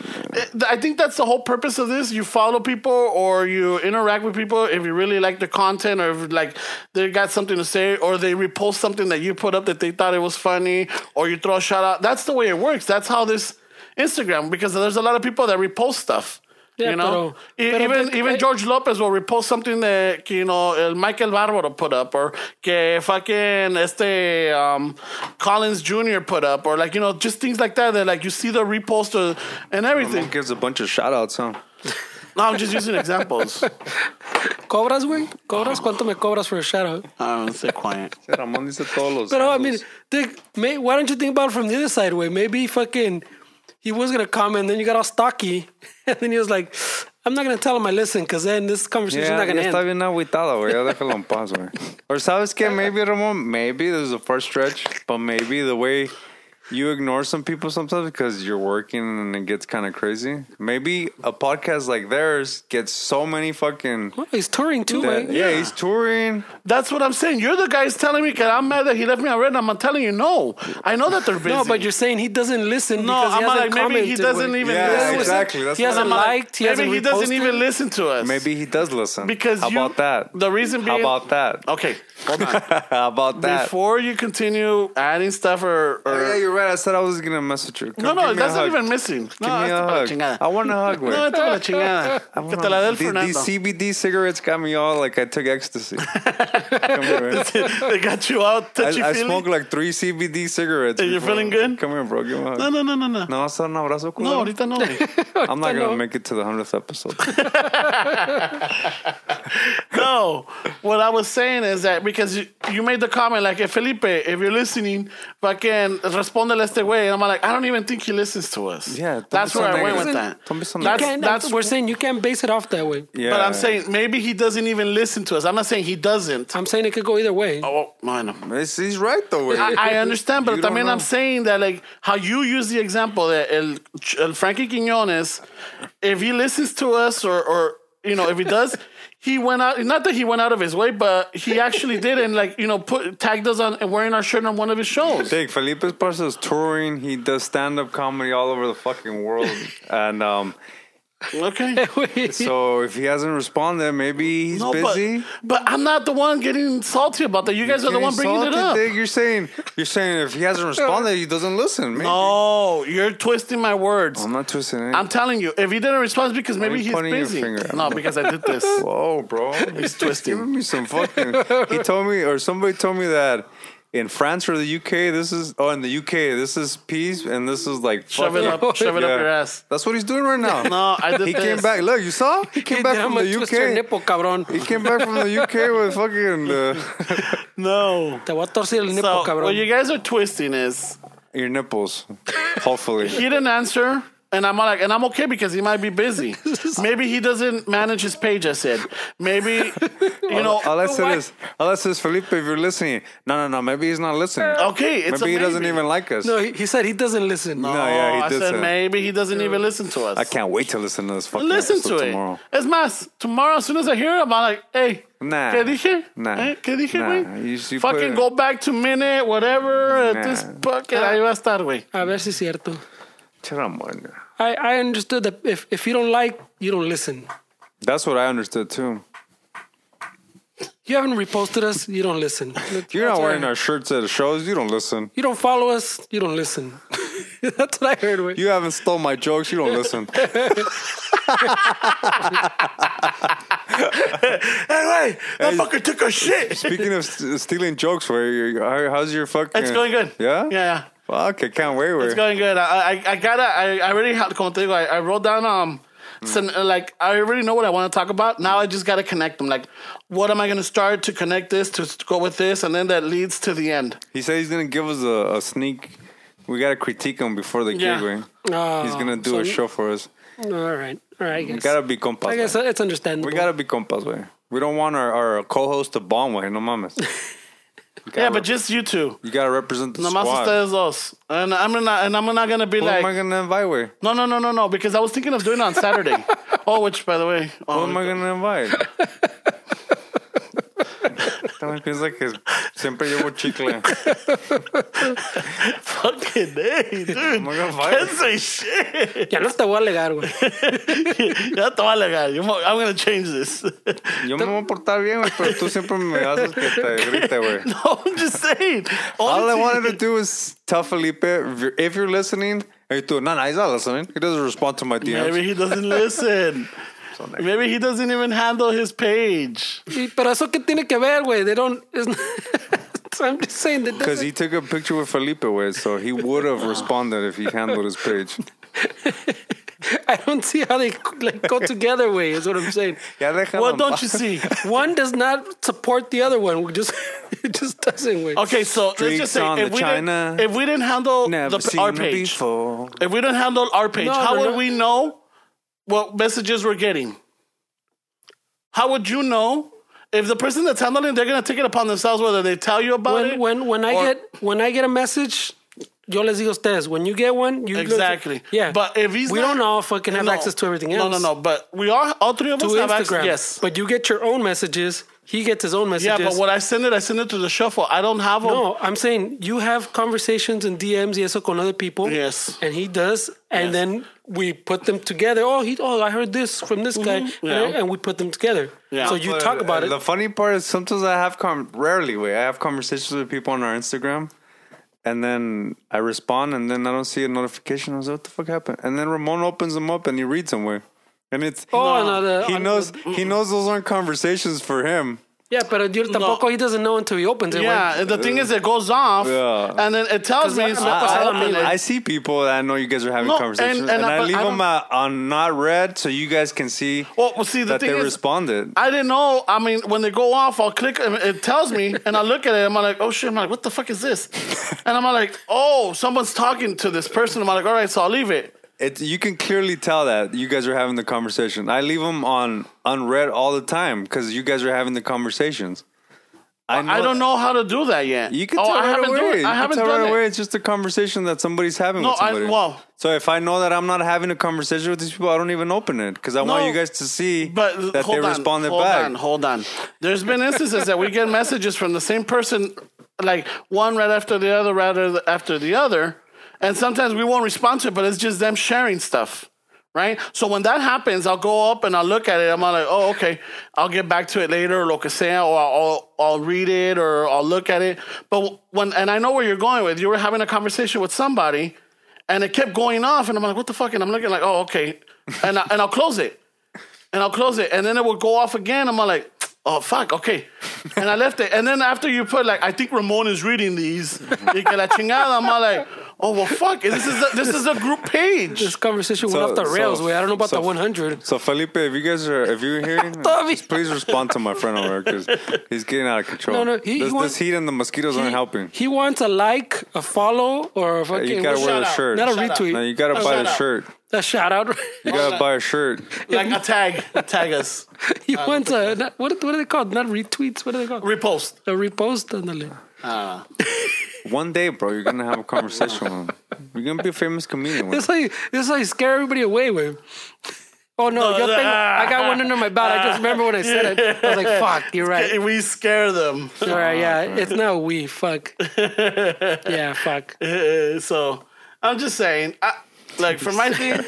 [SPEAKER 2] I think that's the whole purpose of this. You follow people or you interact with people if you really like the content or if like they got something to say or they repost something that you put up that they thought it was funny or you throw a shout out. That's the way it works. That's how this Instagram because there's a lot of people that repost stuff.
[SPEAKER 3] Yeah,
[SPEAKER 2] you know,
[SPEAKER 3] pero-
[SPEAKER 2] E-
[SPEAKER 3] pero
[SPEAKER 2] even
[SPEAKER 3] that-
[SPEAKER 2] even George Lopez will repost something that you know el Michael Barbaro put up, or que fucking este um, Collins Jr. put up, or like you know just things like that. That like you see the repost or, and everything.
[SPEAKER 1] it gives a bunch of shout outs, huh?
[SPEAKER 2] No, I'm just using examples.
[SPEAKER 3] ¿Cobras, güey? ¿Cobras? ¿Cuánto me cobras for a shout out?
[SPEAKER 2] Um, stay quiet.
[SPEAKER 1] Ramon dice todos los
[SPEAKER 3] But I mean,
[SPEAKER 1] handles.
[SPEAKER 3] think, may, why don't you think about it from the other side? Way maybe fucking he was gonna come, and then you got all stocky, and then he was like, "I'm not gonna tell him I listen, because then this conversation's
[SPEAKER 1] Yeah,
[SPEAKER 3] not
[SPEAKER 1] ya
[SPEAKER 3] gonna
[SPEAKER 1] está bien
[SPEAKER 3] end."
[SPEAKER 1] agüitado, güey. Ya déjalo en paz, güey. Or sabes que maybe Ramon, maybe this is the first stretch, but maybe the way you ignore some people sometimes because you're working and it gets kind of crazy. Maybe a podcast like theirs gets so many fucking.
[SPEAKER 3] Well, Oh, he's touring too,
[SPEAKER 1] that-
[SPEAKER 3] way.
[SPEAKER 1] yeah. he's touring.
[SPEAKER 2] That's what I'm saying. You're the guys telling me that I'm mad that he left me on red. I'm telling you, no. I know that they're busy.
[SPEAKER 3] No, but you're saying he doesn't listen.
[SPEAKER 2] No,
[SPEAKER 3] because he
[SPEAKER 2] I'm
[SPEAKER 3] hasn't
[SPEAKER 2] like maybe he
[SPEAKER 3] commented,
[SPEAKER 2] doesn't
[SPEAKER 3] güey.
[SPEAKER 2] even
[SPEAKER 1] Yeah,
[SPEAKER 2] listen.
[SPEAKER 1] exactly. That's
[SPEAKER 3] he
[SPEAKER 1] what
[SPEAKER 3] hasn't
[SPEAKER 1] I'm
[SPEAKER 2] I'm like,
[SPEAKER 3] liked. He
[SPEAKER 2] maybe
[SPEAKER 3] hasn't
[SPEAKER 2] he doesn't
[SPEAKER 3] reposted.
[SPEAKER 2] even listen to us.
[SPEAKER 1] Maybe he does listen.
[SPEAKER 2] Because
[SPEAKER 1] how
[SPEAKER 2] you-
[SPEAKER 1] about that?
[SPEAKER 2] the reason
[SPEAKER 1] how
[SPEAKER 2] being-
[SPEAKER 1] about that?
[SPEAKER 2] Okay, hold on.
[SPEAKER 1] how about that?
[SPEAKER 2] Before you continue adding stuff or, or
[SPEAKER 1] Oh, yeah, you're right. I said I was gonna message you.
[SPEAKER 2] no,
[SPEAKER 1] Come give me
[SPEAKER 2] no,
[SPEAKER 1] a
[SPEAKER 2] that's not
[SPEAKER 1] hug.
[SPEAKER 2] even missing.
[SPEAKER 1] Give
[SPEAKER 2] no,
[SPEAKER 1] me a
[SPEAKER 2] that's para la
[SPEAKER 1] hug.
[SPEAKER 2] chingada.
[SPEAKER 1] I want a hug, güey.
[SPEAKER 2] No, that's para la chingada. Que te la dé el
[SPEAKER 1] These-
[SPEAKER 2] Fernando.
[SPEAKER 1] These CBD cigarettes got me all like I took ecstasy. Come here.
[SPEAKER 2] they got you out.
[SPEAKER 1] I,
[SPEAKER 2] Touchy
[SPEAKER 1] I
[SPEAKER 2] feely.
[SPEAKER 1] smoked like three CBD cigarettes.
[SPEAKER 2] And you're
[SPEAKER 1] before.
[SPEAKER 2] feeling good?
[SPEAKER 1] Come here, bro. Give me a hug.
[SPEAKER 2] No, no, no, no, no.
[SPEAKER 1] No, vas a dar un abrazo,
[SPEAKER 2] No,
[SPEAKER 1] culero?
[SPEAKER 2] ahorita no. güey.
[SPEAKER 1] I'm not gonna
[SPEAKER 3] no.
[SPEAKER 1] make it to the hundredth episode.
[SPEAKER 2] No, what I was saying is that because you, you made the comment like, hey, Felipe, if you're listening, fucking respondele este way. And I'm like, I don't even think he listens to us.
[SPEAKER 1] Yeah, don't
[SPEAKER 2] That's
[SPEAKER 1] be so
[SPEAKER 2] where I went
[SPEAKER 1] negative.
[SPEAKER 2] with that.
[SPEAKER 1] Don't be so
[SPEAKER 2] That's-
[SPEAKER 1] negative.
[SPEAKER 3] Can't-
[SPEAKER 2] that's-
[SPEAKER 3] we're saying you can't base it off that way.
[SPEAKER 1] Yeah.
[SPEAKER 2] But I'm saying maybe he doesn't even listen to us. I'm not saying he doesn't.
[SPEAKER 3] I'm saying it could go either way.
[SPEAKER 2] Oh, bueno.
[SPEAKER 1] It's- he's right though. güey.
[SPEAKER 2] I, I understand, but
[SPEAKER 1] You don't
[SPEAKER 2] también
[SPEAKER 1] know.
[SPEAKER 2] I'm saying that like how you use the example that el, el Frankie Quinones, if he listens to us or or you know if he does, he went out. Not that he went out of his way, but he actually did and like you know put tagged us on and wearing our shirt on one of his shows.
[SPEAKER 1] Big Felipe Esparza is touring. He does stand up comedy all over the fucking world, and um,
[SPEAKER 2] Okay.
[SPEAKER 1] so if he hasn't responded, maybe he's busy.
[SPEAKER 2] but, but I'm not the one getting salty about that. You guys are the
[SPEAKER 1] Getting
[SPEAKER 2] one bringing it
[SPEAKER 1] salty,
[SPEAKER 2] up.
[SPEAKER 1] Dig. You're saying you're saying if he hasn't responded, he doesn't listen. Maybe.
[SPEAKER 2] Oh, you're twisting my words.
[SPEAKER 1] I'm not twisting anything.
[SPEAKER 2] I'm telling you, if he didn't respond, it's because maybe
[SPEAKER 1] Oh, you
[SPEAKER 2] he's
[SPEAKER 1] pointing your
[SPEAKER 2] busy.
[SPEAKER 1] finger at
[SPEAKER 2] No,
[SPEAKER 1] me?
[SPEAKER 2] because I did this.
[SPEAKER 1] Whoa, bro. He's
[SPEAKER 2] twisting.
[SPEAKER 1] giving me some fucking. He told me, or somebody told me that in France or the UK, this is oh in the UK, this is peas and this is like
[SPEAKER 2] Shove it
[SPEAKER 1] fucking-
[SPEAKER 2] up, shove it
[SPEAKER 1] Yeah.
[SPEAKER 2] up your ass.
[SPEAKER 1] That's what he's doing right now.
[SPEAKER 2] No, I did
[SPEAKER 1] he came
[SPEAKER 2] this.
[SPEAKER 1] back. Look, you saw? He came back from
[SPEAKER 3] Déjame
[SPEAKER 1] the
[SPEAKER 3] twist your
[SPEAKER 1] UK.
[SPEAKER 3] nipple, cabrón.
[SPEAKER 1] He came back from the UK with fucking uh,
[SPEAKER 2] No.
[SPEAKER 3] Te voy a torcer el nipple,
[SPEAKER 2] So
[SPEAKER 3] cabrón.
[SPEAKER 2] what you guys are twisting is
[SPEAKER 1] your nipples. Hopefully,
[SPEAKER 2] he didn't answer. And I'm like, and I'm okay because he might be busy. Maybe he doesn't manage his page. I said, maybe, you know,
[SPEAKER 1] unless it
[SPEAKER 3] why-
[SPEAKER 1] is, unless it's Felipe, if you're listening. No, no, no. Maybe he's not listening.
[SPEAKER 2] okay, it's
[SPEAKER 1] maybe he
[SPEAKER 2] a
[SPEAKER 1] doesn't even like us.
[SPEAKER 3] no, he, he said he doesn't listen.
[SPEAKER 1] No, yeah, he
[SPEAKER 2] Oh, I
[SPEAKER 1] did
[SPEAKER 2] said
[SPEAKER 1] say that.
[SPEAKER 2] maybe he doesn't even listen to us.
[SPEAKER 1] I can't wait to listen to this fucking
[SPEAKER 2] listen to
[SPEAKER 1] episode
[SPEAKER 2] it.
[SPEAKER 1] tomorrow.
[SPEAKER 2] Es más, tomorrow as soon as I hear him, I'm like, hey,
[SPEAKER 1] Nah.
[SPEAKER 2] ¿qué dije?
[SPEAKER 1] Nah.
[SPEAKER 2] Eh, ¿Qué dije,
[SPEAKER 1] Nah.
[SPEAKER 2] güey?
[SPEAKER 1] You- you
[SPEAKER 2] Fucking
[SPEAKER 1] put-
[SPEAKER 2] go back to minute, whatever.
[SPEAKER 1] Nah.
[SPEAKER 2] This bucket, ahí va a estar, güey.
[SPEAKER 3] A ver si es cierto.
[SPEAKER 1] Charamanga.
[SPEAKER 3] I, I understood that if, if you don't like, you don't listen.
[SPEAKER 1] That's what I understood too.
[SPEAKER 3] You haven't reposted us, you don't listen.
[SPEAKER 1] You're
[SPEAKER 3] That's
[SPEAKER 1] not wearing
[SPEAKER 3] right.
[SPEAKER 1] our shirts at the shows. You don't listen.
[SPEAKER 3] You don't follow us, you don't listen. That's what I heard, güey.
[SPEAKER 1] You haven't stole my jokes. You don't listen.
[SPEAKER 2] Hey, that fucker took a shit.
[SPEAKER 1] Speaking of st- stealing jokes, where you- how- how's your fucking?
[SPEAKER 2] It's going good.
[SPEAKER 1] Yeah.
[SPEAKER 2] Yeah, yeah.
[SPEAKER 1] Fuck, I can't wait. Where
[SPEAKER 2] It's going good. I, I, I gotta. I, I already have. Como te digo, I, I wrote down. Um,
[SPEAKER 1] Mm.
[SPEAKER 2] sen- uh, like I already know what I want to talk about. Now I just gotta connect them. Like, what am I gonna start to connect this to s- go with this, and then that leads to the end.
[SPEAKER 1] he said he's gonna give us a, a sneak. We gotta critique him before the
[SPEAKER 2] Yeah. Oh.
[SPEAKER 1] gig. Way.
[SPEAKER 3] Ah,
[SPEAKER 1] he's gonna do
[SPEAKER 3] so-
[SPEAKER 1] a show for us.
[SPEAKER 3] All right. All right, I guess.
[SPEAKER 1] We gotta be compas.
[SPEAKER 3] I guess
[SPEAKER 1] way.
[SPEAKER 3] it's understandable.
[SPEAKER 1] we gotta be compas. Way. We don't want our, our co-host to bomb. Way. No mames. You
[SPEAKER 2] Yeah,
[SPEAKER 1] gotta
[SPEAKER 2] but just you two.
[SPEAKER 1] You gotta represent the
[SPEAKER 2] Nomás
[SPEAKER 1] squad.
[SPEAKER 2] ustedes dos. And I'm not. And I'm not gonna be
[SPEAKER 1] Who
[SPEAKER 2] like.
[SPEAKER 1] am I gonna invite? Where?
[SPEAKER 2] no, no, no, no, no. Because I was thinking of doing it on Saturday. oh, which by the way.
[SPEAKER 1] Who
[SPEAKER 2] Oh,
[SPEAKER 1] am I gonna invite? También piensa que siempre llevo chicle.
[SPEAKER 2] fucking hey, dude.
[SPEAKER 1] Am I gonna invite?
[SPEAKER 2] Can't say shit.
[SPEAKER 3] Ya no te voy a alegar, güey.
[SPEAKER 2] Ya te voy a alegar. Yo mo- I'm gonna change this.
[SPEAKER 1] Yo me voy a portar bien, güey, pero tú siempre me haces que te grite, güey.
[SPEAKER 2] no, I'm just saying.
[SPEAKER 1] All I
[SPEAKER 2] Honestly,
[SPEAKER 1] wanted to do is tell Felipe, if you're, if you're listening, hey, tú, no, no, he's not listening. He doesn't respond to my DMs.
[SPEAKER 2] Maybe he doesn't listen. Maybe he doesn't even handle his page.
[SPEAKER 3] Y- Pero eso qué tiene que ver, güey? They don't. it's not- I'm just saying that.
[SPEAKER 1] Because he took a picture with Felipe, güey, so he would have responded if he handled his page.
[SPEAKER 3] I don't see how they like go together, way. Is what I'm saying.
[SPEAKER 1] Ya déjalo
[SPEAKER 2] What
[SPEAKER 1] en
[SPEAKER 2] don't
[SPEAKER 1] paz.
[SPEAKER 2] you see?
[SPEAKER 3] One does not support the other one. We just it just doesn't, way.
[SPEAKER 2] Okay, so let's
[SPEAKER 1] Streaks
[SPEAKER 2] just say
[SPEAKER 1] on
[SPEAKER 2] if
[SPEAKER 1] the
[SPEAKER 2] we,
[SPEAKER 1] China.
[SPEAKER 2] didn't, if we didn't handle
[SPEAKER 1] Never
[SPEAKER 2] the,
[SPEAKER 1] seen
[SPEAKER 2] our
[SPEAKER 1] it
[SPEAKER 2] page,
[SPEAKER 1] before.
[SPEAKER 2] if we didn't handle our page,
[SPEAKER 3] No,
[SPEAKER 2] how
[SPEAKER 3] no,
[SPEAKER 2] would
[SPEAKER 3] no.
[SPEAKER 2] we know what messages we're getting? How would you know if the person that's handling they're gonna take it upon themselves whether they tell you about
[SPEAKER 3] When
[SPEAKER 2] it?
[SPEAKER 3] when when I
[SPEAKER 2] or-
[SPEAKER 3] get when I get a message, yo les digo a ustedes. When you get one, you
[SPEAKER 2] Exactly.
[SPEAKER 3] yeah.
[SPEAKER 2] But if he's
[SPEAKER 3] we
[SPEAKER 2] not-
[SPEAKER 3] don't all fucking have
[SPEAKER 2] No.
[SPEAKER 3] access to everything
[SPEAKER 2] No,
[SPEAKER 3] else.
[SPEAKER 2] no, no. But we are all three of
[SPEAKER 3] To
[SPEAKER 2] us have
[SPEAKER 3] Instagram,
[SPEAKER 2] access. Yes.
[SPEAKER 3] But you get your own messages. He gets his own
[SPEAKER 2] yeah,
[SPEAKER 3] messages.
[SPEAKER 2] but when I send it, I send it to the shuffle. I don't have them.
[SPEAKER 3] No, I'm saying you have conversations and DMs y eso con other people.
[SPEAKER 2] Yes.
[SPEAKER 3] And he does. And
[SPEAKER 2] Yes.
[SPEAKER 3] then we put them together. Oh, he oh I heard this from this guy.
[SPEAKER 2] Mm-hmm. Yeah.
[SPEAKER 3] And, and we put them together.
[SPEAKER 2] Yeah.
[SPEAKER 3] So you
[SPEAKER 1] But,
[SPEAKER 3] talk about
[SPEAKER 1] uh,
[SPEAKER 3] it.
[SPEAKER 1] The funny part is sometimes I have com rarely wait, I have conversations with people on our Instagram and then I respond and then I don't see a notification. I was like, what the fuck happened? And then Ramon opens them up and he reads them way. And it's
[SPEAKER 3] Oh, no, the-
[SPEAKER 1] he
[SPEAKER 3] on-
[SPEAKER 1] knows he knows those aren't conversations for him.
[SPEAKER 3] yeah, but you tampoco he doesn't know until he opens it.
[SPEAKER 2] Yeah,
[SPEAKER 3] güey.
[SPEAKER 2] and the thing is, it goes off,
[SPEAKER 1] Yeah.
[SPEAKER 2] and then it tells me.
[SPEAKER 3] I-
[SPEAKER 2] it's
[SPEAKER 3] I-
[SPEAKER 2] not
[SPEAKER 3] I-
[SPEAKER 2] possible,
[SPEAKER 1] I,
[SPEAKER 2] and it-
[SPEAKER 1] I see people that I know you guys are having
[SPEAKER 2] No,
[SPEAKER 1] conversations, and,
[SPEAKER 2] and- and I-
[SPEAKER 1] I,
[SPEAKER 2] but
[SPEAKER 1] leave
[SPEAKER 2] I
[SPEAKER 1] them uh, on not read so you guys can see
[SPEAKER 2] well, well, see, the
[SPEAKER 1] that
[SPEAKER 2] thing
[SPEAKER 1] they
[SPEAKER 2] is,
[SPEAKER 1] responded.
[SPEAKER 2] I didn't know. I mean, when they go off, I'll click. and It tells me, and I look at it. I'm like, oh shit! I'm like, what the fuck is this? And I'm like, oh, someone's talking to this person. I'm like, all right, so I'll leave it.
[SPEAKER 1] It, you can clearly tell that you guys are having the conversation. I leave them on unread all the time because you guys are having the conversations.
[SPEAKER 2] I don't know how to do that yet.
[SPEAKER 1] You can
[SPEAKER 2] oh,
[SPEAKER 1] tell
[SPEAKER 2] I
[SPEAKER 1] right
[SPEAKER 2] haven't
[SPEAKER 1] away.
[SPEAKER 2] done it.
[SPEAKER 1] You
[SPEAKER 2] I
[SPEAKER 1] can
[SPEAKER 2] haven't
[SPEAKER 1] tell
[SPEAKER 2] done
[SPEAKER 1] right
[SPEAKER 2] it.
[SPEAKER 1] away. It's just a conversation that somebody's having
[SPEAKER 2] No,
[SPEAKER 1] with
[SPEAKER 2] I-
[SPEAKER 1] somebody.
[SPEAKER 2] well-
[SPEAKER 1] so if I know that I'm not having a conversation with these people, I don't even open it because I want
[SPEAKER 2] No,
[SPEAKER 1] you guys to see
[SPEAKER 2] But
[SPEAKER 1] that
[SPEAKER 2] hold
[SPEAKER 1] they
[SPEAKER 2] on,
[SPEAKER 1] responded
[SPEAKER 2] hold
[SPEAKER 1] back.
[SPEAKER 2] on, hold on. There's been instances that we get messages from the same person, like one right after the other, right after the- after the other, and sometimes we won't respond to it, but it's just them sharing stuff, right? So when that happens, I'll go up and I'll look at it. I'm like, oh, okay, I'll get back to it later, or lo que sea, or I'll I'll read it or I'll look at it. But when and I know where you're going with. You were having a conversation with somebody. And it kept going off, and I'm like, "What the fuck?" And I'm looking like, "Oh, okay," and I, and I'll close it and I'll close it, and then it will go off again. I'm like, Oh fuck, okay. And I left it. And then after you put like, I think Ramon is reading these. Y que la chingada, I'm all like, oh well, fuck. This is a, this is a group page.
[SPEAKER 3] This conversation went
[SPEAKER 1] So-
[SPEAKER 3] off the
[SPEAKER 1] so-
[SPEAKER 3] rails, way. I don't know about
[SPEAKER 1] so-
[SPEAKER 3] the 100.
[SPEAKER 1] So Felipe, if you guys are, if you're hearing,
[SPEAKER 3] Tommy.
[SPEAKER 1] please respond to my friend over because he's getting out of control.
[SPEAKER 3] No, no, he- he
[SPEAKER 1] this, this
[SPEAKER 3] wants-
[SPEAKER 1] heat and the mosquitoes aren't helping.
[SPEAKER 3] He wants a like, a follow, or a fucking.
[SPEAKER 1] gotta wear
[SPEAKER 2] Shout
[SPEAKER 1] the
[SPEAKER 2] out.
[SPEAKER 1] shirt.
[SPEAKER 3] Not a
[SPEAKER 2] Shout out.
[SPEAKER 3] retweet.
[SPEAKER 1] no, you gotta
[SPEAKER 2] No,
[SPEAKER 1] buy
[SPEAKER 2] shout
[SPEAKER 1] the
[SPEAKER 2] out.
[SPEAKER 1] shirt.
[SPEAKER 3] a shout out.
[SPEAKER 1] You gotta buy a shirt.
[SPEAKER 2] Like a tag, tag us,
[SPEAKER 3] he wants a not, what? What are they called? Not retweets. What are they called?
[SPEAKER 2] repost.
[SPEAKER 3] a repost on the link.
[SPEAKER 1] One day, bro, you're gonna have a conversation with him. You're gonna be a famous comedian. one
[SPEAKER 3] This like this like scare everybody away with. Oh no! yo tengo, I got one under my belt. I just remember when I said it. I was like, "Fuck, you're right."
[SPEAKER 2] We scare them.
[SPEAKER 3] All right, yeah, it's not we. Fuck. yeah, fuck.
[SPEAKER 2] Uh, so I'm just saying, I, like for my thing,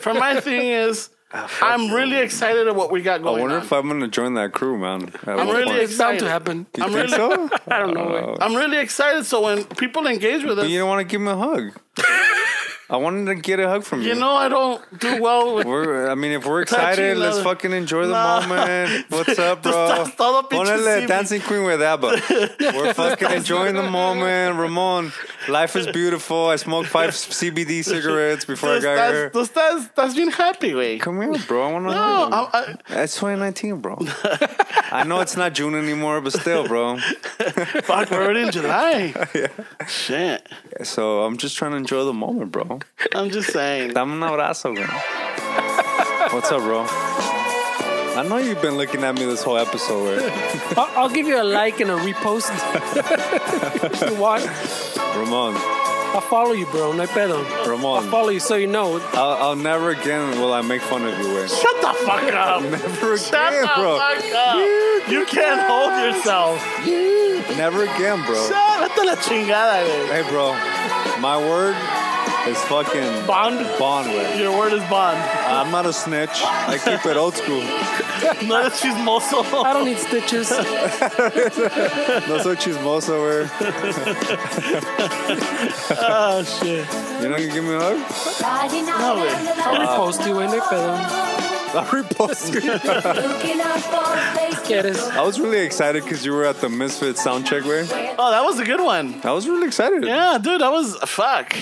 [SPEAKER 2] for my thing is, I'm really excited at what we got
[SPEAKER 1] I
[SPEAKER 2] going
[SPEAKER 1] wonder
[SPEAKER 2] on.
[SPEAKER 1] if I'm gonna join that crew, man. At one
[SPEAKER 2] really
[SPEAKER 1] point.
[SPEAKER 3] It's bound to
[SPEAKER 2] excited.
[SPEAKER 3] happen.
[SPEAKER 1] You
[SPEAKER 2] I'm
[SPEAKER 1] think
[SPEAKER 2] really-
[SPEAKER 1] so?
[SPEAKER 3] I don't know.
[SPEAKER 2] I'm really excited. So when people engage with us,
[SPEAKER 1] But you don't want to give him a hug. I wanted to get a hug from you.
[SPEAKER 2] you know, I don't do well with
[SPEAKER 1] We're, I mean, if we're
[SPEAKER 2] Touching
[SPEAKER 1] excited, let's
[SPEAKER 2] leather.
[SPEAKER 1] fucking enjoy the
[SPEAKER 2] Nah.
[SPEAKER 1] moment. What's up,
[SPEAKER 2] Tú
[SPEAKER 1] bro?
[SPEAKER 2] estás todo pinche
[SPEAKER 1] Ponele
[SPEAKER 2] civil.
[SPEAKER 1] Dancing Queen with ABBA. We're fucking enjoying the moment. Ramon, life is beautiful. I smoked five CBD cigarettes before I
[SPEAKER 2] this.
[SPEAKER 1] got here.
[SPEAKER 2] That's, that's, that's, that's been happy, way.
[SPEAKER 1] Come here, bro. I want to
[SPEAKER 2] No,
[SPEAKER 1] hug.
[SPEAKER 2] I, I,
[SPEAKER 1] That's 2019, bro. I know it's not June anymore, but still, bro.
[SPEAKER 2] fuck, we're already in July. Shit.
[SPEAKER 1] So I'm just trying to enjoy the moment, bro.
[SPEAKER 2] I'm just saying.
[SPEAKER 1] Dame un abrazo, güey. What's up, bro? I know you've been looking at me this whole episode, güey.
[SPEAKER 3] I'll, I'll give you a like and a repost. if you want,
[SPEAKER 1] Ramon.
[SPEAKER 3] I'll follow you, bro. No pedo.
[SPEAKER 1] Ramon.
[SPEAKER 3] I'll follow you so you know.
[SPEAKER 1] I'll, I'll never again will I make fun of you, way.
[SPEAKER 2] Shut the fuck up.
[SPEAKER 1] Never
[SPEAKER 2] Shut
[SPEAKER 1] again,
[SPEAKER 2] the
[SPEAKER 1] bro.
[SPEAKER 2] fuck up. You can't hold yourself.
[SPEAKER 1] Never again, bro.
[SPEAKER 2] Shut vete a la chingada, güey.
[SPEAKER 1] Hey, bro. My word is fucking
[SPEAKER 2] Bond.
[SPEAKER 1] bond, way.
[SPEAKER 2] Your word is bond.
[SPEAKER 1] I'm not a snitch. I keep it old school.
[SPEAKER 2] No that she's
[SPEAKER 3] I
[SPEAKER 2] muscle.
[SPEAKER 3] don't need stitches.
[SPEAKER 1] No soy chismoso, güey.
[SPEAKER 2] Oh shit.
[SPEAKER 1] You're not gonna give me a hug?
[SPEAKER 2] No, güey.
[SPEAKER 3] I'll repost you, güey. No pedo.
[SPEAKER 1] I reposted.
[SPEAKER 3] Quieres.
[SPEAKER 1] I was really excited because you were at the Misfit soundcheck, way.
[SPEAKER 2] Oh, that was a good one.
[SPEAKER 1] I was really excited.
[SPEAKER 2] Yeah, dude, that was fuck.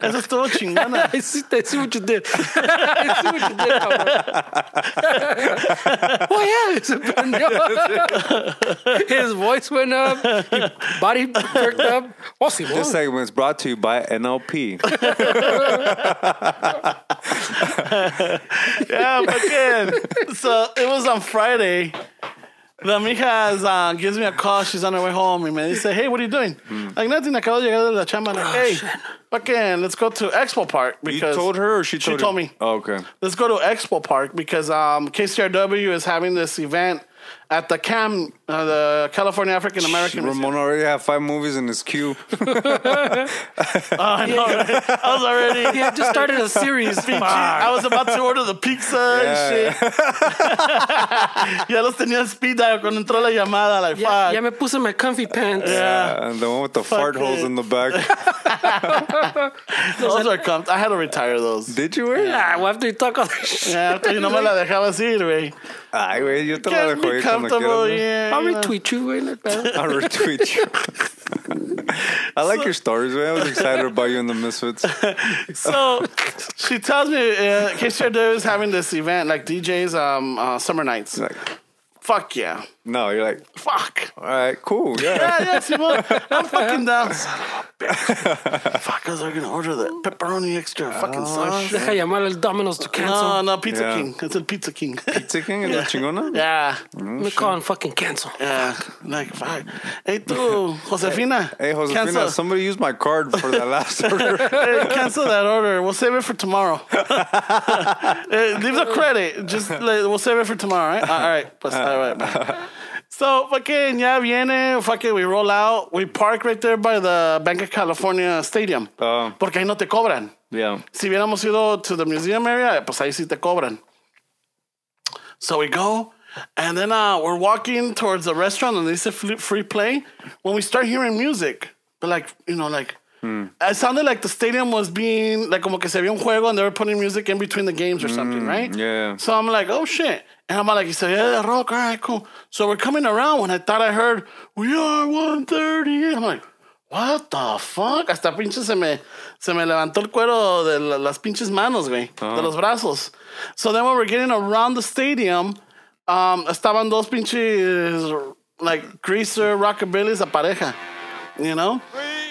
[SPEAKER 2] Eso estuvo chingona.
[SPEAKER 3] I see, I see what you did. I see what you did, cabrón. oh, yeah. Se prendió. His voice went up. His body perked up. Oh, sí,
[SPEAKER 1] This segment is brought to you by NLP.
[SPEAKER 2] Yeah, fucking. So it was on Friday. La mija is, uh, gives me a call. She's on her way home. And me dice, hey, what are you doing?
[SPEAKER 1] Hmm.
[SPEAKER 2] Like, nothing. Acabo de llegar de la chamba. Like, hey, fucking, let's go to Expo Park.
[SPEAKER 1] Oh, you
[SPEAKER 2] Because
[SPEAKER 1] told her or she
[SPEAKER 2] she
[SPEAKER 1] told you?
[SPEAKER 2] told me.
[SPEAKER 1] Oh, okay.
[SPEAKER 2] let's go to Expo Park because um, KCRW is having this event at the CAM, uh, the California African American. Museum.
[SPEAKER 1] Ramon already had five movies in his queue.
[SPEAKER 2] Oh, I, know, right? I was already.
[SPEAKER 3] Yeah, I just started a series. Fuck.
[SPEAKER 2] I was about to order the pizza
[SPEAKER 1] Yeah.
[SPEAKER 2] and shit. ya los tenía en speed dial cuando entró la llamada. Like,
[SPEAKER 3] Ya,
[SPEAKER 2] fuck.
[SPEAKER 3] ya me puse my comfy pants.
[SPEAKER 1] Uh, and the one with the fart
[SPEAKER 2] Ah, it.
[SPEAKER 1] holes in the back.
[SPEAKER 2] Those are comp- I had to retire those.
[SPEAKER 1] Did you wear?
[SPEAKER 3] Ah, well, after you talk all this shit.
[SPEAKER 2] Yeah, after you no me la dejabas ir, güey.
[SPEAKER 1] Ay, güey, yo te la
[SPEAKER 2] Can't
[SPEAKER 1] dejo
[SPEAKER 2] be
[SPEAKER 1] ahí cuando quieras.
[SPEAKER 2] comfortable,
[SPEAKER 1] güey.
[SPEAKER 2] yeah.
[SPEAKER 3] I'll
[SPEAKER 2] you know.
[SPEAKER 3] retweet you, güey. no pedo.
[SPEAKER 1] I'll retweet you. I like your stories, man. I was excited about you in the Misfits.
[SPEAKER 2] So she tells me uh, KCRW is having this event, like DJs, um, uh, summer nights.
[SPEAKER 1] Like,
[SPEAKER 2] Fuck yeah.
[SPEAKER 1] no, you're like,
[SPEAKER 2] Fuck.
[SPEAKER 1] all right, cool, yeah.
[SPEAKER 2] Yeah, yeah, Simon. I'm fucking down. Son of a bitch. Fuck, I was gonna order the pepperoni extra fucking sauce.
[SPEAKER 3] Deja llamar al Domino's to
[SPEAKER 2] No,
[SPEAKER 3] cancel.
[SPEAKER 2] no, Pizza
[SPEAKER 1] Yeah.
[SPEAKER 2] King. It's a Pizza King.
[SPEAKER 1] Pizza King and La Chingona?
[SPEAKER 2] yeah.
[SPEAKER 3] Let me call and fucking cancel.
[SPEAKER 2] Yeah. Like, fuck. Hey, tú, Josefina.
[SPEAKER 1] Hey, Josefina,
[SPEAKER 2] Cancel,
[SPEAKER 1] somebody used my card for that last order.
[SPEAKER 2] hey, cancel that order. We'll save it for tomorrow. Eh, leave the credit. Just like, we'll save it for tomorrow, right? all right. Pues, all right, man. So fucking yeah, viene. Fucking we roll out. We park right there by the Bank of California Stadium.
[SPEAKER 1] Oh.
[SPEAKER 2] Porque ahí no te cobran.
[SPEAKER 1] Yeah.
[SPEAKER 2] si hubiéramos ido to the museum area, pues ahí sí te cobran. So we go, and then uh, we're walking towards the restaurant, and they say fl- free play. When we start hearing music, but like you know, like It sounded like the stadium was being like como que se había un juego and they were putting music in between the games or something, right?
[SPEAKER 1] yeah.
[SPEAKER 2] So I'm like, oh shit. And I'm like, he said, yeah, that rock, all right, cool. So we're coming around when I thought I heard, we are 130. I'm like, what the fuck? Hasta pinche se me, se me levantó el cuero de la- las pinches manos, güey, de los brazos. So then when we're getting around the stadium, um, estaban dos pinches, like, greaser, rockabillys, a pareja, you know?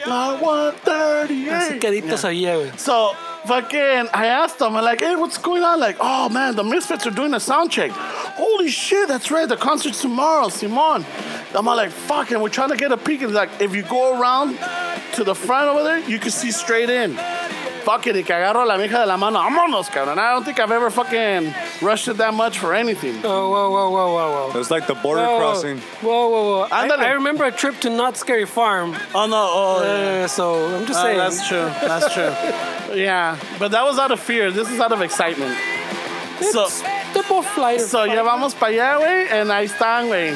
[SPEAKER 2] We are 138.
[SPEAKER 3] Así quedito sabía, güey.
[SPEAKER 2] So fucking, I asked them, I'm like, hey, what's going on? Like, oh man, the Misfits are doing a sound check. Holy shit, that's right, the concert's tomorrow, Simon. I'm all like, fuck, and we're trying to get a peek. And like, if you go around to the front over there, you can see straight in. Fucking, y que agarro a la mija de la mano, vámonos, cabrón. I don't think I've ever fucking rushed it that much for anything.
[SPEAKER 3] Oh, whoa, whoa, whoa, whoa, whoa.
[SPEAKER 1] It's like the border
[SPEAKER 3] Whoa,
[SPEAKER 1] crossing.
[SPEAKER 3] Whoa, whoa, whoa. I,
[SPEAKER 2] Ándale.
[SPEAKER 3] I remember a trip to Not Scary Farm.
[SPEAKER 2] Oh no, oh,
[SPEAKER 3] Uh, so I'm just saying.
[SPEAKER 2] Ah, that's true. That's true. yeah, but that was out of fear. This is out of excitement. So,
[SPEAKER 3] The both flight.
[SPEAKER 2] So ya vamos para allá, güey, and ahí están, güey.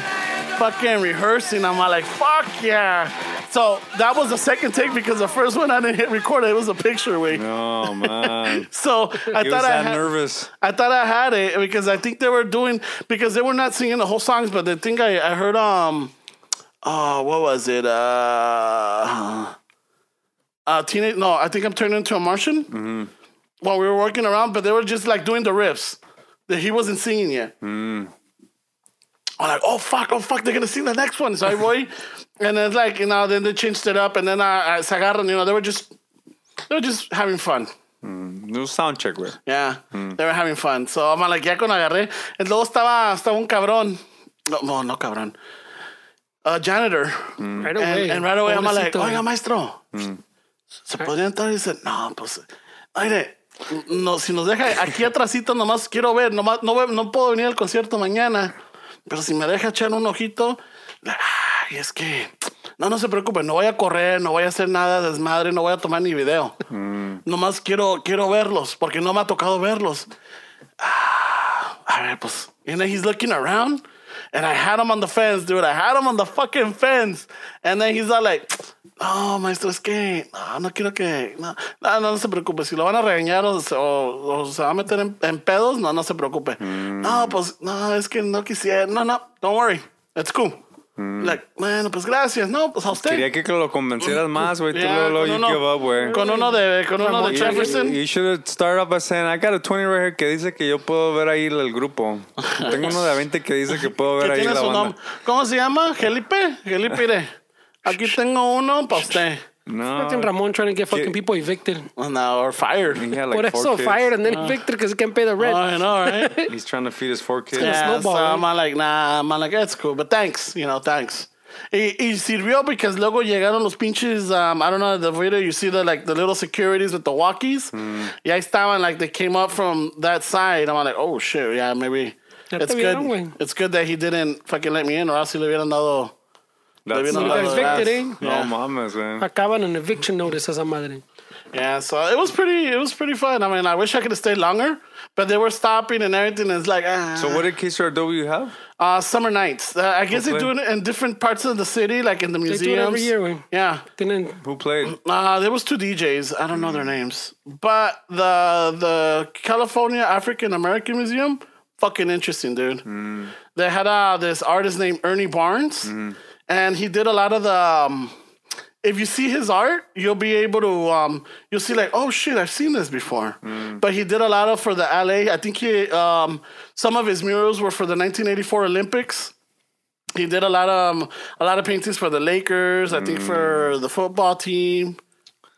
[SPEAKER 2] Fucking rehearsing. I'm like, fuck yeah. So that was the second take because the first one I didn't hit record. It was a picture, güey.
[SPEAKER 1] Oh man,
[SPEAKER 2] So I
[SPEAKER 1] he was
[SPEAKER 2] thought I
[SPEAKER 1] that
[SPEAKER 2] had,
[SPEAKER 1] nervous.
[SPEAKER 2] I thought I had it because I think they were doing because they were not singing the whole songs, but the thing I, I heard um oh what was it uh uh teenage no I think I'm turning into a Martian while we were working around, but they were just like doing the riffs that he wasn't singing yet. I'm like, oh fuck, oh fuck, they're gonna sing the next one. So I boy, and it's like you know, then they changed it up, and then I, I se agarran, you know, they were just they were just having fun.
[SPEAKER 1] New sound check, güey.
[SPEAKER 2] Yeah, they were having fun. So I'm like, ya con agarré. And luego estaba, estaba un cabrón. No, no, no cabrón. A janitor.
[SPEAKER 3] right
[SPEAKER 2] And,
[SPEAKER 3] away.
[SPEAKER 2] and right away, I'm like,
[SPEAKER 3] Pobrecito.
[SPEAKER 2] oiga, maestro. ¿Se podría entrar? Y dice, no, pues, aire. No, si nos deja aquí atrásito, nomás quiero ver, nomás, no, ve- no puedo venir al concierto mañana, pero si me deja echar un ojito, la- ay, es que, no, no se preocupe, no voy a correr, no voy a hacer nada de desmadre, no voy a tomar ni video. Nomás quiero, quiero verlos, porque no me ha tocado verlos. I mean, pues, and then he's looking around, and I had him on the fence, dude. I had him on the fucking fence, and then he's all like, "No, maestro, es que no, no quiero que no, no, no, no se preocupe. Si lo van a regañar o, se- o- o se va a meter en, en pedos, no, no se preocupe.
[SPEAKER 1] Mm.
[SPEAKER 2] No, pues, no, es que no quisiera. No, no, don't worry, it's cool. Like, bueno, pues gracias. No, pues a usted.
[SPEAKER 1] Mm. Quería que lo convencieras más, güey. Tú
[SPEAKER 2] Yeah,
[SPEAKER 1] luego, luego
[SPEAKER 2] con
[SPEAKER 1] you
[SPEAKER 2] uno-
[SPEAKER 1] give up, güey.
[SPEAKER 2] Con uno de, con uno de
[SPEAKER 1] You-
[SPEAKER 2] Jefferson.
[SPEAKER 1] You should have started off by saying, I got a 20 right here que dice que yo puedo ver ahí el grupo. Tengo uno de 20 que dice que puedo
[SPEAKER 2] que
[SPEAKER 1] ver ahí
[SPEAKER 2] tiene
[SPEAKER 1] la
[SPEAKER 2] su
[SPEAKER 1] banda.
[SPEAKER 2] nombre. ¿Cómo se llama? Gelipe. Gelipe, mire. Aquí tengo uno para usted.
[SPEAKER 3] Fucking
[SPEAKER 2] Ah.
[SPEAKER 1] No.
[SPEAKER 3] Ramon trying to get fucking
[SPEAKER 1] Get-
[SPEAKER 3] people evicted.
[SPEAKER 2] No, or fired.
[SPEAKER 1] He had
[SPEAKER 3] Por
[SPEAKER 1] like
[SPEAKER 3] eso
[SPEAKER 1] four kids.
[SPEAKER 3] fired and then
[SPEAKER 2] Ah.
[SPEAKER 3] evicted because he can't pay the rent.
[SPEAKER 2] I know, right?
[SPEAKER 1] He's trying to feed his four kids.
[SPEAKER 2] yeah,
[SPEAKER 3] snowball,
[SPEAKER 2] so
[SPEAKER 3] eh?
[SPEAKER 2] I'm like, nah, I'm like, it's cool, but thanks, you know, thanks. Y, y sirvió because luego llegaron los pinches, um, I don't know, the video, you see the, like, the little securities with the walkies.
[SPEAKER 1] Mm.
[SPEAKER 2] Y ahí estaban, like, they came up from that side. I'm like, oh, shit, yeah, maybe.
[SPEAKER 3] Ya
[SPEAKER 2] It's
[SPEAKER 3] te
[SPEAKER 2] good.
[SPEAKER 3] vieron, güey.
[SPEAKER 2] it's good that he didn't fucking let me in, or else he le hubieran dado.
[SPEAKER 1] That's
[SPEAKER 2] le hubieran
[SPEAKER 1] not-
[SPEAKER 3] lo
[SPEAKER 2] dado
[SPEAKER 3] respected,
[SPEAKER 2] las-
[SPEAKER 3] eh?
[SPEAKER 1] no mames,
[SPEAKER 2] Ah.
[SPEAKER 1] güey.
[SPEAKER 3] Acaban an eviction notice esa madre.
[SPEAKER 2] Yeah, so it was pretty. It was pretty fun. I mean, I wish I could have stayed longer, but they were stopping and everything. It's like ah.
[SPEAKER 1] So what did KCRW have?
[SPEAKER 2] Uh, summer nights. Uh, I guess they do
[SPEAKER 1] Okay.
[SPEAKER 2] it in different parts of the city, like in the
[SPEAKER 3] They
[SPEAKER 2] museums.
[SPEAKER 3] do it every year, güey.
[SPEAKER 2] Yeah.
[SPEAKER 3] Tienen
[SPEAKER 1] Who played?
[SPEAKER 2] Uh, there was two DJs. I don't know their names, but the the California African American Museum, fucking interesting, dude. They had uh, this artist named Ernie Barnes, and he did a lot of the. Um, if you see his art, you'll be able to um, you'll see like, oh shit, I've seen this before. But he did a lot of for the LA. I think he um, some of his murals were for the 1984 Olympics he did a lot of um, a lot of paintings for the Lakers. I think for the football team.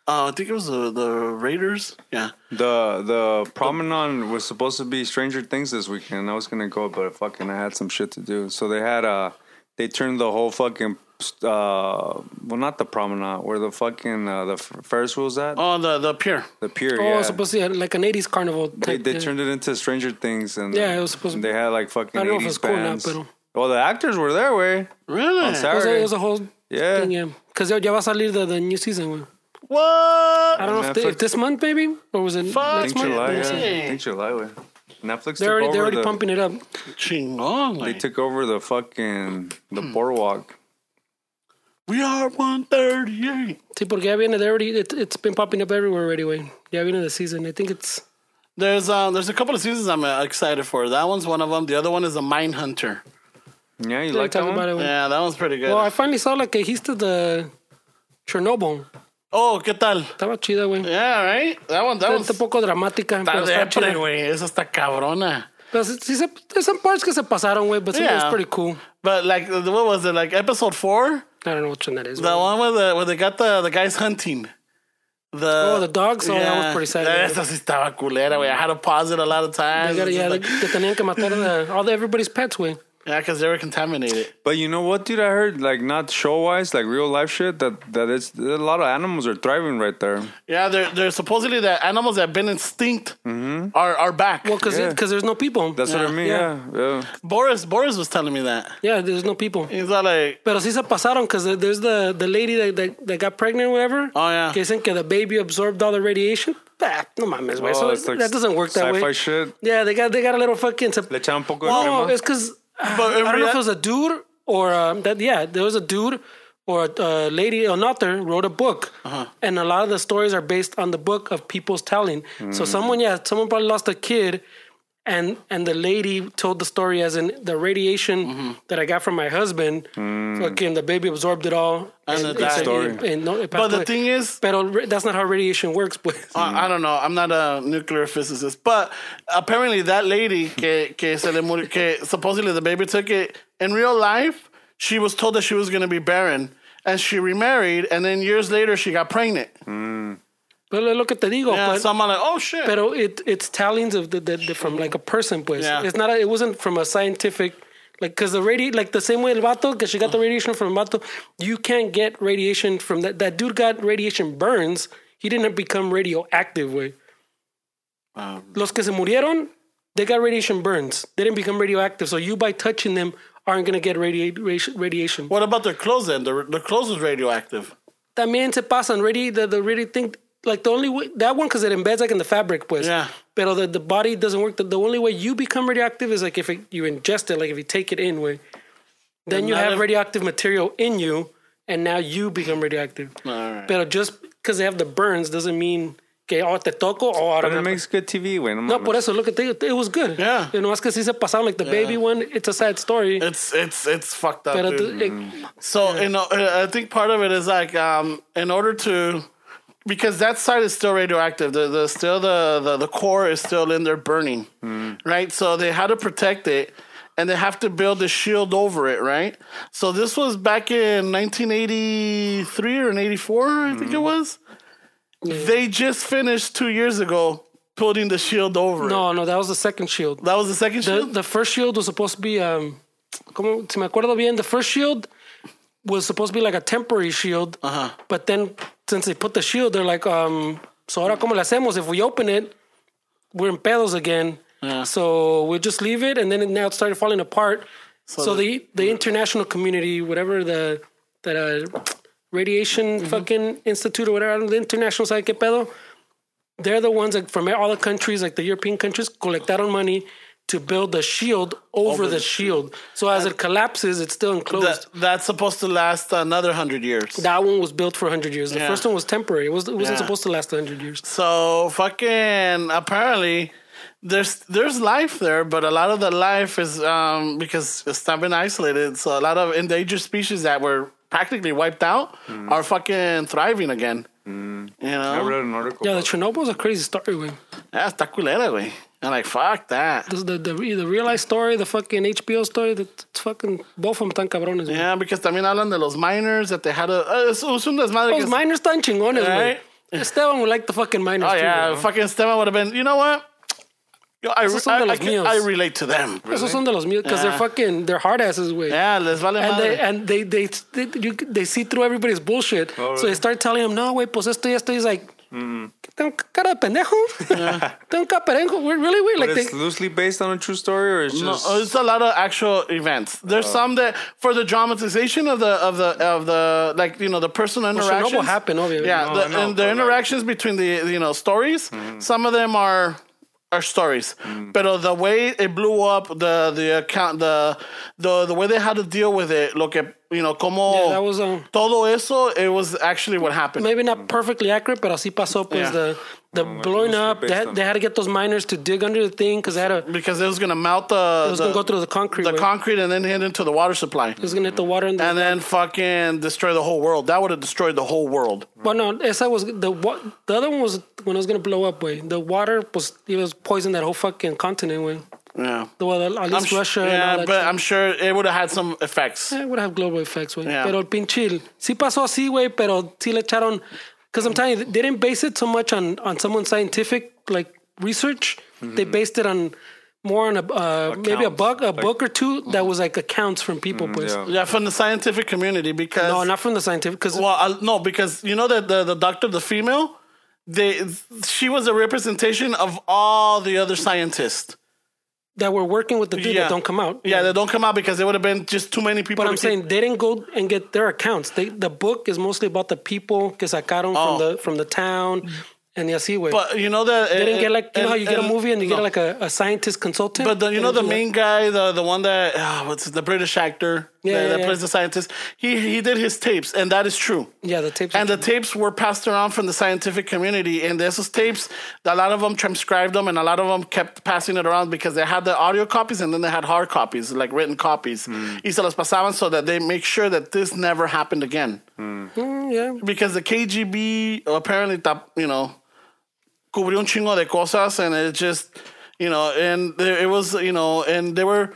[SPEAKER 2] Uh, I think it was the, the Raiders. Yeah.
[SPEAKER 1] The the promenade was supposed to be Stranger Things this weekend. I was gonna go, but fucking I had some shit to do. So they had uh they turned the whole fucking uh well not the promenade where the fucking uh, the f- Ferris wheel's at
[SPEAKER 2] Oh, the the pier.
[SPEAKER 1] the pier.
[SPEAKER 3] Oh,
[SPEAKER 1] yeah.
[SPEAKER 3] supposed to be like an 80s carnival.
[SPEAKER 1] they,
[SPEAKER 3] type,
[SPEAKER 1] they
[SPEAKER 3] yeah.
[SPEAKER 1] turned it into Stranger Things and
[SPEAKER 3] Yeah, it was supposed to-
[SPEAKER 1] they had like fucking
[SPEAKER 3] I don't know if
[SPEAKER 1] eighties
[SPEAKER 3] it's cool or not,
[SPEAKER 1] bands.
[SPEAKER 3] pero-
[SPEAKER 1] Well, the actors were there, way
[SPEAKER 2] Really?
[SPEAKER 1] on
[SPEAKER 3] It was, a,
[SPEAKER 1] Saturday.
[SPEAKER 3] it was a uh, whole
[SPEAKER 1] Yeah.
[SPEAKER 3] thing, yeah. Because ya va a salir the, the new season, güey. I
[SPEAKER 2] What?
[SPEAKER 3] don't know if,
[SPEAKER 1] Netflix.
[SPEAKER 3] they, if this month, maybe? Or was it
[SPEAKER 2] Fuck.
[SPEAKER 1] I
[SPEAKER 3] next
[SPEAKER 1] think
[SPEAKER 3] month?
[SPEAKER 1] July, yeah.
[SPEAKER 3] Next season.
[SPEAKER 1] I think July. Way. Netflix.
[SPEAKER 3] They're already,
[SPEAKER 1] took
[SPEAKER 3] they're
[SPEAKER 1] over
[SPEAKER 3] already
[SPEAKER 1] the,
[SPEAKER 3] pumping it up.
[SPEAKER 2] Chingón.
[SPEAKER 1] They
[SPEAKER 2] güey.
[SPEAKER 3] Hmm.
[SPEAKER 1] took over the fucking the boardwalk.
[SPEAKER 2] We are 138.
[SPEAKER 3] Sí, porque ya viene de already. It, it's been popping up everywhere already, güey. Ya viene the season. I think it's.
[SPEAKER 2] There's uh, there's a couple of seasons I'm uh, excited for. That one's one of them. The other one is a Mine Hunter.
[SPEAKER 1] Yeah, you
[SPEAKER 3] we
[SPEAKER 1] like
[SPEAKER 3] talk
[SPEAKER 1] that one?
[SPEAKER 3] about it, güey.
[SPEAKER 2] Yeah, that one's pretty good.
[SPEAKER 3] Well, I finally saw la que dijiste de Chernobyl.
[SPEAKER 2] oh, ¿qué tal?
[SPEAKER 3] Estaba chida,
[SPEAKER 1] Eh,
[SPEAKER 3] güey.
[SPEAKER 2] Yeah, right. That one, that
[SPEAKER 3] Está
[SPEAKER 2] one's
[SPEAKER 3] un poco dramática, pero
[SPEAKER 2] Está depre,
[SPEAKER 3] está chida.
[SPEAKER 2] güey. Esa está cabrona.
[SPEAKER 3] Pero sí, sí se, there's some parts que se pasaron, güey, but some
[SPEAKER 2] Yeah.
[SPEAKER 3] was pretty cool.
[SPEAKER 2] But like, what was it? Like episode four,
[SPEAKER 3] I don't know which one that is.
[SPEAKER 2] the
[SPEAKER 3] güey.
[SPEAKER 2] one where the where they got the the guys hunting. The
[SPEAKER 3] Oh, the dogs? Oh, that was pretty sad.
[SPEAKER 2] Esa sí estaba culera, güey. I had to pause it a lot of times.
[SPEAKER 3] They gotta-
[SPEAKER 2] It's
[SPEAKER 3] yeah,
[SPEAKER 2] just like-
[SPEAKER 3] they- que tenían que matar a- all the everybody's pets, güey.
[SPEAKER 2] Yeah, because they were contaminated.
[SPEAKER 1] But you know what, dude? I heard like not show wise, like real life shit. That that it's that a lot of animals are thriving right there.
[SPEAKER 2] Yeah, they're they're supposedly the animals that have been extinct are are back.
[SPEAKER 3] Well, because
[SPEAKER 1] Yeah.
[SPEAKER 3] there's no people.
[SPEAKER 1] That's what I mean.
[SPEAKER 3] yeah.
[SPEAKER 1] Yeah, yeah.
[SPEAKER 2] Boris Boris was telling me that.
[SPEAKER 3] yeah, there's no people.
[SPEAKER 2] He's all like,
[SPEAKER 3] Pero sí se pasaron because there's the, the lady that, that, that got pregnant or whatever.
[SPEAKER 2] Oh, yeah.
[SPEAKER 3] Que dicen que the baby absorbed all the radiation. Ah, no mames, güey.
[SPEAKER 1] Oh,
[SPEAKER 3] So
[SPEAKER 1] it's like
[SPEAKER 3] that doesn't work that way.
[SPEAKER 1] sci-fi shit.
[SPEAKER 3] Yeah, they got they got a little fucking. se-
[SPEAKER 1] Le echaron un poco de
[SPEAKER 3] No,
[SPEAKER 1] crema.
[SPEAKER 3] it's ah, because I
[SPEAKER 2] But
[SPEAKER 3] don't
[SPEAKER 2] in
[SPEAKER 3] know if
[SPEAKER 2] real-
[SPEAKER 3] it was a dude or um, that. Yeah, there was a dude or a lady, an author wrote a book,
[SPEAKER 2] Uh-huh.
[SPEAKER 3] and a lot of the stories are based on the book of people's telling.
[SPEAKER 2] Mm.
[SPEAKER 3] So someone, yeah, someone probably lost a kid, and and the lady told the story as in the radiation
[SPEAKER 2] Mm-hmm.
[SPEAKER 3] that I got from my husband.
[SPEAKER 2] Mm.
[SPEAKER 3] Fucking the baby absorbed it all.
[SPEAKER 2] And it
[SPEAKER 3] it's
[SPEAKER 2] died.
[SPEAKER 3] a-
[SPEAKER 1] Story.
[SPEAKER 3] and- and no,
[SPEAKER 2] but
[SPEAKER 3] it passed
[SPEAKER 2] the
[SPEAKER 3] away.
[SPEAKER 2] thing is, Ah.
[SPEAKER 3] Pero ra- that's not how radiation works, pues.
[SPEAKER 2] I, I don't know. I'm not a nuclear physicist, but apparently that lady que, que se le murió, que supposedly the baby took it in real life, she was told that she was going to be barren, and she remarried, and then years later she got pregnant.
[SPEAKER 3] Hmm. Pero es lo que te digo.
[SPEAKER 2] Yeah,
[SPEAKER 3] pues.
[SPEAKER 2] so I'm like, oh shit.
[SPEAKER 3] Pero it it's tellings of the, the, the from like a person, pues.
[SPEAKER 2] Yeah.
[SPEAKER 3] It's not. A, it wasn't from a scientific, like because the radi like the same way el vato, because she got
[SPEAKER 2] Uh-huh.
[SPEAKER 3] the radiation from el vato. You can't get radiation from that. That dude got radiation burns. He didn't become radioactive, way.
[SPEAKER 2] Um.
[SPEAKER 3] Los que se murieron, they got radiation burns. They didn't become radioactive. So you by touching them aren't gonna get radi- radi- radiation.
[SPEAKER 2] what about their clothes then? Their, their clothes was radioactive.
[SPEAKER 3] también se pasan. Really, the, the really thing, like the only way that one because it embeds like in the fabric, pues.
[SPEAKER 2] Yeah.
[SPEAKER 3] Pero the, the body doesn't work. The, the only way you become radioactive is like if it, you ingest it, like if you take it in, way. Then you
[SPEAKER 2] not
[SPEAKER 3] have
[SPEAKER 2] if-
[SPEAKER 3] radioactive material in you, and now you become radioactive.
[SPEAKER 2] Alright.
[SPEAKER 3] Pero just because they have the burns doesn't mean que oh te toco o
[SPEAKER 1] But
[SPEAKER 3] ahora.
[SPEAKER 1] it
[SPEAKER 3] me-
[SPEAKER 1] makes good TV. Wait,
[SPEAKER 3] No, por eso look at it. It was good.
[SPEAKER 2] Yeah.
[SPEAKER 3] You know, es que sí se pasaron like the baby one. It's a sad story.
[SPEAKER 2] It's it's it's fucked up.
[SPEAKER 3] pero
[SPEAKER 2] dude.
[SPEAKER 3] tú- eh,
[SPEAKER 2] So you know, uh, I think part of it is like um, in order to because that side is still radioactive. The, the still the, the the core is still in there burning, right? So they had to protect it, and they have to build a shield over it, right? So this was back in 1983 or in 84, I think it was. They just finished two years ago putting the shield over it.
[SPEAKER 3] no, no, that was the second shield.
[SPEAKER 2] That was the second
[SPEAKER 3] the,
[SPEAKER 2] shield.
[SPEAKER 3] the first shield was supposed to be um como, si me acuerdo bien the first shield was supposed to be like a temporary shield uh-huh. but then since they put the shield they're like um so ahora como le hacemos if we open it we're in pedos again so we'll just leave it and then it now it started falling apart so, the, the international community whatever the that uh, radiation fucking institute or whatever I don't know, the international side que pedo they're the ones that from all the countries, like the European countries, collectaron money to build the shield over, the, shield. So as it collapses, it's still enclosed.
[SPEAKER 2] That, that's supposed to last another hundred years.
[SPEAKER 3] that one was built for 100 years. The
[SPEAKER 2] Yeah.
[SPEAKER 3] first one was temporary. It, was, it
[SPEAKER 2] Yeah.
[SPEAKER 3] wasn't supposed to last 100 years.
[SPEAKER 2] So fucking apparently there's there's life there, but a lot of the life is um because it's not been isolated. So a lot of endangered species that were practically wiped out
[SPEAKER 3] Mm.
[SPEAKER 2] are fucking thriving again. You
[SPEAKER 1] I
[SPEAKER 2] know?
[SPEAKER 1] read an article.
[SPEAKER 3] Yeah, the Chernobyl was a crazy story, man.
[SPEAKER 2] That's está culera, güey. I'm like, fuck that.
[SPEAKER 3] The, the, the, re- the real life story, the fucking HBO story, that's it's fucking both of them tan cabrones. Yeah.
[SPEAKER 2] Yeah, because también hablan de los miners that they had a uh, es, es un desmadre que
[SPEAKER 3] Those
[SPEAKER 2] es-
[SPEAKER 3] miners tan chingones,
[SPEAKER 2] Right?
[SPEAKER 3] right? Esteban would like the fucking miners.
[SPEAKER 2] Oh
[SPEAKER 3] too,
[SPEAKER 2] yeah,
[SPEAKER 3] güey.
[SPEAKER 2] fucking Stema would have been. You know what? Yo, I,
[SPEAKER 3] Esos son
[SPEAKER 2] I-
[SPEAKER 3] de
[SPEAKER 2] I
[SPEAKER 3] los
[SPEAKER 2] can-
[SPEAKER 3] míos.
[SPEAKER 2] I relate to them.
[SPEAKER 3] Esos son de los míos, because
[SPEAKER 2] Yeah.
[SPEAKER 3] they're fucking, they're hard asses, way.
[SPEAKER 2] Yeah, les vale
[SPEAKER 3] and
[SPEAKER 2] madre.
[SPEAKER 3] they and they they they, you, they see through everybody's bullshit. So they start telling him, "No, wait, pues esto y esto." He's like,
[SPEAKER 2] Mm-hmm.
[SPEAKER 3] "Tengo cara de pendejo." Tengo cara de pendejo. We're really weird.
[SPEAKER 1] But
[SPEAKER 3] Like
[SPEAKER 1] it's
[SPEAKER 3] they,
[SPEAKER 1] loosely based on a true story, or it's
[SPEAKER 2] No, oh,
[SPEAKER 1] just
[SPEAKER 2] it's a lot of actual events.
[SPEAKER 3] Oh.
[SPEAKER 2] There's some that for the dramatization of the of the of the like you know the personal
[SPEAKER 3] Chernobyl
[SPEAKER 2] interactions
[SPEAKER 3] happened, obviously.
[SPEAKER 2] Yeah,
[SPEAKER 1] No,
[SPEAKER 2] the,
[SPEAKER 1] I know,
[SPEAKER 2] and the
[SPEAKER 1] but, like-
[SPEAKER 2] interactions between the you know stories.
[SPEAKER 3] Hmm.
[SPEAKER 2] Some of them are are stories, but the way it blew up, the the account, the the the way they had to deal with it. Look at you know, como
[SPEAKER 3] Yeah, that was, um,
[SPEAKER 2] todo eso, it was actually what happened.
[SPEAKER 3] maybe not perfectly accurate, but así pasó pues
[SPEAKER 2] Mm. Yeah.
[SPEAKER 3] the the blowing
[SPEAKER 1] was
[SPEAKER 3] up. They
[SPEAKER 1] based
[SPEAKER 3] had,
[SPEAKER 1] on-
[SPEAKER 3] they had to get those miners to dig under the thing because they had to.
[SPEAKER 2] because it was gonna melt the
[SPEAKER 3] It was
[SPEAKER 2] the,
[SPEAKER 3] gonna go through the concrete.
[SPEAKER 2] the
[SPEAKER 3] way.
[SPEAKER 2] concrete and then hit into the water supply,
[SPEAKER 3] it was gonna hit the water and the
[SPEAKER 2] and then fucking destroy the whole world. That would have destroyed the whole world.
[SPEAKER 3] Well, no, esa was the wa- the other one was when it was gonna blow up. Way the water was it was poisoning that whole fucking continent. Way
[SPEAKER 2] Yeah,
[SPEAKER 3] the well, at
[SPEAKER 2] I'm
[SPEAKER 3] least
[SPEAKER 2] su-
[SPEAKER 3] Russia. and all
[SPEAKER 2] yeah,
[SPEAKER 3] that
[SPEAKER 2] but
[SPEAKER 3] shit.
[SPEAKER 2] I'm sure it would have had some effects.
[SPEAKER 3] Yeah, it would have global effects, güey.
[SPEAKER 2] Yeah.
[SPEAKER 3] Pero el pinchil, sí pasó así, güey, pero sí le echaron. Because I'm telling you, they didn't base it so much on, on someone's scientific like research. They
[SPEAKER 2] Mm-hmm.
[SPEAKER 3] based it on more on a uh, maybe a
[SPEAKER 1] Accounts.
[SPEAKER 3] book, a
[SPEAKER 1] Like-
[SPEAKER 3] book or two that was like accounts from people, pues.
[SPEAKER 1] yeah.
[SPEAKER 2] Mm-hmm. Mm, Yeah, from the scientific community because
[SPEAKER 3] No, not from the scientific. Because
[SPEAKER 2] well, uh, no, because you know that the the doctor, the female, they she was a representation of all the other scientists.
[SPEAKER 3] that were working with the dude
[SPEAKER 2] Yeah.
[SPEAKER 3] that don't come out.
[SPEAKER 2] Yeah, they don't come out because it would have been just too many people. to
[SPEAKER 3] But I'm
[SPEAKER 2] keep-
[SPEAKER 3] saying they didn't go and get their accounts. They, the book is mostly about the people que sacaron
[SPEAKER 2] Oh. Mm-hmm.
[SPEAKER 3] from the from the town and the así, güey.
[SPEAKER 2] but you know that
[SPEAKER 3] They didn't get like you know how you get a movie and you get like a, a scientist consultant.
[SPEAKER 2] But the, you
[SPEAKER 3] and
[SPEAKER 2] know the
[SPEAKER 3] do that?
[SPEAKER 2] main guy, the the one that ah, what's the British actor
[SPEAKER 3] Yeah,
[SPEAKER 2] that,
[SPEAKER 3] yeah,
[SPEAKER 2] that
[SPEAKER 3] yeah.
[SPEAKER 2] plays the scientist. He he did his tapes, and that is true.
[SPEAKER 3] Yeah, the tapes.
[SPEAKER 2] And the tapes were passed around from the scientific community, and those tapes, a lot of them transcribed them, and a lot of them kept passing it around because they had the audio copies and then they had hard copies, like written copies. Y se los pasaban so that they make sure that this never happened again.
[SPEAKER 3] yeah,
[SPEAKER 2] Because the KGB apparently, tap- you know, cubrió un chingo de cosas, and it just, you know, and there- it was, you know, and they were,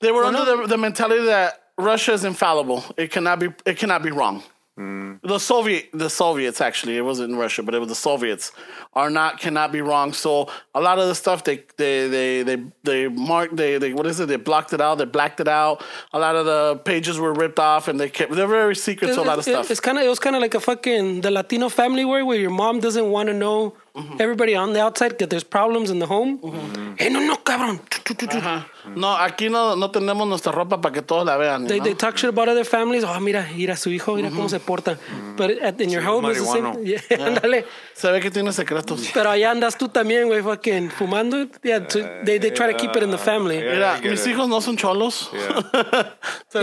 [SPEAKER 2] they were under the, the mentality that Russia is infallible. It cannot be, it cannot be wrong
[SPEAKER 1] Hmm.
[SPEAKER 2] the Soviet, the Soviets actually, it wasn't in Russia, but it was the Soviets are not cannot be wrong. So a lot of the stuff they they they they they marked they they what is it? They blocked it out. They blacked it out. A lot of the pages were ripped off, and they kept they're very secret to a lot of
[SPEAKER 3] It- it-
[SPEAKER 2] stuff.
[SPEAKER 3] It's kind of it was kind of like a fucking the Latino family where where your mom doesn't want to know
[SPEAKER 2] Mm-hmm.
[SPEAKER 3] everybody on the outside that there's problems in the home. Hey, no, no, cabrón.
[SPEAKER 2] Ajá. No, aquí no no tenemos nuestra ropa para que todos la vean. you
[SPEAKER 3] They,
[SPEAKER 2] know?
[SPEAKER 3] they talk shit about other families. Oh, mira, mira su hijo, mira
[SPEAKER 2] Mm-hmm.
[SPEAKER 3] cómo se porta. But at, in your home, it's the same.
[SPEAKER 1] marihuano.
[SPEAKER 3] Yeah, ándale.
[SPEAKER 2] Se ve que tiene secretos.
[SPEAKER 3] Pero allá andas tú también, güey, fucking fumando. Yeah, so they, they try to keep it in the family.
[SPEAKER 1] Yeah.
[SPEAKER 2] Mira,
[SPEAKER 1] I get
[SPEAKER 2] mis
[SPEAKER 1] it.
[SPEAKER 2] hijos no son cholos.
[SPEAKER 3] Yeah,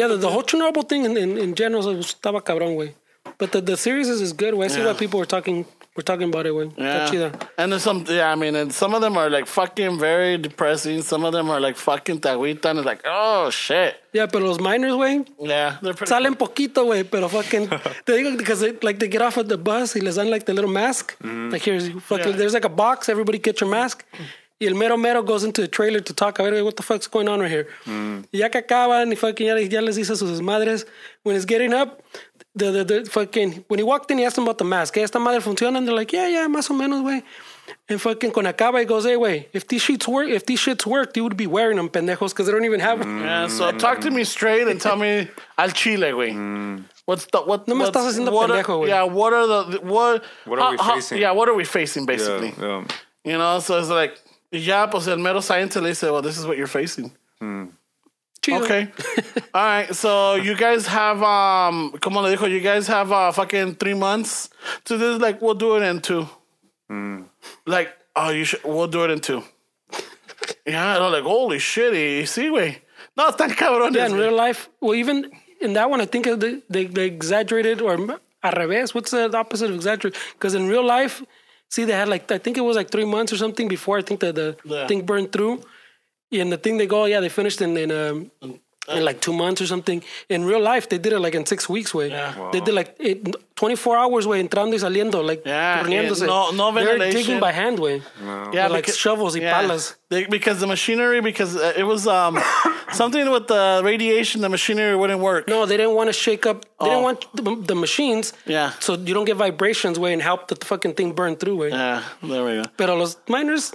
[SPEAKER 3] the, the whole Chernobyl thing in, in, in general was estaba cabrón, güey. But the, the series is, is good, güey. I see why
[SPEAKER 2] Yeah.
[SPEAKER 3] people were talking were talking about it, güey. Está
[SPEAKER 2] Yeah.
[SPEAKER 3] chida.
[SPEAKER 2] And there's some, yeah, I mean, and some of them are like fucking very depressing. Some of them are like fucking taguita, and it's like, oh shit.
[SPEAKER 3] Yeah, pero los miners, güey,
[SPEAKER 2] Yeah, they're pretty.
[SPEAKER 3] salen poquito, güey, pero fucking, they, because they, like they get off of the bus y les dan like the little mask. Like here's, fucking,
[SPEAKER 2] Yeah.
[SPEAKER 3] there's like a box, everybody get your mask. Y el mero mero goes into the trailer to talk, a ver, what the fuck's going on right here. Y ya que acaban y fucking ya, les- ya les dice sus madres, when it's getting up, the, the, the fucking, when he walked in, he asked him about the mask. Hey, esta madre funciona? And they're like, yeah, yeah, más o menos, güey. And fucking con acaba, he goes, hey, güey, if these shits work, if these shits worked, you would be wearing them, pendejos, because they don't even have them.
[SPEAKER 2] Yeah, so talk to me straight and tell me al chile, güey.
[SPEAKER 1] Mm.
[SPEAKER 2] What's the what?
[SPEAKER 3] No me
[SPEAKER 2] what's-
[SPEAKER 3] estás haciendo
[SPEAKER 2] what are-
[SPEAKER 3] pendejo, güey.
[SPEAKER 2] Yeah, what are the the- what?
[SPEAKER 1] What are we facing?
[SPEAKER 2] yeah, what are we facing
[SPEAKER 1] Yeah,
[SPEAKER 2] basically?
[SPEAKER 1] yeah.
[SPEAKER 2] You know, so it's like, yeah, pues el mero scientist le dice, well, this is what you're facing.
[SPEAKER 3] Chido.
[SPEAKER 2] Okay, all right. So you guys have um, como le dijo, you guys have uh, fucking three months to this. Like, we'll do it in two. Like, oh, you should. We'll do it in two. yeah, and I'm like, holy shit, y sí, güey. No, están cabrones.
[SPEAKER 3] Yeah, in
[SPEAKER 2] güey.
[SPEAKER 3] real life, well, even in that one, I think they, they, they exaggerated or al revés. What's the opposite of exaggerate? Because in real life, see, they had like, I think it was like three months or something before I think the, the
[SPEAKER 2] Yeah.
[SPEAKER 3] thing burned through. And the thing they go, oh, yeah, they finished in, in, um,
[SPEAKER 2] uh,
[SPEAKER 3] in like two months or something. In real life, they did it like in six weeks, way.
[SPEAKER 2] Yeah. Wow.
[SPEAKER 3] They did like eight, 24 hours, way, entrando y saliendo, like,
[SPEAKER 2] Yeah,
[SPEAKER 3] turneándose.
[SPEAKER 2] yeah, no- no
[SPEAKER 3] They're
[SPEAKER 2] ventilation.
[SPEAKER 3] digging by hand, way.
[SPEAKER 2] Yeah,
[SPEAKER 3] Like shovels y palas.
[SPEAKER 2] They, because the machinery, because uh, it was um something with the radiation, the machinery wouldn't work.
[SPEAKER 3] No, they didn't want to shake up.
[SPEAKER 2] Oh.
[SPEAKER 3] They didn't want the, the machines.
[SPEAKER 2] Yeah.
[SPEAKER 3] So you don't get vibrations, way, and help the fucking thing burn through, way.
[SPEAKER 2] Yeah, there we go.
[SPEAKER 3] Pero los miners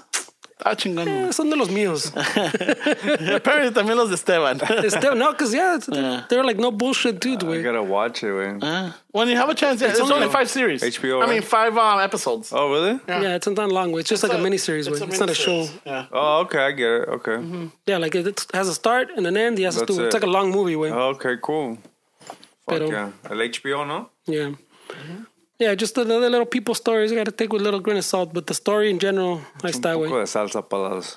[SPEAKER 2] Ah, chingón.
[SPEAKER 3] eh, son de los míos.
[SPEAKER 2] Apparently, también los de Esteban.
[SPEAKER 3] It's them- no, because yeah, it's- they're like no bullshit, dude,
[SPEAKER 1] You
[SPEAKER 3] way.
[SPEAKER 1] gotta watch it, man.
[SPEAKER 3] Uh-huh.
[SPEAKER 2] when you have a chance, yeah, it's, only
[SPEAKER 1] HBO.
[SPEAKER 2] five series.
[SPEAKER 1] HBO,
[SPEAKER 2] I mean,
[SPEAKER 1] right?
[SPEAKER 2] five um, episodes.
[SPEAKER 1] Oh, really?
[SPEAKER 3] Yeah, it's not long, way. It's just like a, miniseries, way. It's, not a show.
[SPEAKER 2] miniseries. Yeah.
[SPEAKER 1] Oh, okay, I get it. Okay.
[SPEAKER 3] Yeah, like it, it has a start and an end. Yes,
[SPEAKER 1] That's
[SPEAKER 3] it's
[SPEAKER 1] it.
[SPEAKER 3] like a long movie, way.
[SPEAKER 1] Oh, Okay, cool. Fuck
[SPEAKER 3] Pero-
[SPEAKER 1] yeah. El HBO, no?
[SPEAKER 3] Yeah. Mm-hmm. Yeah, just the, the little people stories. You got to take with a little grain of salt, but the story in general, I that
[SPEAKER 1] Un
[SPEAKER 3] way.
[SPEAKER 1] poco de salsa para, las,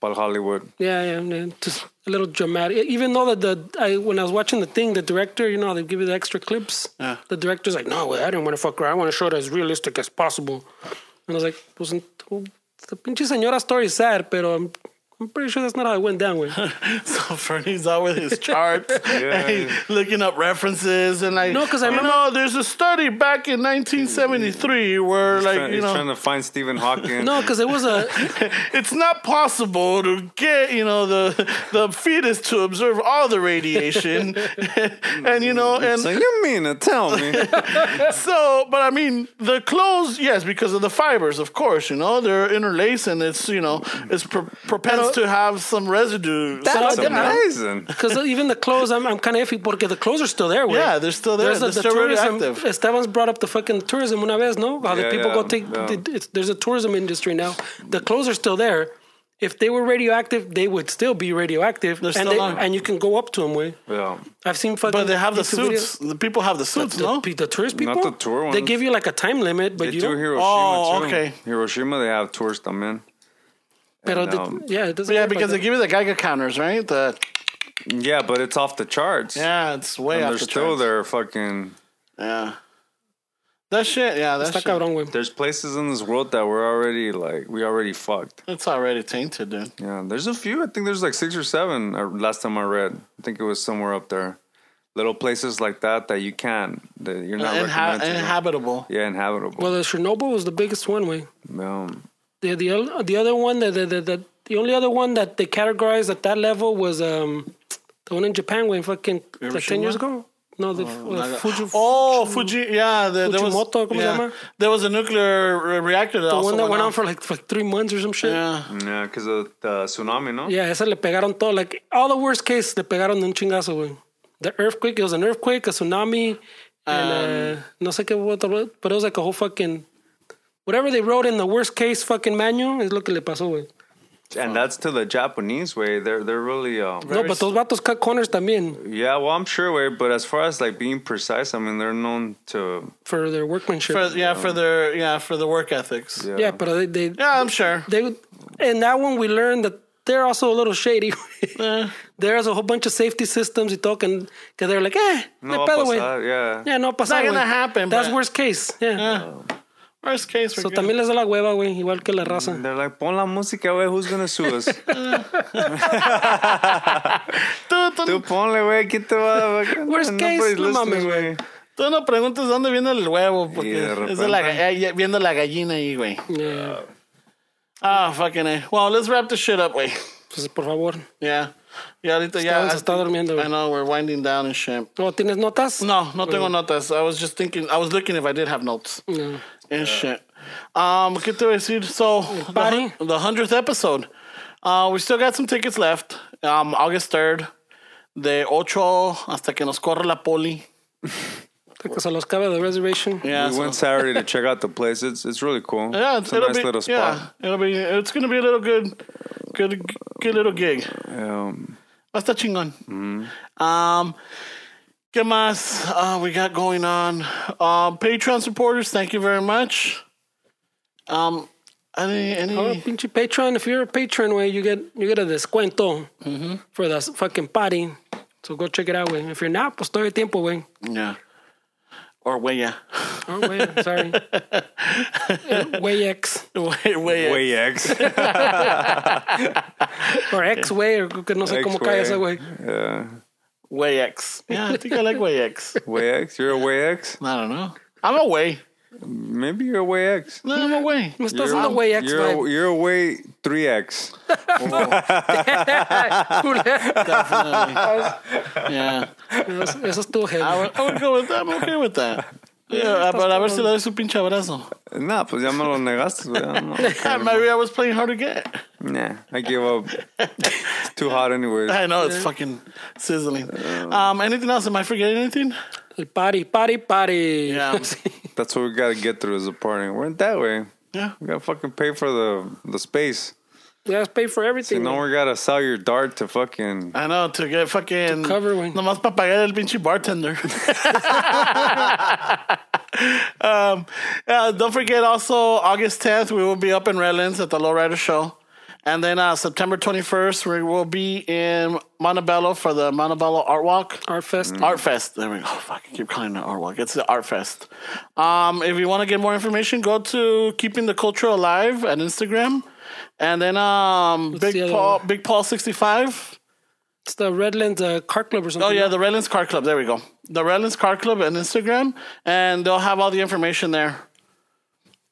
[SPEAKER 1] para Hollywood.
[SPEAKER 3] Yeah, yeah, man. Just a little dramatic. E, Even though that the I, when I was watching the thing, the director, you know, they give you the extra clips.
[SPEAKER 2] Yeah.
[SPEAKER 3] The director's like, no, I didn't want to fuck around. I want to show it as realistic as possible. And I was like, pues, en- well, the pinche señora story is sad, but I'm, I'm pretty sure that's not how it went down. With.
[SPEAKER 2] So Fernie's out with his charts, and he's looking up references, and like
[SPEAKER 3] No, 'cause I
[SPEAKER 2] you
[SPEAKER 3] remember-
[SPEAKER 2] know there's a study back in 1973 where like
[SPEAKER 1] Trying-
[SPEAKER 2] you
[SPEAKER 1] he's
[SPEAKER 2] know
[SPEAKER 1] trying to find Stephen Hawking.
[SPEAKER 3] no, because it was a
[SPEAKER 2] it's not possible to get you know the the fetus to observe all the radiation, and you know and
[SPEAKER 1] So you mean to tell me?
[SPEAKER 2] so, but I mean, the clothes, yes, because of the fibers, of course, you know, they're interlaced and it's, you know, it's pro- propense to have some residue.
[SPEAKER 1] That's
[SPEAKER 3] I did- I-
[SPEAKER 1] amazing.
[SPEAKER 3] because even the clothes, I'm, I'm kind of iffy porque the clothes are still there. Way.
[SPEAKER 2] Yeah, they're still there.
[SPEAKER 3] There's a,
[SPEAKER 2] They're
[SPEAKER 3] the
[SPEAKER 2] still
[SPEAKER 3] tourism.
[SPEAKER 2] radioactive.
[SPEAKER 3] Esteban's brought up the fucking tourism una vez, no? How the
[SPEAKER 1] Yeah,
[SPEAKER 3] people go
[SPEAKER 1] yeah,
[SPEAKER 3] take.
[SPEAKER 1] yeah.
[SPEAKER 3] the- it's, there's a tourism industry now. The clothes are still there. If they were radioactive, they would still be radioactive,
[SPEAKER 2] They're
[SPEAKER 3] and
[SPEAKER 2] still
[SPEAKER 3] they,
[SPEAKER 2] on.
[SPEAKER 3] and you can go up to them. Way
[SPEAKER 1] Yeah.
[SPEAKER 3] I've seen fucking.
[SPEAKER 2] But they have the
[SPEAKER 3] YouTube
[SPEAKER 2] suits. The people have the suits,
[SPEAKER 3] videos. The,
[SPEAKER 2] no?
[SPEAKER 3] pe- the tourist people.
[SPEAKER 1] Not the tour
[SPEAKER 3] They
[SPEAKER 1] ones.
[SPEAKER 3] give you like a time limit, but
[SPEAKER 1] They
[SPEAKER 3] you.
[SPEAKER 1] do
[SPEAKER 3] Don't,
[SPEAKER 1] Hiroshima
[SPEAKER 2] Oh,
[SPEAKER 1] too.
[SPEAKER 2] okay.
[SPEAKER 1] Hiroshima, they have tours come in.
[SPEAKER 3] pero
[SPEAKER 1] and,
[SPEAKER 3] the-
[SPEAKER 1] um,
[SPEAKER 3] yeah, it doesn't.
[SPEAKER 2] yeah,
[SPEAKER 3] work like
[SPEAKER 2] because they
[SPEAKER 3] that.
[SPEAKER 2] give you the Geiger counters, right? The,
[SPEAKER 1] Yeah, but it's off the charts.
[SPEAKER 2] yeah, it's way
[SPEAKER 1] And
[SPEAKER 2] off
[SPEAKER 1] they're
[SPEAKER 2] the
[SPEAKER 1] still
[SPEAKER 2] charts.
[SPEAKER 1] there. Fucking.
[SPEAKER 2] Yeah. That shit, yeah, that
[SPEAKER 3] Está
[SPEAKER 2] shit.
[SPEAKER 3] cabrón, güey.
[SPEAKER 1] There's places in this world that we're already like we already fucked.
[SPEAKER 2] It's already tainted, dude.
[SPEAKER 1] Yeah, there's a few. I think there's like six or seven. uh, Last time I read, I think it was somewhere up there. Little places like that that you can't. That you're not
[SPEAKER 2] Inha-
[SPEAKER 1] recommended.
[SPEAKER 2] inhabitable.
[SPEAKER 1] yeah, inhabitable.
[SPEAKER 3] Well, the Chernobyl was the biggest one, way.
[SPEAKER 1] Um,
[SPEAKER 3] the the el- the other one that the, the, the the only other one that they categorized at that level was um the one in Japan when fucking like ten
[SPEAKER 2] Hiroshima?
[SPEAKER 3] years ago. No, the uh, Fuji.
[SPEAKER 2] Oh, Fuji, yeah, the, there was
[SPEAKER 3] Fujimoto, ¿cómo se
[SPEAKER 2] yeah.
[SPEAKER 3] llama?
[SPEAKER 2] there was a nuclear re- reactor that
[SPEAKER 3] the
[SPEAKER 2] also
[SPEAKER 3] one that went on
[SPEAKER 2] off.
[SPEAKER 3] for like for like three months or some shit. Yeah.
[SPEAKER 2] yeah.
[SPEAKER 1] yeah, because of the tsunami, no?
[SPEAKER 3] esa le pegaron todo. Like all the worst case, le pegaron de un chingazo, güey. The earthquake, it was an earthquake, a tsunami, and uh,
[SPEAKER 2] Um,
[SPEAKER 3] no sé qué otro, but it was like a whole fucking whatever they wrote in the worst case fucking manual is lo que le pasó, güey.
[SPEAKER 1] And that's to the Japanese way. They're they're really um,
[SPEAKER 3] No, but those vatos cut corners también
[SPEAKER 1] yeah. Well, I'm sure way, but as far as like being precise, I mean, they're known to
[SPEAKER 3] for their workmanship.
[SPEAKER 2] For, yeah, for their yeah for the work ethics. Yeah,
[SPEAKER 3] yeah, but they, they
[SPEAKER 2] I'm sure.
[SPEAKER 3] they would- and that one we learned that they're also a little shady.
[SPEAKER 2] Eh,
[SPEAKER 3] There's a whole bunch of safety systems you talk and because they're like, eh,
[SPEAKER 1] no
[SPEAKER 3] no
[SPEAKER 1] va a
[SPEAKER 3] pedo,
[SPEAKER 1] pasar,
[SPEAKER 3] güey.
[SPEAKER 1] yeah.
[SPEAKER 3] Yeah, no pasa.
[SPEAKER 2] not
[SPEAKER 3] güey.
[SPEAKER 2] gonna happen,
[SPEAKER 3] That's
[SPEAKER 2] but-
[SPEAKER 3] worst case. Yeah.
[SPEAKER 2] worst case, we're
[SPEAKER 3] so
[SPEAKER 2] good.
[SPEAKER 3] también les da la hueva, güey, igual que la raza.
[SPEAKER 1] They're like, pon la música, güey. Who's gonna sue us?
[SPEAKER 2] tú, tú,
[SPEAKER 1] Tú ponle, güey. Aquí te va. fucking-
[SPEAKER 3] Worst
[SPEAKER 1] nobody's
[SPEAKER 3] case, no
[SPEAKER 1] listening,
[SPEAKER 3] mames, güey.
[SPEAKER 2] tú no preguntes dónde viene el huevo porque
[SPEAKER 1] Y de
[SPEAKER 2] es de la,
[SPEAKER 1] repente-
[SPEAKER 2] ga- eh, ya- viendo la gallina ahí, güey.
[SPEAKER 1] Mm.
[SPEAKER 3] Yeah.
[SPEAKER 2] Ah, fucking. eh. Well, let's wrap this shit up, güey.
[SPEAKER 3] Pues por favor.
[SPEAKER 2] Yeah, yeah, ahorita ya.
[SPEAKER 3] se está durmiendo, güey.
[SPEAKER 2] I know we're winding down and shit.
[SPEAKER 3] ¿No tienes notas?
[SPEAKER 2] No, no tengo notas. I was just thinking. I was looking if I did have notes.
[SPEAKER 3] No.
[SPEAKER 2] and shit. Um, get to receive so the hun-
[SPEAKER 3] party?
[SPEAKER 2] the hundredth episode. Uh, we still got some tickets left. Um, August third, the ocho hasta que nos corra la poli.
[SPEAKER 3] Que se los cabe the reservation.
[SPEAKER 2] Yeah,
[SPEAKER 1] We
[SPEAKER 2] so-
[SPEAKER 1] went Saturday to check out the place. It's it's really cool.
[SPEAKER 2] yeah,
[SPEAKER 1] it's a nice
[SPEAKER 2] be,
[SPEAKER 1] little
[SPEAKER 2] Yeah,
[SPEAKER 1] spot.
[SPEAKER 2] it'll be. It's gonna be a little good, good, good little gig.
[SPEAKER 1] Um,
[SPEAKER 2] Va a estar chingón. Um, ¿Qué más uh, we got going on? Um, Patreon supporters, thank you very much. Um, any any
[SPEAKER 3] Oh, pinche Patreon. If you're a patron, way you get you get a descuento for the fucking party. So go check it out, way. If you're not, pues todo el tiempo, way.
[SPEAKER 2] yeah or huella.
[SPEAKER 3] Oh, wait, sorry. way X
[SPEAKER 2] Way, way,
[SPEAKER 1] way X.
[SPEAKER 3] or X way or que no sé cómo
[SPEAKER 1] X
[SPEAKER 3] cae
[SPEAKER 1] way.
[SPEAKER 3] ese güey.
[SPEAKER 1] yeah.
[SPEAKER 2] way X. Yeah, I think I like way X.
[SPEAKER 1] Way X. You're a way X.
[SPEAKER 2] I don't know. I'm a way.
[SPEAKER 1] Maybe you're a way X.
[SPEAKER 2] No, I'm a way.
[SPEAKER 3] Me estás dando way X
[SPEAKER 1] You're
[SPEAKER 3] vibe.
[SPEAKER 1] you're a way three X.
[SPEAKER 3] Culero.
[SPEAKER 2] Yeah,
[SPEAKER 3] eso, eso estuvo
[SPEAKER 2] I
[SPEAKER 3] heavy.
[SPEAKER 2] would, I would go with that. I'm okay with that. Yeah, but a ver si le doy su pinche abrazo.
[SPEAKER 1] Nah, pues ya me lo negaste. güey. I don't know.
[SPEAKER 2] Yeah, maybe I was playing hard to get.
[SPEAKER 1] Nah, I give up. It's too hot anyways.
[SPEAKER 2] I know it's fucking sizzling. Um, anything else? Am I forgetting anything?
[SPEAKER 3] El party, party, party.
[SPEAKER 2] Yeah.
[SPEAKER 1] That's what we gotta get through as a party. We're not that way.
[SPEAKER 2] Yeah.
[SPEAKER 1] We gotta fucking pay for the the space.
[SPEAKER 3] You guys pay for
[SPEAKER 1] You
[SPEAKER 3] everything.
[SPEAKER 1] know we gotta sell your dart to fucking
[SPEAKER 2] I know to get fucking
[SPEAKER 3] cover one.
[SPEAKER 2] Nomás para pagar el pinche bartender. um, uh, don't forget also August 10th we will be up in Redlands at the Lowrider Show, And then uh, September 21st, we will be in Montebello for the Montebello Art Walk.
[SPEAKER 3] Art Fest.
[SPEAKER 2] Art Fest. There we go. Oh, Fuck, I keep calling it Art Walk. It's the Art Fest. Um, if you want to get more information, go to Keeping the Culture Alive at Instagram. And then um,
[SPEAKER 3] the
[SPEAKER 2] Big
[SPEAKER 3] other
[SPEAKER 2] Paul,
[SPEAKER 3] one?
[SPEAKER 2] Big Paul 65.
[SPEAKER 3] It's the Redlands uh, Car Club or something.
[SPEAKER 2] Oh, yeah, the Redlands Car Club. There we go. The Redlands Car Club and Instagram. And they'll have all the information there.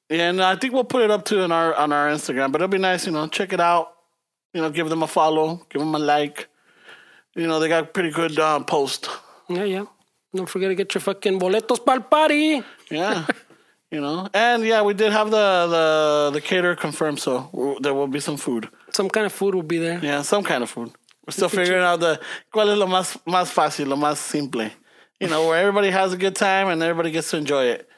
[SPEAKER 2] And I think we'll put it up too on our on our Instagram. But it'll be nice, you know, check it out. You know, give them a follow, give them a like. You know, they got pretty good uh, post.
[SPEAKER 3] Yeah, yeah. Don't forget to get your fucking boletos pal party.
[SPEAKER 2] Yeah. you know, and yeah, we did have the the the caterer confirmed, so w- there will be some food.
[SPEAKER 3] Some kind of food will be there.
[SPEAKER 2] Yeah, some kind of food. We're still figuring out the cuál es lo más más fácil, lo más simple. You know, where everybody has a good time and everybody gets to enjoy it.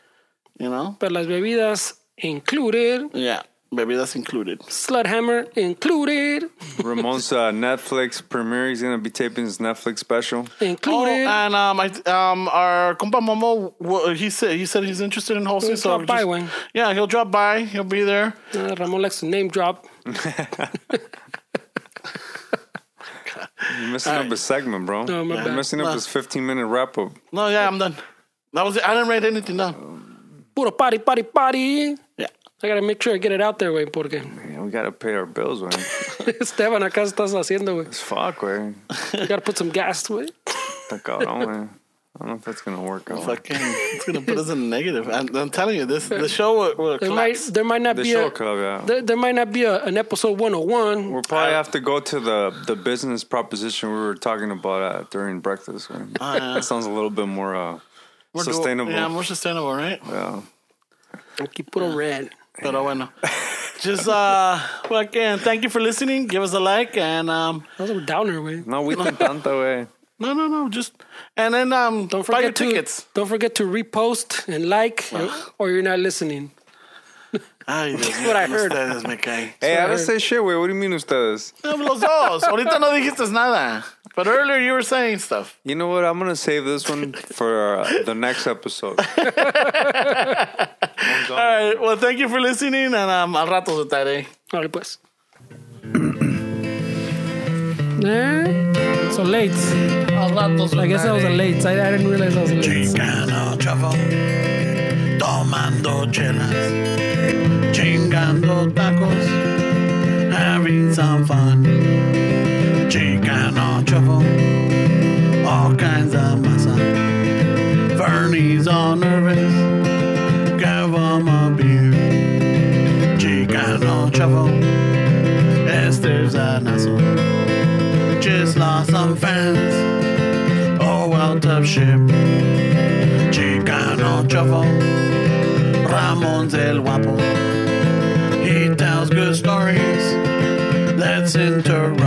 [SPEAKER 2] You know.
[SPEAKER 3] But las bebidas included.
[SPEAKER 2] Yeah, maybe that's included.
[SPEAKER 3] Slut Hammer included.
[SPEAKER 1] Ramon's uh, Netflix premiere. He's gonna be taping his Netflix special.
[SPEAKER 2] Oh,
[SPEAKER 3] Included.
[SPEAKER 2] and um, I, um, our compa Momo, well, he said he said he's interested in hosting.
[SPEAKER 3] He'll
[SPEAKER 2] so
[SPEAKER 3] drop
[SPEAKER 2] just-
[SPEAKER 3] by one.
[SPEAKER 2] Yeah, he'll drop by. He'll be there.
[SPEAKER 3] Uh, Ramon likes to name drop.
[SPEAKER 1] You're messing up his segment, bro.
[SPEAKER 3] No, my
[SPEAKER 1] You're
[SPEAKER 3] bad.
[SPEAKER 1] messing up
[SPEAKER 2] Nah.
[SPEAKER 1] his 15 minute wrap up.
[SPEAKER 2] No, yeah, I'm done. That was it. I didn't write anything down.
[SPEAKER 3] Puro party, party, party.
[SPEAKER 2] Yeah.
[SPEAKER 3] I gotta make sure I get it out there, way, porque
[SPEAKER 1] Yeah, we gotta pay our bills, man.
[SPEAKER 3] Esteban, acá estás haciendo, way.
[SPEAKER 1] It's fuck, man.
[SPEAKER 3] You gotta put some gas, way.
[SPEAKER 1] Está cabrón, man. I don't know if that's gonna work out.
[SPEAKER 2] Fucking, it's gonna put us in the negative. I'm, I'm telling you, this the show will, will
[SPEAKER 3] There might,
[SPEAKER 2] collapse.
[SPEAKER 3] there might not
[SPEAKER 1] The
[SPEAKER 3] be
[SPEAKER 1] show
[SPEAKER 3] a,
[SPEAKER 1] club, yeah.
[SPEAKER 3] there, there might not be a, an episode 101.
[SPEAKER 1] We'll probably have to go to the, the business proposition we were talking about uh, during breakfast. Man. That sounds a little bit more uh,
[SPEAKER 2] We're doing-
[SPEAKER 1] sustainable.
[SPEAKER 2] yeah, more sustainable, right?
[SPEAKER 1] Yeah.
[SPEAKER 3] Aquí puro red.
[SPEAKER 2] Pero bueno, just uh, fucking thank you for listening. Give us a like and um,
[SPEAKER 3] That was a downer, way.
[SPEAKER 1] No, we don't tanto, way.
[SPEAKER 2] no, no, no, just and then um,
[SPEAKER 3] Don't
[SPEAKER 2] buy your
[SPEAKER 3] forget to
[SPEAKER 2] tickets.
[SPEAKER 3] don't forget to repost and like, or you're not listening.
[SPEAKER 2] Ay, Dios mío,
[SPEAKER 3] what I
[SPEAKER 2] cómo
[SPEAKER 3] heard.
[SPEAKER 2] ustedes me caen.
[SPEAKER 1] Hey, I
[SPEAKER 3] I
[SPEAKER 1] didn't
[SPEAKER 3] heard.
[SPEAKER 1] say shit, way. What do you mean, ustedes?
[SPEAKER 2] Los dos. Ahorita no dijiste nada, but earlier you were saying stuff.
[SPEAKER 1] You know what? I'm gonna save this one for uh, the next episode.
[SPEAKER 2] All right. Well, thank you for listening, and um, al rato se tare.
[SPEAKER 3] All right, pues. Eh? so late.
[SPEAKER 2] Al rato se
[SPEAKER 3] I guess that was a
[SPEAKER 2] tare.
[SPEAKER 3] late. I, I didn't realize that was a late.
[SPEAKER 2] Chicano chavo, tomando chelas, chingando tacos, having some fun. Chicano chavo, all kinds of masa. Fernie's all nervous, give him a beer. Chicano chavo, Esther's an asshole. Just lost some fans, oh well, tough shit. Chicano Chavo, Ramon's El Guapo. He tells good stories, let's interrupt. oh